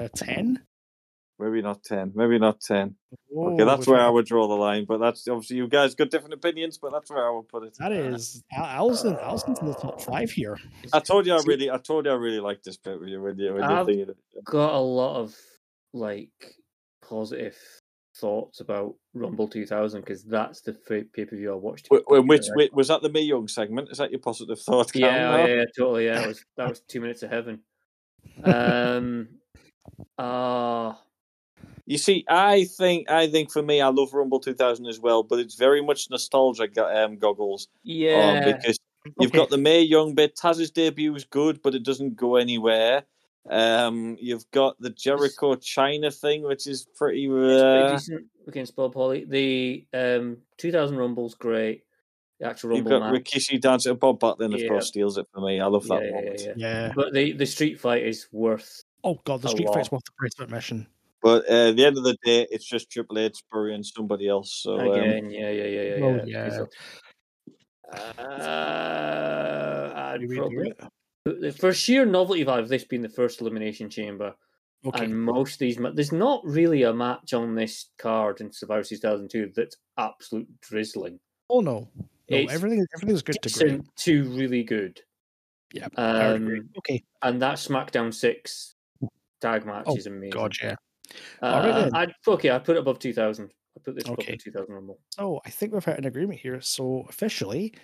S1: uh, 10.
S3: Maybe not ten. Maybe not ten.
S1: Oh,
S3: okay, that's where I would draw the line. But that's obviously you guys got different opinions. But that's where I would put it.
S1: That is Al- Alison. Alison's in the top five here.
S3: I told you I really, I told you I really liked this bit with you when you when you
S2: I've-
S3: thinking it.
S2: got a lot of like positive thoughts about Rumble 2000 because that's the pay per view I watched.
S3: Wh- wh- Which,
S2: Yeah,
S3: which was that the Me Young segment? Is that your positive thought? Cam,
S2: yeah,
S3: now?
S2: oh, yeah, totally. Yeah, that was that was two minutes of heaven.
S3: (laughs)
S2: Um,
S3: Oh,
S2: ah,
S3: You see, I think I think for me, I love Rumble 2000 as well, but it's very much nostalgia go- um, goggles
S2: yeah.
S3: on because you've got the May Young bit. Taz's debut is good, but it doesn't go anywhere. Um, you've got the Jericho China thing, which is pretty.
S2: It's pretty
S3: Uh,
S2: decent against Bob Holly. The um 2000 Rumble's great. The actual
S3: you've
S2: Rumble
S3: got
S2: match.
S3: Rikishi dancing. Bob Backlund, of
S2: Yeah.
S3: course, steals it for me. I love that
S2: yeah, yeah,
S3: moment.
S2: yeah, yeah.
S1: Yeah.
S2: But the the street fight is worth.
S1: Oh god, the
S2: A
S1: Street
S2: lot.
S1: Fight's worth the price of admission.
S3: But uh, at the end of the day, it's just Triple H burying somebody else. So um,
S2: Again, yeah, yeah, yeah, yeah.
S1: well,
S2: yeah.
S1: yeah.
S2: It's a- Uh, I'd
S1: Maybe do
S2: probably
S1: it.
S2: But For sheer novelty value, this being the first elimination chamber,
S1: Okay.
S2: and most of these, ma- there's not really a match on this card in Survivor Series 2002 that's absolute drizzling.
S1: Oh no, no,
S2: It's
S1: everything everything's good to great.
S2: decent to really good.
S1: Yeah, I would agree.
S2: um,
S1: okay.
S2: And that SmackDown six tag match
S1: Oh,
S2: is amazing.
S1: God, yeah.
S2: Uh,
S1: All right, then.
S2: I okay, I put it above two thousand. I put this
S1: Okay.
S2: above two thousand or more.
S1: So I think we've had an agreement here. So officially,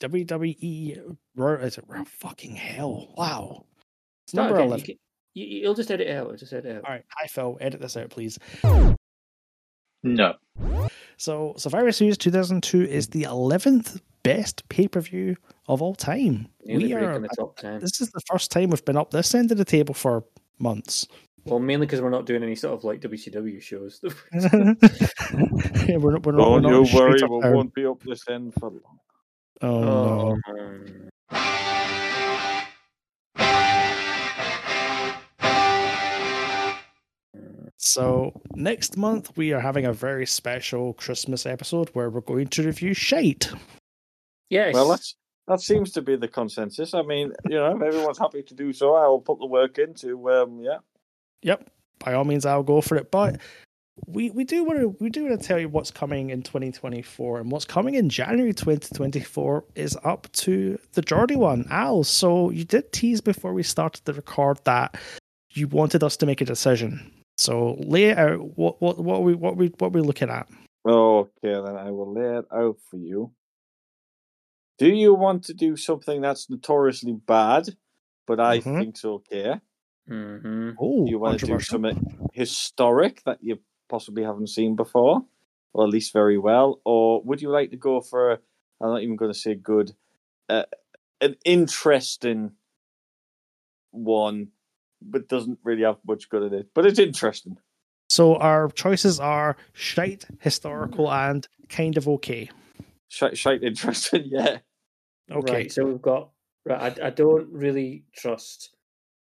S1: WWE Royal is it Royal- fucking hell. Wow. It's
S2: Start
S1: number
S2: again, you
S1: eleven.
S2: can- You, you'll just edit it out. Just edit it out.
S1: All right, hi Phil, edit this out, please.
S11: No.
S1: So Survivor Series 2002 is the 11th best pay per view of all time.
S2: Nearly
S1: we are.
S2: breaking the top ten.
S1: This is the first time we've been up this end of the table for months. (laughs)
S2: Well, mainly because we're not doing any sort of like WCW shows. (laughs)
S1: Yeah, we're not. We're not, we're
S3: Don't
S1: not
S3: you
S1: straight
S3: Oh, worry, we
S1: up down.
S3: won't be up this end for long.
S1: Oh, no.
S2: Um,
S1: So next month we are having a very special Christmas episode where we're going to review Shite.
S2: Yes.
S3: Well, that's that seems to be the consensus. I mean, you know, if everyone's happy to do so, I will put the work into. Um, yeah,
S1: Yep. By all means, I'll go for it. But we we do want to we do want to tell you what's coming in 2024 and what's coming in January 2024 is up to the Geordie one. Al, so you did tease before we started the record that you wanted us to make a decision. So lay it out what what what are we what we what we looking at.
S3: Okay, then I will lay it out for you. Do you want to do something that's notoriously bad, but I
S1: Mhm.
S3: think's okay?
S2: hmm
S1: Oh,
S3: Do you want to do
S1: controversial.
S3: something historic that you possibly haven't seen before, or at least very well? Or would you like to go for, a, I'm not even going to say good, uh, an interesting one, but doesn't really have much good in it, but it's interesting.
S1: So our choices are shite, historical, and kind of okay.
S3: Shite, shite interesting, (laughs) yeah.
S1: Okay.
S2: Right, so we've got right. I, I don't really trust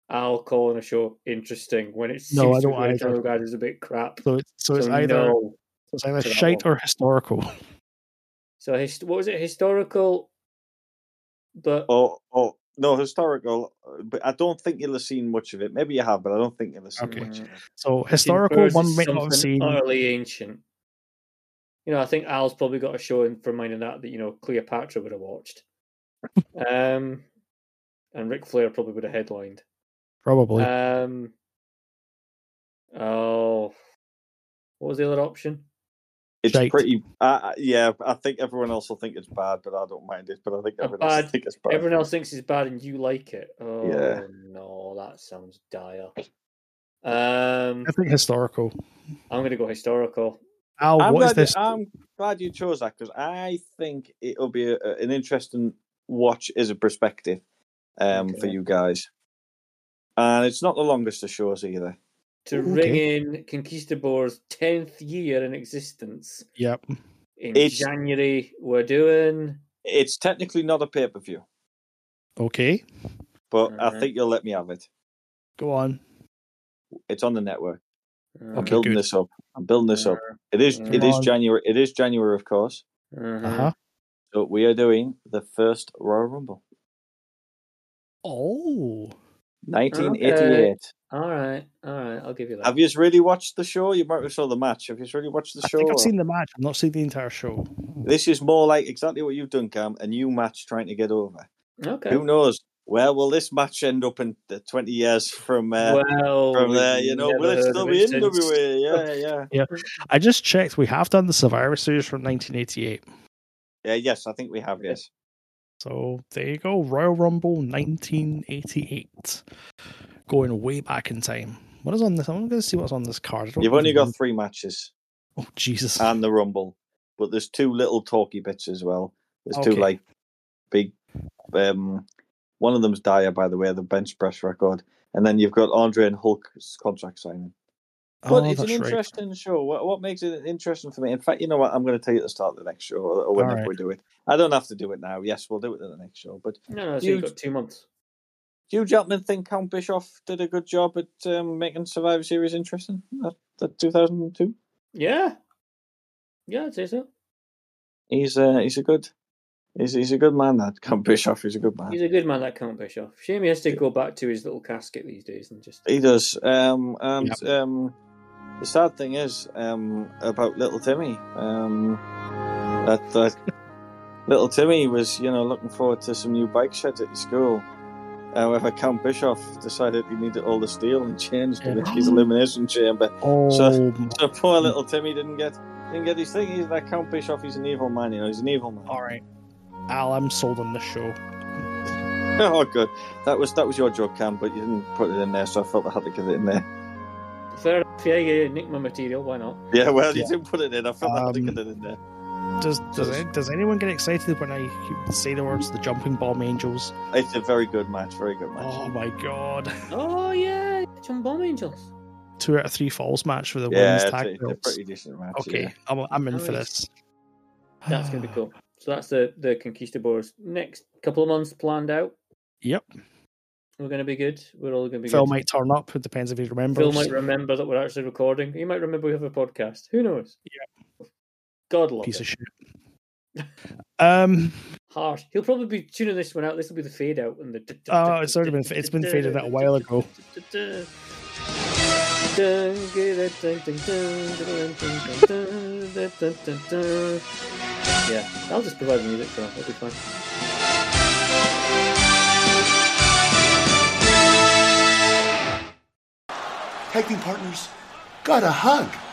S2: Al calling a show interesting when it's
S1: No, I don't either.
S2: General oh, guys is a bit crap.
S1: So it's so it's
S2: So
S1: either
S2: no
S1: so it's either
S2: to that
S1: shite
S2: one.
S1: or historical.
S2: So his, what was it? Historical, but
S3: Or, or no, historical, uh, but I don't think you'll have seen much of it. Maybe you have, but I don't think you'll have seen
S1: Okay.
S3: much.
S2: Mm,
S1: So
S2: it
S1: historical
S2: infers
S1: one
S2: it's
S1: might not have
S2: something
S1: seen.
S2: utterly ancient. You know, I think Al's probably got a show in for mind of that that you know Cleopatra would have
S1: (laughs)
S2: watched, um, and Ric Flair probably would have headlined.
S1: Probably.
S2: Um. Oh, what was the other option?
S3: It's
S1: Shite.
S3: pretty, uh, yeah. I think everyone else will think it's bad, but I don't mind it. But I think
S2: A
S3: everyone else will
S2: bad-
S3: think it's bad.
S2: Everyone else thinks it's bad, and you like it. Oh
S3: Yeah.
S2: no, that sounds dire. Um,
S1: I think historical.
S2: I'm gonna go historical.
S1: Al,
S3: I'm
S1: Oh,
S3: um,
S1: what is
S3: glad, you-
S1: this?
S3: I'm glad you chose that because I think it'll be a, a- an interesting watch as a perspective um, for
S2: Okay.
S3: you guys. And it's not the longest of shows either.
S2: To
S1: Okay.
S2: ring in Conquistador's tenth year in existence
S1: Yep.
S2: in
S3: It's-
S2: January, we're doing.
S3: It's technically not a pay per view,
S1: Okay.
S3: but I
S1: Mm-hmm.
S2: Mhm.
S3: think you'll let me have it.
S1: Go on.
S3: It's on the network. I'm
S1: Okay,
S3: building
S1: good.
S3: this up. I'm building this up. It is. It is
S1: Mhm.
S3: January. It is January, of course.
S2: Mhm.
S1: Uh
S3: Uh-huh.
S1: huh.
S3: So we are doing the first Royal Rumble,
S1: Oh.
S3: 1988.
S2: All right, all right. I'll give you that.
S3: Have you really watched the show? You might have saw the match. Have you really watched the
S1: I
S3: show?
S1: think
S3: or-
S1: I've seen the match. I've not seen the entire show.
S3: This is more like exactly what you've done, Cam. A new match trying to get over.
S2: okay.
S3: Who knows? Where will this match end up in the twenty years from uh,
S2: well,
S3: from
S2: we've
S3: there? You know, will
S2: never
S3: it
S2: heard
S3: still
S2: of
S3: be in
S2: since.
S3: WWE? Yeah,
S2: (laughs)
S3: yeah,
S1: I just checked. We have done the Survivor Series from 1988.
S3: yeah. Yes, I think we have. Yes,
S1: So there you go. Royal Rumble 1988. Going way back in time. What is on this? I'm going to see what's on this card. I don't
S3: you've only
S1: even-
S3: got Um, three matches
S1: Oh Jesus.
S3: and the Rumble, but there's two little talky bits as well. There's two
S1: Okay.
S3: like big. Um, one of them's Dyer, by the way, the bench press record, and then you've got Andre and Hulk's contract signing. But
S1: oh,
S3: it's an
S1: that's right.
S3: interesting show. What, what makes it interesting for me? In fact, you know what? I'm going to tell you at the start of the next show, or, or whenever
S1: Alright.
S3: we do it. I don't have to do it now. Yes, we'll do it at the next show. But
S2: No, no. So
S3: Huge.
S2: you've got two months.
S3: do you gentlemen think Count Bischoff did a good job at um, making Survivor Series interesting? At, at 2002,
S2: Yeah. Yeah, I'd say so.
S3: he's uh, he's a good He's, he's a good man, that Count Bischoff. He's a good man.
S2: He's a good man, that Count Bischoff. Shame he has to go back to his little casket these days and just.
S3: He does. Um, and um, the sad thing is um, about little Timmy. Um, that
S1: (laughs)
S3: that little Timmy was, you know, looking forward to some new bike sheds at his school. However, Count Bischoff decided he needed all the steel and changed it
S1: Yeah.
S3: his elimination chamber.
S1: Oh,
S3: so, so poor little Timmy didn't get didn't get his thing. He's that Count Bischoff. He's an evil man. You know, he's an evil man.
S1: All right. Al, I'm sold on this show.
S3: (laughs) oh, good. That was that was your job, Cam, but you didn't put it in there, so I felt I had to get it in there.
S2: Fair enough, yeah, yeah, nick my material, why not?
S3: Yeah, well, you
S1: Yeah. Um,
S3: didn't put it in. I felt I had to get it in there.
S1: Does does it, does anyone get excited when I say the words the jumping bomb angels?
S3: It's a very good match. Very good match.
S1: Oh my god!
S2: Oh, yeah, John Bomb Angels.
S1: Two out of three falls match for the
S3: yeah,
S1: women's
S3: it's a,
S1: tag
S3: it's a
S1: belts.
S3: pretty decent match.
S1: Okay,
S3: yeah.
S1: I'm, I'm in for
S2: Nice.
S1: this.
S2: That's going to be cool. So that's the, the Conquistadors. Next couple of months planned out.
S1: (sighs) Yep.
S2: We're going to be good. We're all going to be
S1: Phil
S2: good.
S1: might turn up. It depends if he remembers.
S2: Phil might remember that we're actually recording. He might remember we have a podcast. Who knows? Yeah. God love
S1: Piece
S2: him.
S1: of shit. (laughs) Um.
S2: Harsh. He'll probably be tuning this one out. This will be the fade out and the.
S1: Oh, it's already been it's been faded out a while ago.
S2: Yeah, I'll just provide the music for that. It'll be fine.
S13: Tag team partners, got a hug.